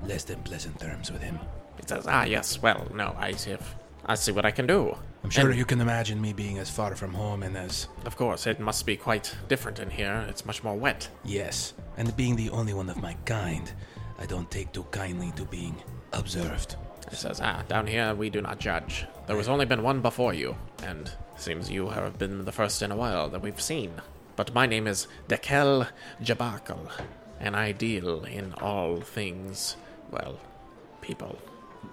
[SPEAKER 15] less than pleasant terms with him.
[SPEAKER 7] It says, ah, yes, well, no, I see, if, I see what I can do.
[SPEAKER 15] I'm sure
[SPEAKER 7] And-
[SPEAKER 15] you can imagine me being as far from home and as.
[SPEAKER 7] Of course, it must be quite different in here. It's much more wet.
[SPEAKER 15] Yes, and being the only one of my kind, I don't take too kindly to being observed.
[SPEAKER 7] It says, ah, down here we do not judge. There has only been one before you, and seems you have been the first in a while that we've seen. But my name is Dekel Jabakal, and I deal in all things, well, people.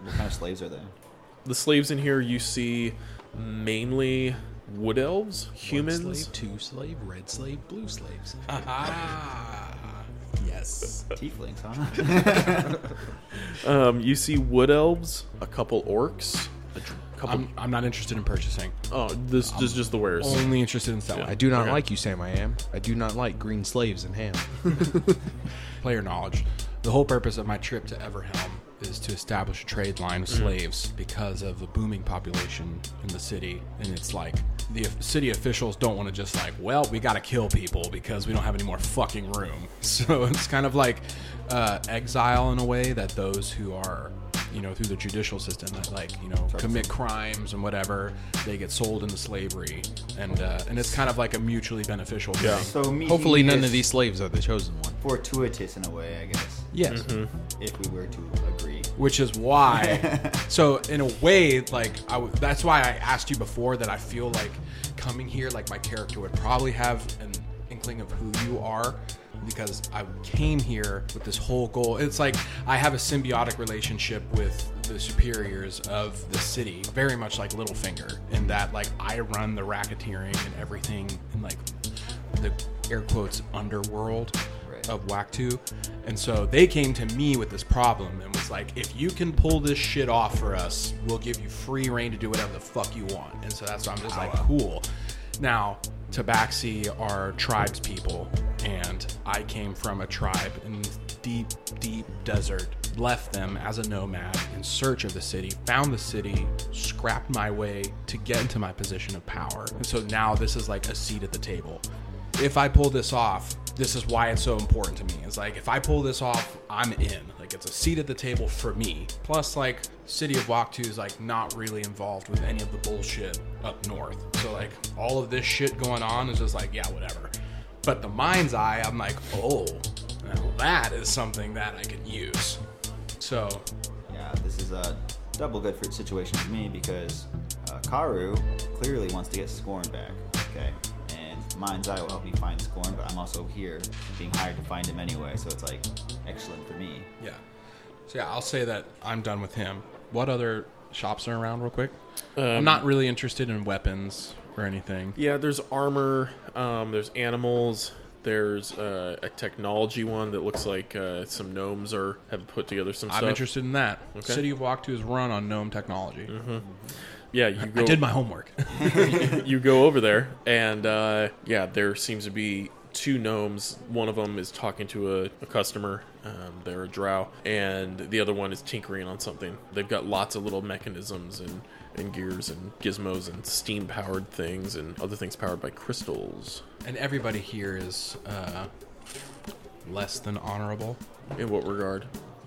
[SPEAKER 3] What kind of slaves are they?
[SPEAKER 5] The slaves in here you see mainly wood elves, humans.
[SPEAKER 12] slave, two slave, red slave, blue slaves.
[SPEAKER 3] yes. Tieflings,
[SPEAKER 5] um, you see wood elves, a couple orcs, a dr- couple.
[SPEAKER 11] I'm, I'm not interested in purchasing.
[SPEAKER 5] Oh, this
[SPEAKER 11] I'm
[SPEAKER 5] is just the wares.
[SPEAKER 11] Only interested in selling.
[SPEAKER 5] Yeah.
[SPEAKER 11] I
[SPEAKER 5] I
[SPEAKER 11] do
[SPEAKER 5] do
[SPEAKER 11] not
[SPEAKER 5] Okay.
[SPEAKER 11] like
[SPEAKER 10] you, Sam. I am. I do not like green slaves and ham.
[SPEAKER 11] player knowledge. The whole purpose of my trip to Everhelm is to establish a trade line of
[SPEAKER 12] Mm.
[SPEAKER 11] slaves because of the booming population in the city. And it's like the of- city officials don't want to just like, well, we got to kill people because we don't have any more fucking room. So it's kind of like uh, exile in a way that those who are, you know, through the judicial system that like, you know, commit crimes and whatever, they get sold into slavery. And uh, and it's kind of like a mutually beneficial
[SPEAKER 10] Yeah.
[SPEAKER 11] thing.
[SPEAKER 3] So me-
[SPEAKER 10] Hopefully, none
[SPEAKER 3] Yes.
[SPEAKER 10] of these slaves are the chosen one.
[SPEAKER 3] Fortuitous in a way, I guess.
[SPEAKER 11] Yes.
[SPEAKER 3] Mm-hmm. If we were to agree.
[SPEAKER 11] which is why so in a way like I w- that's why i asked you before that i feel like coming here like my character would probably have an inkling of who you are because i came here with this whole goal it's like i have a symbiotic relationship with the superiors of the city very much like littlefinger in that like i run the racketeering and everything and like the air quotes underworld of Whack2. And so they came to me with this problem and was like, if you can pull this shit off for us, we'll give you free reign to do whatever the fuck you want. And so that's why I'm just like, cool. Now, Tabaxi are tribes people, and I came from a tribe in deep, deep desert, left them as a nomad in search of the city, found the city, scrapped my way to get into my position of power. And so now this is like a seat at the table if I pull this off, this is why it's so important to me. It's like if I pull this off, I'm in. Like it's a seat at the table for me. Plus, like City of Waktu is like not really involved with any of the bullshit up north. So like all of this shit going on is just like yeah, whatever. But the mind's eye, I'm like, oh, now that is something that I could use. So
[SPEAKER 3] Yeah, this is a double good for situation for me because uh, Karu clearly wants to get Scorn back. Okay, and Mind's Eye will help me find Scorn, but I'm also here being hired to find him anyway, so it's like excellent for me.
[SPEAKER 11] yeah, so yeah, I'll say that I'm done with him. What other shops are around, real quick?
[SPEAKER 5] Um,
[SPEAKER 11] I'm not really interested in weapons or anything.
[SPEAKER 5] Yeah, there's armor, um, there's animals, there's uh, a technology one that looks like uh, some gnomes are have put together some
[SPEAKER 11] I'm
[SPEAKER 5] stuff.
[SPEAKER 11] interested in that.
[SPEAKER 5] Okay. Mm-hmm.
[SPEAKER 11] City of Walk is run on Gnome technology.
[SPEAKER 5] Yeah, you
[SPEAKER 11] I
[SPEAKER 5] go,
[SPEAKER 11] did my homework.
[SPEAKER 5] you go over there, and uh, yeah, there seems to be two gnomes. One of them is talking to a, a customer. Um, they're a drow, and the other one is tinkering on something. They've got lots of little mechanisms and, and gears and gizmos and steam powered things and other things powered by crystals.
[SPEAKER 11] And everybody here is uh, less than honorable.
[SPEAKER 5] In what regard?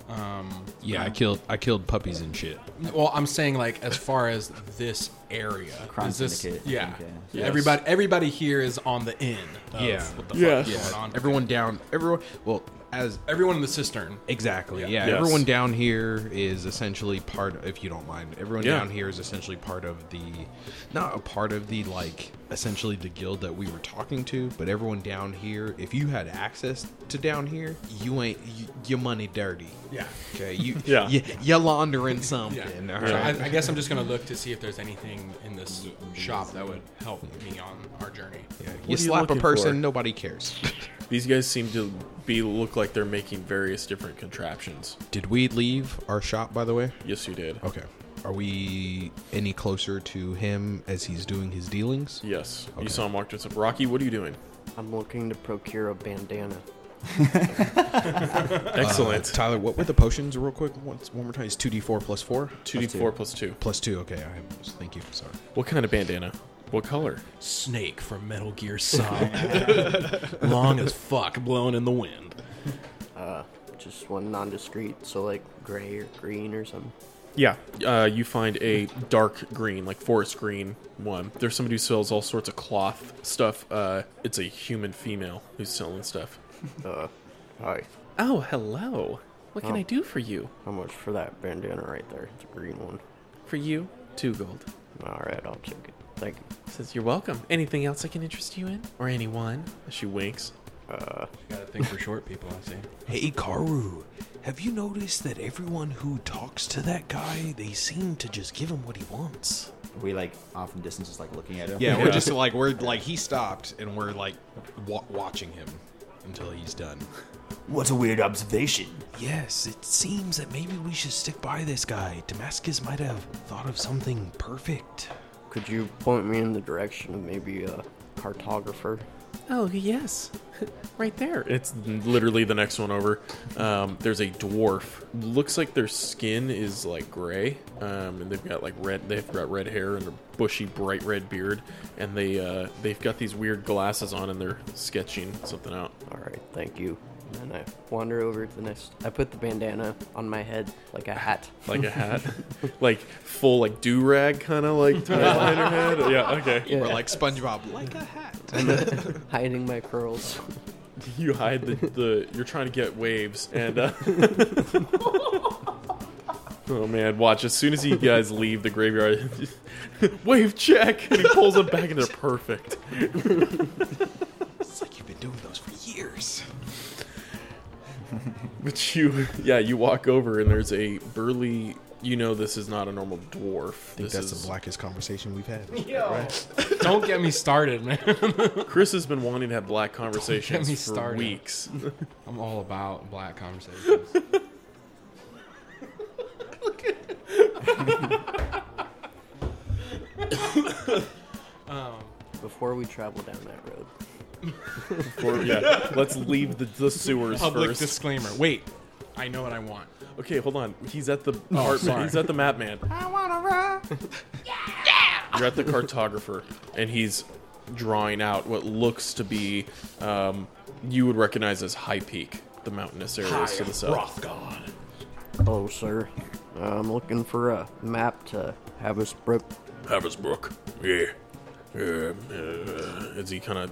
[SPEAKER 11] Um,
[SPEAKER 21] Yeah, I killed I killed puppies and shit.
[SPEAKER 11] Well, I'm saying like as far as this area,
[SPEAKER 21] Crime
[SPEAKER 11] is this,
[SPEAKER 21] syndicate, I
[SPEAKER 11] yeah,
[SPEAKER 21] think, yeah.
[SPEAKER 11] yeah.
[SPEAKER 21] Yes.
[SPEAKER 11] everybody everybody here is on the in. of
[SPEAKER 21] yeah.
[SPEAKER 11] what the
[SPEAKER 21] yeah.
[SPEAKER 11] fuck is going on?
[SPEAKER 21] Everyone down. Everyone. Well, as
[SPEAKER 11] everyone in the cistern.
[SPEAKER 21] Exactly. Yeah.
[SPEAKER 11] Yes.
[SPEAKER 21] Everyone down here is essentially part. Of, if you don't mind, everyone
[SPEAKER 11] Yeah.
[SPEAKER 21] down here is essentially part of the, not a part of the like essentially the guild that we were talking to, but everyone down here. If you had access to down here, you ain't you, your money dirty.
[SPEAKER 11] Yeah.
[SPEAKER 21] Okay. You.
[SPEAKER 11] Yeah.
[SPEAKER 21] yeah. You, you laundering
[SPEAKER 11] Yeah.
[SPEAKER 21] something. all
[SPEAKER 11] So
[SPEAKER 21] right?
[SPEAKER 11] I, I guess I'm just gonna look to see if there's anything in this shop that would help me on our journey. Yeah.
[SPEAKER 21] You slap a person, nobody cares.
[SPEAKER 5] These guys seem to be look like they're making various different contraptions.
[SPEAKER 21] Did we leave our shop, by the way?
[SPEAKER 5] Yes, you did.
[SPEAKER 21] Okay. Are we any closer to him as he's doing his dealings?
[SPEAKER 5] Yes. You saw him walk to some Rocky. What are you doing?
[SPEAKER 9] I'm looking to procure a bandana.
[SPEAKER 5] Excellent.
[SPEAKER 21] Uh, Tyler, what were the potions, real quick? Once, one more time. It's 2d4 plus 4?
[SPEAKER 5] 2d4 plus 2.
[SPEAKER 21] Plus 2, okay. I Thank you. Sorry.
[SPEAKER 5] What kind of bandana? What color?
[SPEAKER 11] Snake from Metal Gear Solid, long as fuck, blowing in the wind.
[SPEAKER 9] Uh, just one non-discreet, so like gray or green or something.
[SPEAKER 5] Yeah. Uh, you find a dark green, like forest green one. There's somebody who sells all sorts of cloth stuff. Uh, it's a human female who's selling stuff.
[SPEAKER 9] Uh, hi.
[SPEAKER 7] Oh, hello. What can I do for you?
[SPEAKER 9] How much for that bandana right there? It's a green one.
[SPEAKER 7] For you, two gold.
[SPEAKER 9] All right, I'll take it. Thank you.
[SPEAKER 7] Says you're welcome. Anything else I can interest you in? Or anyone?
[SPEAKER 5] She winks.
[SPEAKER 9] Uh,
[SPEAKER 11] got a thing for short people, I see.
[SPEAKER 13] Hey, Karu, have you noticed that everyone who talks to that guy, they seem to just give him what he wants?
[SPEAKER 3] We like off from distance, just like looking at him.
[SPEAKER 21] Yeah, we're just like, we're like, he stopped and we're like wa- watching him until he's done.
[SPEAKER 8] What a weird observation.
[SPEAKER 13] Yes, it seems that maybe we should stick by this guy. Damascus might have thought of something perfect.
[SPEAKER 9] Could you point me in the direction of maybe a cartographer?
[SPEAKER 7] Oh, yes. right there.
[SPEAKER 5] It's literally the next one over. Um, there's a dwarf. Looks like their skin is like gray, um, and they've got like red. They've got red hair and a bushy, bright red beard, and they uh, they've got these weird glasses on, and they're sketching something out.
[SPEAKER 9] All right, thank you. And I wander over to the next. I put the bandana on my head like a hat.
[SPEAKER 5] Like a hat, like full like do rag kind of like tied behind her head. Yeah, okay.
[SPEAKER 9] Yeah.
[SPEAKER 21] We're like SpongeBob, like a hat.
[SPEAKER 9] I'm hiding my curls.
[SPEAKER 5] You hide the, the you're trying to get waves and uh, Oh man, watch as soon as you guys leave the graveyard wave check and he pulls them back and they're perfect.
[SPEAKER 13] It's like you've been doing those for years.
[SPEAKER 5] But you yeah, you walk over and there's a burly you know this is not a normal dwarf.
[SPEAKER 21] think
[SPEAKER 5] this
[SPEAKER 21] that's
[SPEAKER 5] is
[SPEAKER 21] the blackest conversation we've had.
[SPEAKER 5] Don't get me started, man. Chris has been wanting to have black conversations
[SPEAKER 11] me
[SPEAKER 5] for
[SPEAKER 11] started.
[SPEAKER 5] weeks.
[SPEAKER 11] I'm all about black conversations.
[SPEAKER 21] Um.
[SPEAKER 9] Before we travel down that road.
[SPEAKER 5] Before- yeah, let's leave the, the sewers
[SPEAKER 11] Public
[SPEAKER 5] first.
[SPEAKER 11] disclaimer. Wait, I know what I want.
[SPEAKER 5] Okay, hold on. He's at the
[SPEAKER 11] Oh,
[SPEAKER 5] art
[SPEAKER 11] sorry.
[SPEAKER 5] he's at the map man.
[SPEAKER 11] I wanna run.
[SPEAKER 5] You're at the cartographer, and he's drawing out what looks to be um, you would recognize as High Peak, the mountainous areas to the south.
[SPEAKER 9] Hello, Oh, sir. I'm looking for a map to Havisbrook.
[SPEAKER 5] Haversbrook. Yeah. Um, uh, as he kind of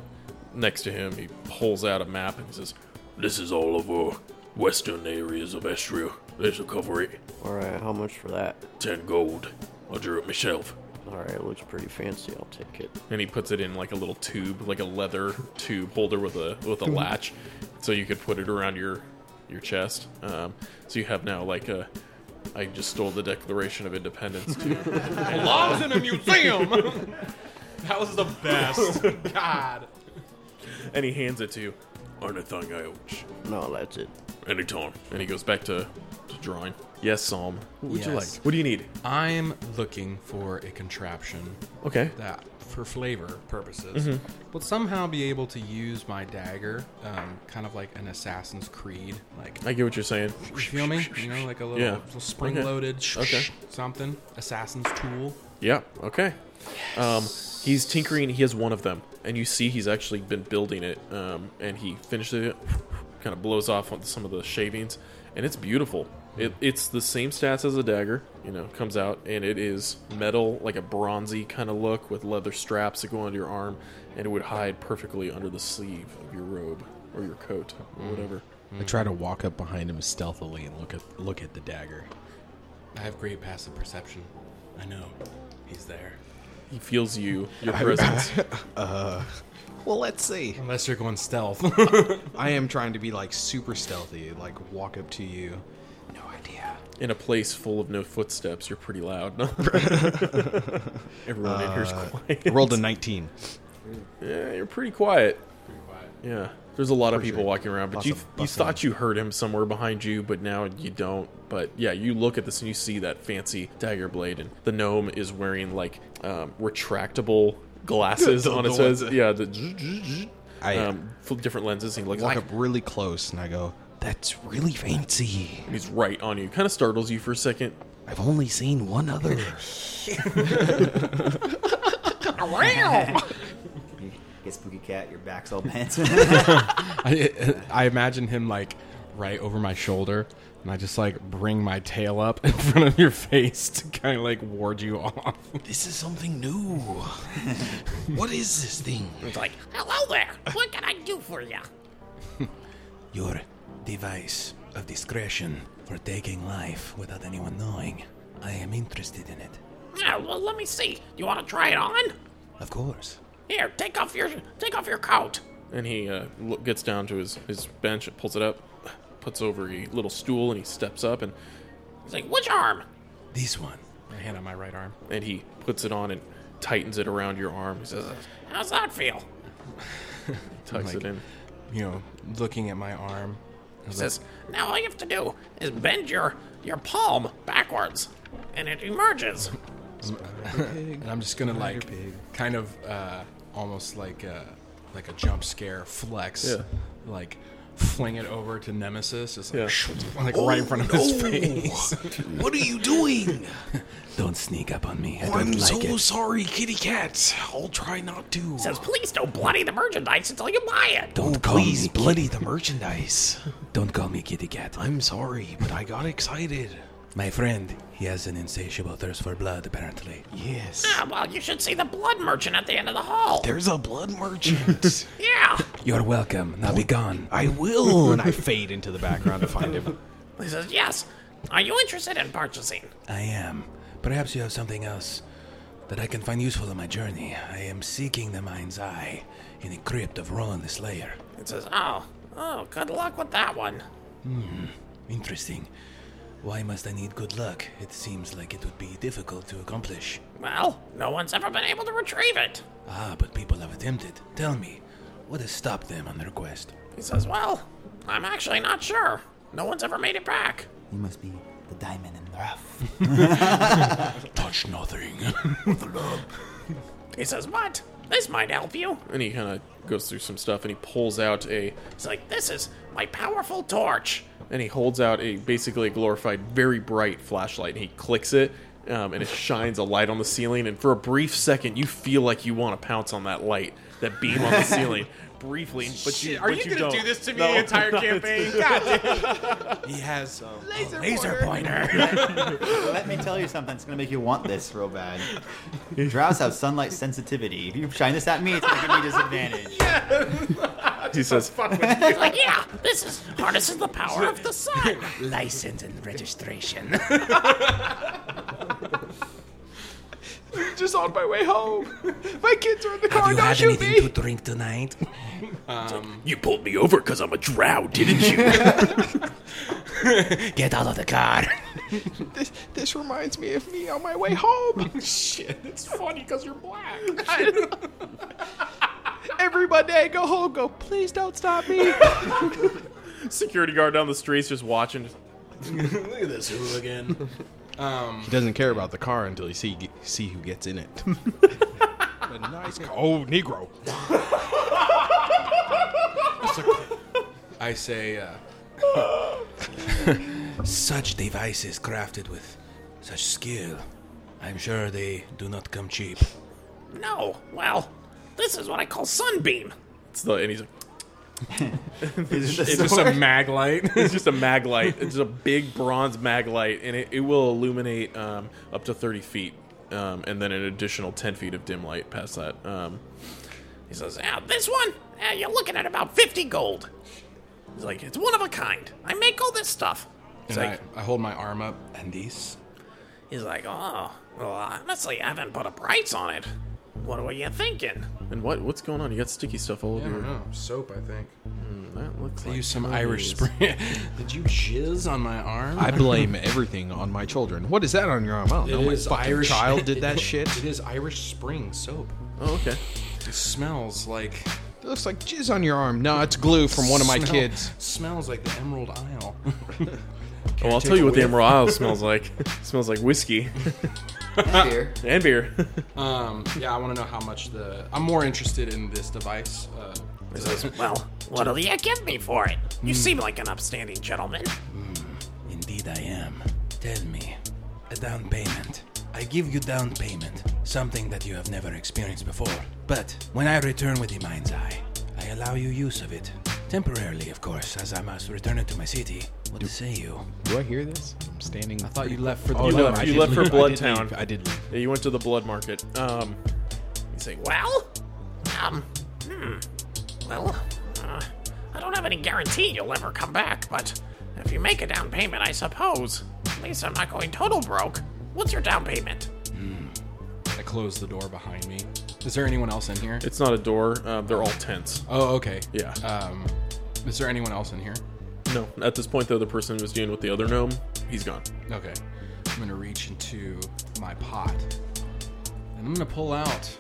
[SPEAKER 5] next to him, he pulls out a map and says,
[SPEAKER 2] This is all over western areas of Estria. This will cover it.
[SPEAKER 9] All right, how much for that?
[SPEAKER 2] Ten gold. I drew it myself.
[SPEAKER 9] All right, it looks pretty fancy. I'll take it.
[SPEAKER 5] and he puts it in like a little tube, like a leather tube holder with a with a latch, so you could put it around your your chest. Um, so you have now like a. I just stole the Declaration of Independence too. And, uh,
[SPEAKER 11] Laws in a museum. that was the best. God.
[SPEAKER 5] and he hands it to you. Anything ouch.
[SPEAKER 9] No, that's it.
[SPEAKER 5] Anytime. And he goes back to, to drawing. Yes, Psalm. What would you
[SPEAKER 11] Yes.
[SPEAKER 5] like? What do you need?
[SPEAKER 11] I'm looking for a contraption.
[SPEAKER 5] Okay.
[SPEAKER 11] That for flavor purposes,
[SPEAKER 5] Mhm.
[SPEAKER 11] but somehow be able to use my dagger, um, kind of like an Assassin's Creed, like
[SPEAKER 5] I get what you're saying.
[SPEAKER 11] you feel me? You know, like a little,
[SPEAKER 5] Yeah.
[SPEAKER 11] little spring loaded
[SPEAKER 5] Okay.
[SPEAKER 11] something. Assassin's tool.
[SPEAKER 5] Yeah. Okay. Um, he's tinkering. He has one of them, and you see he's actually been building it. Um, and he finishes it, kind of blows off on some of the shavings, and it's beautiful. It, it's the same stats as a dagger, you know, comes out, and it is metal, like a bronzy kind of look with leather straps that go onto your arm, and it would hide perfectly under the sleeve of your robe or your coat
[SPEAKER 10] Mm.
[SPEAKER 5] or whatever.
[SPEAKER 10] I try to walk up behind him stealthily and look at look at the dagger.
[SPEAKER 11] I have great passive perception. I know he's there.
[SPEAKER 5] He feels you, your presence.
[SPEAKER 10] uh, well, let's see.
[SPEAKER 11] Unless you're going stealth.
[SPEAKER 10] I am trying to be like super stealthy, like walk up to you.
[SPEAKER 5] in a place full of no footsteps, you're pretty loud. Everyone in here's
[SPEAKER 10] Uh,
[SPEAKER 5] quiet.
[SPEAKER 10] rolled a 19.
[SPEAKER 5] Yeah, you're pretty quiet. Yeah, there's a lot of people
[SPEAKER 10] Appreciate it.
[SPEAKER 5] walking around, but
[SPEAKER 10] Lots
[SPEAKER 5] you
[SPEAKER 10] of
[SPEAKER 5] you
[SPEAKER 10] bustling.
[SPEAKER 5] thought you heard him somewhere behind you, but now you don't. But yeah, you look at this and you see that fancy dagger blade, and the gnome is wearing like um, retractable glasses
[SPEAKER 10] The-
[SPEAKER 5] on
[SPEAKER 10] the
[SPEAKER 5] his
[SPEAKER 10] ones
[SPEAKER 5] head.
[SPEAKER 10] that-
[SPEAKER 5] Yeah, the
[SPEAKER 10] I, uh,
[SPEAKER 5] um, fl- different lenses. And he looks
[SPEAKER 10] walk
[SPEAKER 5] like
[SPEAKER 10] up really close and I go, "That's really fancy."
[SPEAKER 5] he's right on you. Kind of startles you for a second.
[SPEAKER 13] I've only seen one other.
[SPEAKER 3] You get spooky cat, your back's all bent.
[SPEAKER 11] I, I imagine him like right over my shoulder, and I just like bring my tail up in front of your face to kind of like ward you off.
[SPEAKER 13] This is something new. what is this thing? It's like
[SPEAKER 7] Hello there. What can I do for you?
[SPEAKER 15] Your device of discretion for taking life without anyone knowing. I am interested in it.
[SPEAKER 7] Yeah, Ah, well, let me see. You want to try it on?
[SPEAKER 15] Of course.
[SPEAKER 7] Here, take off your take off your coat.
[SPEAKER 5] And he uh, lo- gets down to his, his bench and pulls it up, puts over a little stool, and he steps up and
[SPEAKER 7] He's like, which arm?
[SPEAKER 15] This one.
[SPEAKER 11] My hand on my right arm.
[SPEAKER 5] and he puts it on and tightens it around your arm. He says,
[SPEAKER 7] How's that feel?
[SPEAKER 5] tucks
[SPEAKER 11] Like,
[SPEAKER 5] it in.
[SPEAKER 11] You know, looking at my arm.
[SPEAKER 7] He says, now all you have to do is bend your your palm backwards, and it emerges.
[SPEAKER 11] and I'm just gonna like kind of uh, almost like a like a jump scare flex,
[SPEAKER 5] Yeah.
[SPEAKER 11] like fling it over to Nemesis, just like,
[SPEAKER 5] Yeah.
[SPEAKER 11] like right in front of his
[SPEAKER 13] Oh, no.
[SPEAKER 11] face.
[SPEAKER 13] What are you doing?
[SPEAKER 15] Don't sneak up on me. I
[SPEAKER 13] Oh,
[SPEAKER 15] don't
[SPEAKER 13] I'm
[SPEAKER 15] like
[SPEAKER 13] so
[SPEAKER 15] it.
[SPEAKER 13] sorry, kitty Oh, cat. I'll try not to.
[SPEAKER 7] He says, please don't bloody the merchandise until you buy it.
[SPEAKER 15] Don't call
[SPEAKER 13] Oh, please
[SPEAKER 15] me
[SPEAKER 13] bloody the merchandise.
[SPEAKER 15] Don't call me kitty cat.
[SPEAKER 13] I'm sorry, but I got excited.
[SPEAKER 15] My friend, he has an insatiable thirst for blood, apparently.
[SPEAKER 13] Yes.
[SPEAKER 7] Ah, well, you should see the blood merchant at the end of the hall.
[SPEAKER 13] There's a blood merchant.
[SPEAKER 7] yeah.
[SPEAKER 15] You're welcome. Now be gone.
[SPEAKER 13] I will. and I fade into the background to find him.
[SPEAKER 7] He says, yes. Are you interested in purchasing?
[SPEAKER 15] I am. Perhaps you have something else that I can find useful on my journey. I am seeking the mind's eye in the crypt of Roland the Slayer.
[SPEAKER 7] It says, oh, oh, good luck with that one.
[SPEAKER 15] Hmm, interesting. Why must I need good luck? It seems like it would be difficult to accomplish.
[SPEAKER 7] Well, no one's ever been able to retrieve it.
[SPEAKER 15] Ah, but people have attempted. Tell me, what has stopped them on their quest?
[SPEAKER 7] He says, well, I'm actually not sure. No one's ever made it back.
[SPEAKER 3] You must be the diamond in the rough.
[SPEAKER 15] Touch nothing.
[SPEAKER 7] He says, what? This might help you.
[SPEAKER 5] And he kind of goes through some stuff and he pulls out a.
[SPEAKER 7] He's like, this is my powerful torch.
[SPEAKER 5] And he holds out a basically a glorified, very bright flashlight and he clicks it um, and it shines a light on the ceiling. And for a brief second, you feel like you want to pounce on that light, that beam on the ceiling. Briefly, but you,
[SPEAKER 7] Shit, are
[SPEAKER 5] but
[SPEAKER 7] you
[SPEAKER 5] you
[SPEAKER 7] gonna do
[SPEAKER 5] don't.
[SPEAKER 7] this to me
[SPEAKER 5] No,
[SPEAKER 7] the entire
[SPEAKER 5] no,
[SPEAKER 7] campaign?
[SPEAKER 5] it's-
[SPEAKER 7] God
[SPEAKER 3] He has um,
[SPEAKER 7] Laser
[SPEAKER 3] pointer. Let me tell you something. It's gonna make you want this real bad. Drows have sunlight sensitivity. If you shine this at me, it's gonna give me disadvantage.
[SPEAKER 5] he says,
[SPEAKER 7] He's like, yeah, this is harnesses the power of the sun.
[SPEAKER 15] License and registration.
[SPEAKER 10] Just on my way home. My kids are in the
[SPEAKER 15] Have
[SPEAKER 10] car.
[SPEAKER 15] you
[SPEAKER 10] Don't
[SPEAKER 15] had
[SPEAKER 10] shoot
[SPEAKER 15] anything
[SPEAKER 10] me.
[SPEAKER 15] to drink tonight?
[SPEAKER 11] Um,
[SPEAKER 22] you pulled me over because I'm a drow, didn't you? Get out of the car.
[SPEAKER 10] This, this reminds me of me on my way home.
[SPEAKER 7] Shit, it's funny because you're black.
[SPEAKER 10] Every Monday I go home, go, please don't stop me.
[SPEAKER 5] Security guard down the streets just watching.
[SPEAKER 11] Look at this hooligan. Um,
[SPEAKER 10] He doesn't care about the car until he see see who gets in it.
[SPEAKER 21] a nice cold Negro.
[SPEAKER 11] I say, uh,
[SPEAKER 15] Such devices crafted with such skill, I'm sure they do not come cheap.
[SPEAKER 7] No, well, this is what I call sunbeam.
[SPEAKER 5] It's the, and he's like,
[SPEAKER 11] Is
[SPEAKER 5] it's,
[SPEAKER 11] it a
[SPEAKER 5] just a
[SPEAKER 11] sword?
[SPEAKER 5] mag light. It's just a mag light. It's a big bronze mag light, and it, it will illuminate um, up to 30 feet, um, and then an additional 10 feet of dim light past that. Um, he says,
[SPEAKER 7] Now, this one, uh, you're looking at about 50 gold.
[SPEAKER 5] he's like,
[SPEAKER 7] It's one of a kind. I make all this stuff. It's
[SPEAKER 11] and
[SPEAKER 7] like,
[SPEAKER 11] I, I hold my arm up, and these.
[SPEAKER 7] he's like, oh, well, honestly, I haven't put a price on it. What were you thinking?
[SPEAKER 5] and what what's going on? You got sticky stuff all over
[SPEAKER 11] I
[SPEAKER 5] your... Oh,
[SPEAKER 11] don't know. Soap, I think.
[SPEAKER 5] Hmm, that looks
[SPEAKER 11] I
[SPEAKER 5] like
[SPEAKER 11] use some
[SPEAKER 5] it
[SPEAKER 11] Irish
[SPEAKER 5] is.
[SPEAKER 11] spring. Did you jizz on my arm?
[SPEAKER 21] I blame everything on my children. What is that on your arm? I don't know. What fucking child did that shit?
[SPEAKER 11] It is Irish Spring soap.
[SPEAKER 5] Oh, okay.
[SPEAKER 11] It smells like
[SPEAKER 21] It looks like jizz on your arm. No, it's glue from one of my
[SPEAKER 11] Smell-
[SPEAKER 21] kids.
[SPEAKER 11] Smells like the Emerald Isle.
[SPEAKER 5] Oh, I'll tell you what the Emerald Isle smells like. It smells like whiskey.
[SPEAKER 11] And beer.
[SPEAKER 5] and beer.
[SPEAKER 11] um, yeah, I want to know how much the. I'm more interested in this device. Uh,
[SPEAKER 7] well, What'll you give me for it? You
[SPEAKER 11] Hmm.
[SPEAKER 7] seem like an upstanding gentleman.
[SPEAKER 15] Indeed, I am. Tell me, a down payment. I give you down payment, something that you have never experienced before. But when I return with the mind's eye, I allow you use of it. Temporarily, of course, as I must return it to my city. What say you?
[SPEAKER 21] Do I hear this? I'm standing. I
[SPEAKER 11] thought you left
[SPEAKER 5] Oh, you left, you left for Blood Town.
[SPEAKER 21] I did leave.
[SPEAKER 5] Yeah, you went to the Blood Market. Um, he's like, wow.
[SPEAKER 7] Well, um, hmm. Well, uh, I don't have any guarantee you'll ever come back, but if you make a down payment, I suppose. At least I'm not going total broke. What's your down payment?
[SPEAKER 11] Mm. I close the door behind me. Is there anyone else in here?
[SPEAKER 5] It's not a door. Um, they're all tents.
[SPEAKER 11] Oh, okay.
[SPEAKER 5] Yeah.
[SPEAKER 11] Um, is there anyone else in here?
[SPEAKER 5] No. At this point, though, the person who was dealing with the other gnome, he's gone.
[SPEAKER 11] Okay. I'm gonna reach into my pot, and I'm gonna pull out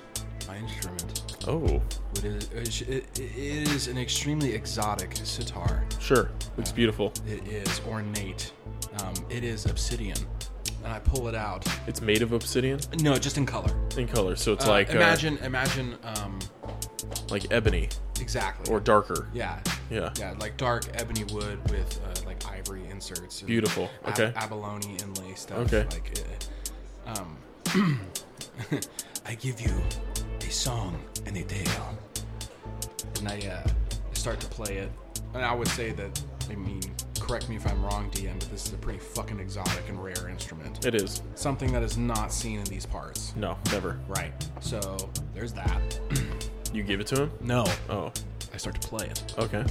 [SPEAKER 11] my instrument.
[SPEAKER 5] Oh.
[SPEAKER 11] What is, it, it is an extremely exotic sitar.
[SPEAKER 5] Sure. Looks beautiful.
[SPEAKER 11] It is ornate. Um, it is obsidian, and I pull it out.
[SPEAKER 5] It's made of obsidian.
[SPEAKER 11] No, just in color.
[SPEAKER 5] In color, so it's
[SPEAKER 11] Uh,
[SPEAKER 5] like uh,
[SPEAKER 11] imagine, imagine, um,
[SPEAKER 5] like ebony.
[SPEAKER 11] Exactly.
[SPEAKER 5] Or darker.
[SPEAKER 11] Yeah.
[SPEAKER 5] Yeah.
[SPEAKER 11] Yeah, like dark ebony wood with uh, like ivory inserts. and
[SPEAKER 5] Beautiful.
[SPEAKER 11] ab-
[SPEAKER 5] Okay.
[SPEAKER 11] abalone inlay stuff.
[SPEAKER 5] Okay.
[SPEAKER 11] Like, uh, um, I give you a song and a tale, and I uh, start to play it. And I would say that, I mean, correct me if I'm wrong, DM, but this is a pretty fucking exotic and rare instrument.
[SPEAKER 5] It is.
[SPEAKER 11] Something that is not seen in these parts.
[SPEAKER 5] No, never.
[SPEAKER 11] Right. So there's that.
[SPEAKER 5] You give it to him?
[SPEAKER 11] No.
[SPEAKER 5] Oh.
[SPEAKER 11] I start to play it.
[SPEAKER 5] Okay.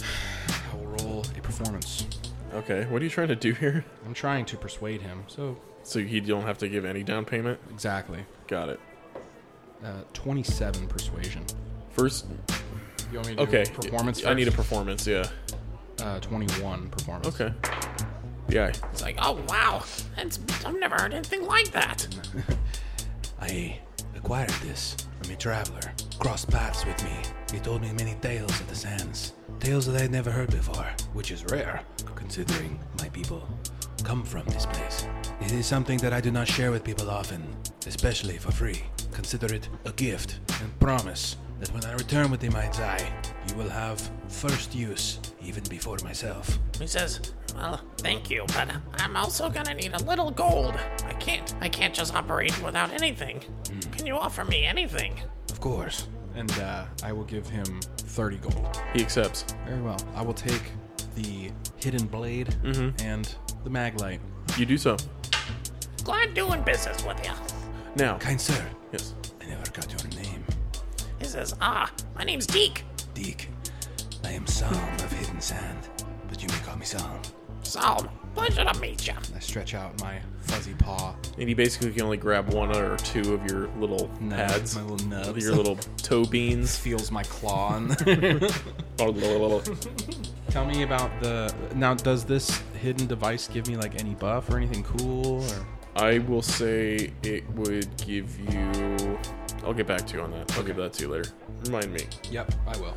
[SPEAKER 11] I will roll a performance.
[SPEAKER 5] Okay. What are you trying to do here?
[SPEAKER 11] I'm trying to persuade him. So
[SPEAKER 5] So he don't have to give any down payment.
[SPEAKER 11] Exactly.
[SPEAKER 5] Got it.
[SPEAKER 11] uh, 27 persuasion.
[SPEAKER 5] First.
[SPEAKER 11] You want me to do
[SPEAKER 5] Okay.
[SPEAKER 11] performance
[SPEAKER 5] I need a
[SPEAKER 11] first?
[SPEAKER 5] performance. Yeah.
[SPEAKER 11] Uh, 21 performance.
[SPEAKER 5] Okay. Yeah.
[SPEAKER 7] It's like, oh wow, that's I've never heard anything like that.
[SPEAKER 15] I acquired this from a traveler. Crossed paths with me. He told me many tales of the sands. Tales that I had never heard before, which is rare, considering my people come from this place. It is something that I do not share with people often, especially for free. Consider it a gift and promise that when I return with the mind's eye, you will have first use, even before myself.
[SPEAKER 7] He says, well, thank you, but uh, I'm also gonna need a little gold. I can't, I can't just operate without anything. Can you offer me anything?
[SPEAKER 11] Of course. And uh, I will give him 30 gold.
[SPEAKER 5] He accepts.
[SPEAKER 11] Very well. I will take the hidden blade
[SPEAKER 12] Mm-hmm.
[SPEAKER 11] and the mag light.
[SPEAKER 5] You do so.
[SPEAKER 7] Glad doing business with you.
[SPEAKER 5] Now.
[SPEAKER 15] Kind sir.
[SPEAKER 5] Yes.
[SPEAKER 15] I never got your name.
[SPEAKER 7] He says, ah, my name's Deke.
[SPEAKER 15] Deke. I am Psalm of Hidden Sand, but you may call me Psalm.
[SPEAKER 7] Psalm, pleasure to meet you.
[SPEAKER 11] I stretch out my fuzzy paw.
[SPEAKER 5] And you basically can only grab one or two of your little
[SPEAKER 11] Nubs,
[SPEAKER 5] pads,
[SPEAKER 11] my little nubs.
[SPEAKER 5] your little toe beans.
[SPEAKER 11] Feels my claw. On. Tell me about the. Now, does this hidden device give me like any buff or anything cool? Or
[SPEAKER 5] I will say it would give you. I'll get back to you on that. I'll give that to you later. Remind me.
[SPEAKER 11] Yep, I will.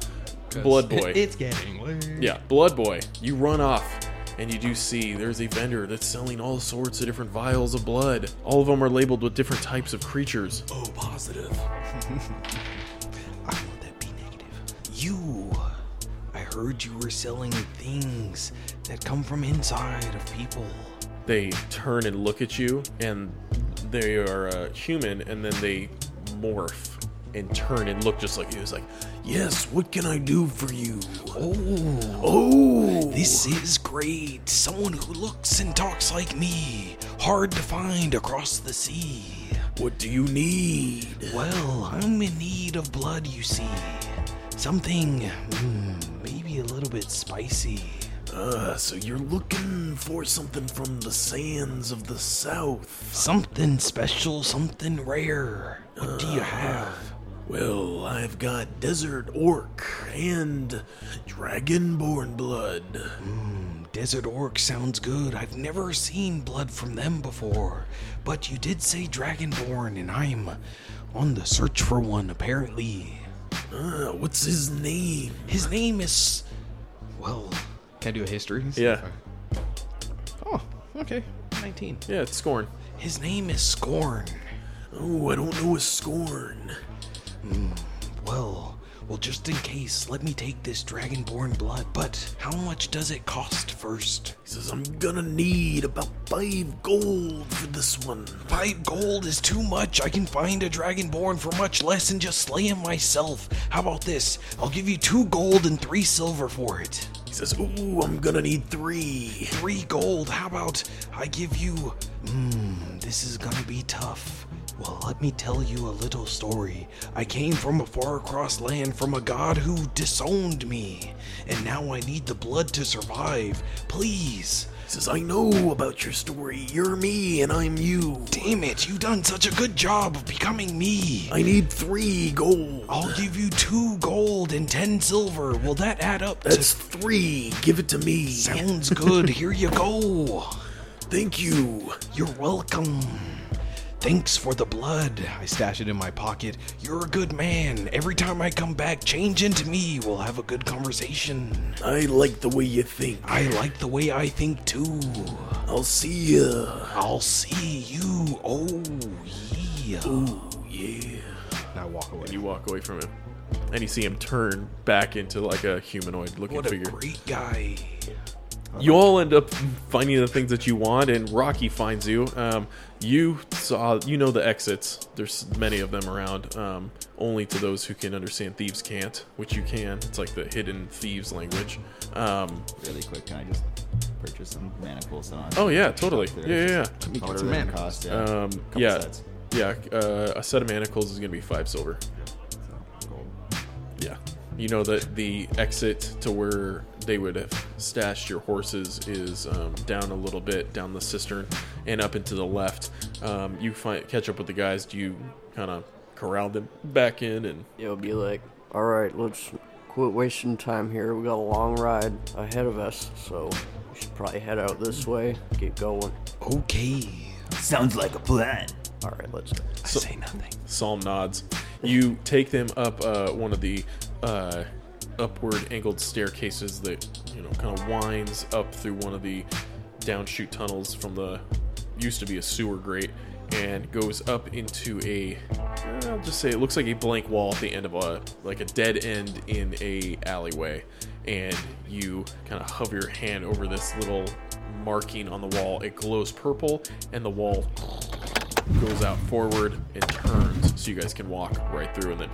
[SPEAKER 11] 'Cause
[SPEAKER 5] Blood Boy.
[SPEAKER 11] It's getting late.
[SPEAKER 5] Yeah, Blood Boy. You run off and you do see there's a vendor that's selling all sorts of different vials of blood. All of them are labeled with different types of creatures.
[SPEAKER 13] Oh, positive. I want that be negative. You. I heard you were selling things that come from inside of people.
[SPEAKER 5] They turn and look at you, and they are uh, human, and then they morph and turn and look just like you. It's like, yes, what can I do for you?
[SPEAKER 13] Oh. Oh. This is great. Someone who looks and talks like me. Hard to find across the sea.
[SPEAKER 5] What do you need?
[SPEAKER 13] Well, I'm in need of blood, you see. Something mm, maybe a little bit spicy.
[SPEAKER 23] Uh, so you're looking for something from the sands of the south.
[SPEAKER 13] Something special, something rare. What do you have?
[SPEAKER 23] Well, I've got desert orc and dragonborn blood.
[SPEAKER 13] Hmm, Desert Orc sounds good. I've never seen blood from them before. But you did say Dragonborn, and I'm on the search for one, apparently.
[SPEAKER 23] Uh, what's his name?
[SPEAKER 13] His name is. Well.
[SPEAKER 21] Can I do a history?
[SPEAKER 5] Yeah.
[SPEAKER 21] Okay. 19.
[SPEAKER 5] Yeah, it's Scorn.
[SPEAKER 13] oh, His name is Scorn.
[SPEAKER 23] Oh, I don't know a Scorn.
[SPEAKER 13] Hmm. Well, well, just in case, let me take this Dragonborn blood. But how much does it cost first?
[SPEAKER 23] He says, I'm gonna need about five gold for this one.
[SPEAKER 13] Five gold is too much. I can find a Dragonborn for much less and just slay him myself. How about this? I'll give you two gold and three silver for it.
[SPEAKER 23] He says, Ooh, I'm gonna need three.
[SPEAKER 13] Three gold. How about I give you. Mmm, this is gonna be tough. Well, let me tell you a little story. I came from a far across land from a god who disowned me, and now I need the blood to survive. Please.
[SPEAKER 23] Says, I know about your story. You're me and I'm you.
[SPEAKER 13] Damn it, you've done such a good job of becoming me.
[SPEAKER 23] I need three gold.
[SPEAKER 13] I'll give you two gold and ten silver. Will that add up
[SPEAKER 23] That's
[SPEAKER 13] to
[SPEAKER 23] three. Give it to me.
[SPEAKER 13] Sounds good. Here you go.
[SPEAKER 23] Thank you.
[SPEAKER 13] You're welcome. Thanks for the blood.
[SPEAKER 21] I stash it in my pocket.
[SPEAKER 13] You're a good man. Every time I come back, change into me. We'll have a good conversation.
[SPEAKER 23] I like the way you think.
[SPEAKER 13] I like the way I think too.
[SPEAKER 23] I'll see ya.
[SPEAKER 13] I'll see you. Oh, yeah.
[SPEAKER 23] yeah.
[SPEAKER 21] And I walk away.
[SPEAKER 5] And you walk away from him. And you see him turn back into like a humanoid looking
[SPEAKER 13] What a
[SPEAKER 5] figure.
[SPEAKER 13] great guy.
[SPEAKER 5] You all Uh, end up finding the things that you want, and Rocky finds you. Um, you saw, you know the exits. There's many of them around. Um, only to those who can understand. Thieves can't, which you can. It's like the hidden thieves language. Um,
[SPEAKER 3] really quick, can I just purchase some manacles? So I don't
[SPEAKER 5] oh
[SPEAKER 3] have to
[SPEAKER 5] yeah,
[SPEAKER 3] check
[SPEAKER 5] totally.
[SPEAKER 3] there?
[SPEAKER 5] Yeah, yeah. yeah.
[SPEAKER 3] Just whatever they cost, yeah.
[SPEAKER 5] Um,
[SPEAKER 3] Couple
[SPEAKER 5] yeah,
[SPEAKER 3] sets.
[SPEAKER 5] yeah. Uh, a set of manacles is gonna be five silver. Yeah. You know that the exit to where they would have stashed your horses is um, down a little bit, down the cistern, and up into the left. Um, you find catch up with the guys. Do you kind of corral them back in and
[SPEAKER 9] It'll be like, all right, let's quit wasting time here. We got a long ride ahead of us, so we should probably head out this way. Get going.
[SPEAKER 13] Okay.
[SPEAKER 8] Sounds like a plan.
[SPEAKER 9] All right, let's go.
[SPEAKER 5] So- Psalm nods. You take them up uh, one of the uh, upward angled staircases that you know kind of winds up through one of the downshoot tunnels from the used to be a sewer grate and goes up into a uh, I'll just say it looks like a blank wall at the end of a like a dead end in a alleyway and you kind of hover your hand over this little marking on the wall it glows purple and the wall goes out forward and turns so you guys can walk right through and then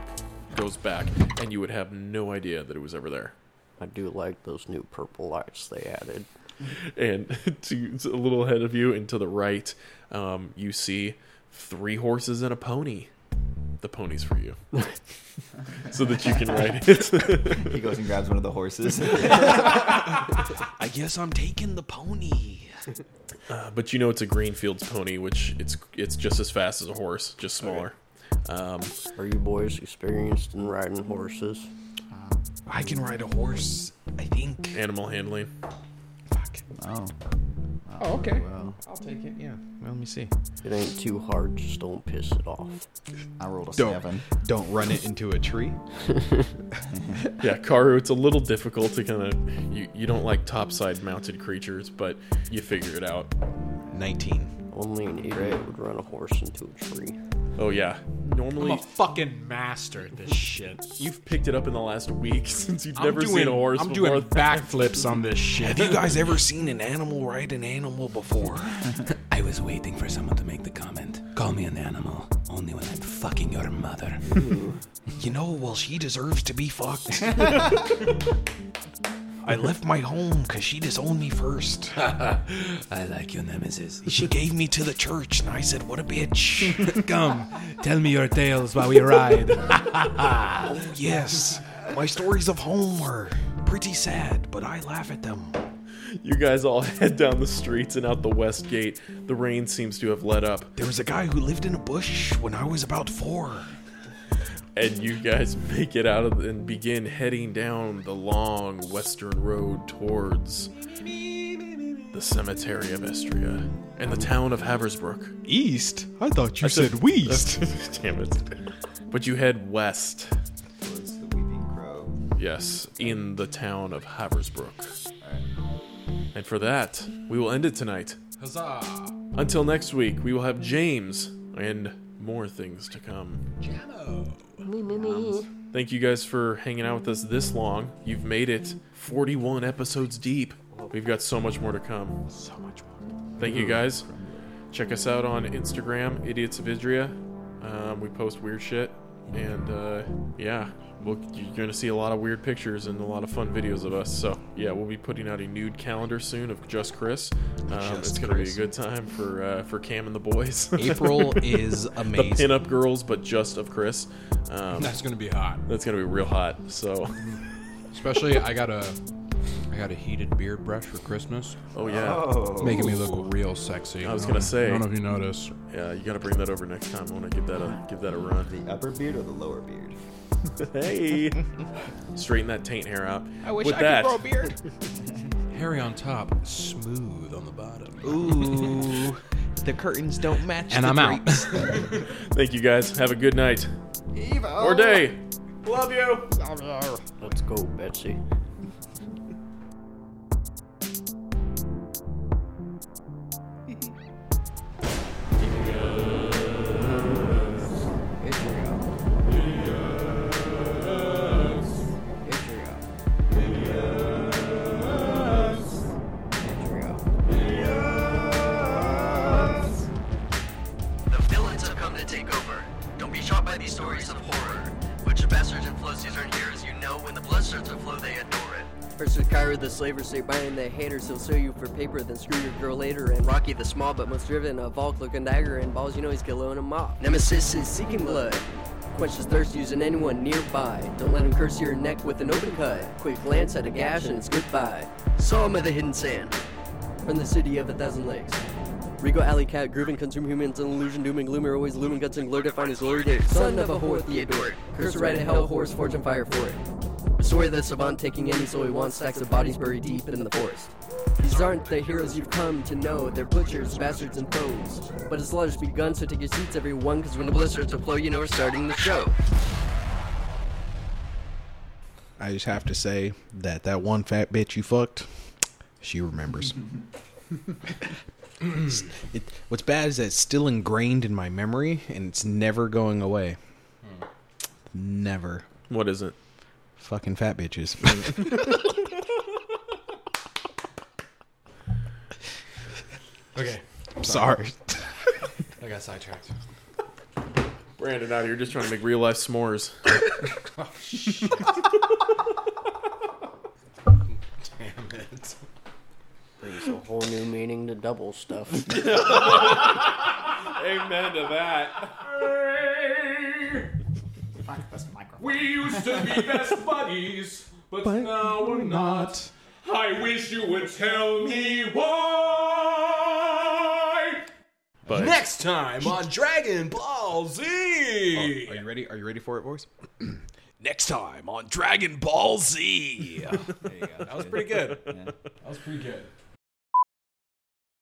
[SPEAKER 5] goes back and you would have no idea that it was ever there
[SPEAKER 9] I do like those new purple lights they added.
[SPEAKER 5] and to, to a little ahead of you and to the right um, you see three horses and a pony the pony's for you so that you can ride it
[SPEAKER 3] he goes and grabs one of the horses.
[SPEAKER 13] I guess I'm taking the pony.
[SPEAKER 5] Uh, but you know it's a Greenfields pony, which it's it's just as fast as a horse, just smaller. Um,
[SPEAKER 9] Are you boys experienced in riding horses?
[SPEAKER 13] I can ride a horse, I think.
[SPEAKER 5] Animal handling.
[SPEAKER 3] oh.
[SPEAKER 21] Oh, okay. I'll take it. Yeah. Well, let me see.
[SPEAKER 9] It ain't too hard, just don't piss it off.
[SPEAKER 3] I rolled
[SPEAKER 21] Don't don't run it into a tree.
[SPEAKER 5] yeah, Karu, it's a little difficult to kind of you, you don't like topside mounted creatures, but you figure it out.
[SPEAKER 21] 19.
[SPEAKER 9] Only an idiot would run a horse into a tree.
[SPEAKER 5] Oh yeah. Normally
[SPEAKER 12] I'm a fucking master at this shit.
[SPEAKER 5] You've picked it up in the last week since you've
[SPEAKER 12] I'm
[SPEAKER 5] never
[SPEAKER 12] doing-
[SPEAKER 5] seen a horse
[SPEAKER 12] I'm
[SPEAKER 5] before.
[SPEAKER 12] doing backflips on this shit.
[SPEAKER 13] Have you guys ever seen an animal ride an animal before?
[SPEAKER 15] I was waiting for someone to make the comment. Call me an animal, only when I'm fucking your mother.
[SPEAKER 5] Hmm.
[SPEAKER 13] you know, well, she deserves to be fucked. I left my home because she disowned me first.
[SPEAKER 15] I like your nemesis.
[SPEAKER 13] She gave me to the church, and I said, What a bitch.
[SPEAKER 15] Come, tell me your tales while we ride.
[SPEAKER 13] oh, yes. My stories of home were pretty sad, but I laugh at them.
[SPEAKER 5] You guys all head down the streets and out the west gate. The rain seems to have let up.
[SPEAKER 13] There was a guy who lived in a bush when I was about four.
[SPEAKER 5] and you guys make it out of and begin heading down the long western road towards the cemetery of Estria and the town of Haversbrook.
[SPEAKER 21] East? I thought you said
[SPEAKER 5] west. Damn it. But you head west. Yes, in the town of Haversbrook. And for that, we will end it tonight.
[SPEAKER 11] Huzzah!
[SPEAKER 5] Until next week, we will have James and more things to come. Thank you guys for hanging out with us this long. You've made it 41 episodes deep. We've got so much more to come. So much more. Thank you guys. Check us out on Instagram, Idiots of Idria. Um, we post weird shit. And uh, yeah, we'll, you're going to see a lot of weird pictures and a lot of fun videos of us. So yeah, we'll be putting out a nude calendar soon of just Chris. Um, it's going to be a good time for uh, for Cam and the boys.
[SPEAKER 11] April is amazing.
[SPEAKER 5] The pinup girls, but just of Chris. Um,
[SPEAKER 11] That's gonna be hot.
[SPEAKER 5] That's gonna be real hot. So,
[SPEAKER 11] Especially, I got a, I got a heated beard brush for Christmas.
[SPEAKER 5] Oh, yeah.
[SPEAKER 11] It's making me look real sexy.
[SPEAKER 5] I was gonna say.
[SPEAKER 11] I don't know if you noticed.
[SPEAKER 5] Yeah, you gotta bring that over next time. I wanna give that a give that a run.
[SPEAKER 3] The upper beard or the lower beard?
[SPEAKER 5] hey, straighten that taint hair out. With that,
[SPEAKER 11] beard. Hairy on top, smooth on the bottom.
[SPEAKER 21] Ooh. the curtains don't match.
[SPEAKER 5] And
[SPEAKER 21] the
[SPEAKER 5] I'm out.
[SPEAKER 21] drapes.
[SPEAKER 5] Thank you guys. Have a good night or day. Love you.
[SPEAKER 9] Let's go, Betsy.
[SPEAKER 6] The villains have come to take over. Don't be shocked by these stories of horror. Which bastards and flows these aren't here, as you know when the bloodstars will flow, they adore it.
[SPEAKER 4] First with Kyra the slaver, say bye and the haters, he'll sue you for paper, then screw your girl later. And Rocky the small but most driven, a Volk looking dagger, and balls you know he's killing him off. Nemesis is seeking blood. Quench his thirst using anyone nearby. Don't let him curse your neck with an open cut. Quick glance at a gash and it's goodbye. Psalm of the Hidden Sand. From the city of a thousand lakes. Rigo Alley Cat, Groovin, Consume Humans, and Illusion, Doom and Gloom are always looming guts and glory to find his glory day. Son of a whore, Theodore. Curse right at hell, horse, fortune, fire for it. Restore the savant taking any soul he wants, stacks of bodies buried deep in the forest. These aren't the heroes you've come to know, they're butchers, bastards, and foes. But his slaughter's begun, so take your seats, everyone, because when the blizzards are flow, you know we're starting the show.
[SPEAKER 21] I just have to say that that one fat bitch you fucked, she remembers. S- it, what's bad is that it's still ingrained in my memory and it's never going away.
[SPEAKER 11] Hmm.
[SPEAKER 21] Never.
[SPEAKER 5] What is it?
[SPEAKER 21] Fucking fat bitches.
[SPEAKER 11] Okay.
[SPEAKER 21] I'm sorry.
[SPEAKER 11] I got sidetracked.
[SPEAKER 5] Brandon out here just trying to make real life s'mores.
[SPEAKER 11] Damn it.
[SPEAKER 9] Brings a whole new meaning to double stuff.
[SPEAKER 5] Amen to that.
[SPEAKER 12] We used to be best buddies, but,
[SPEAKER 21] But
[SPEAKER 12] now we're
[SPEAKER 21] we're
[SPEAKER 12] not. I wish you would tell me why.
[SPEAKER 5] But-
[SPEAKER 12] Next time on Dragon Ball Z.
[SPEAKER 21] Oh, Are you ready? Are you ready for it, boys?
[SPEAKER 13] Next time on Dragon Ball Z.
[SPEAKER 11] That was pretty good. That was pretty good.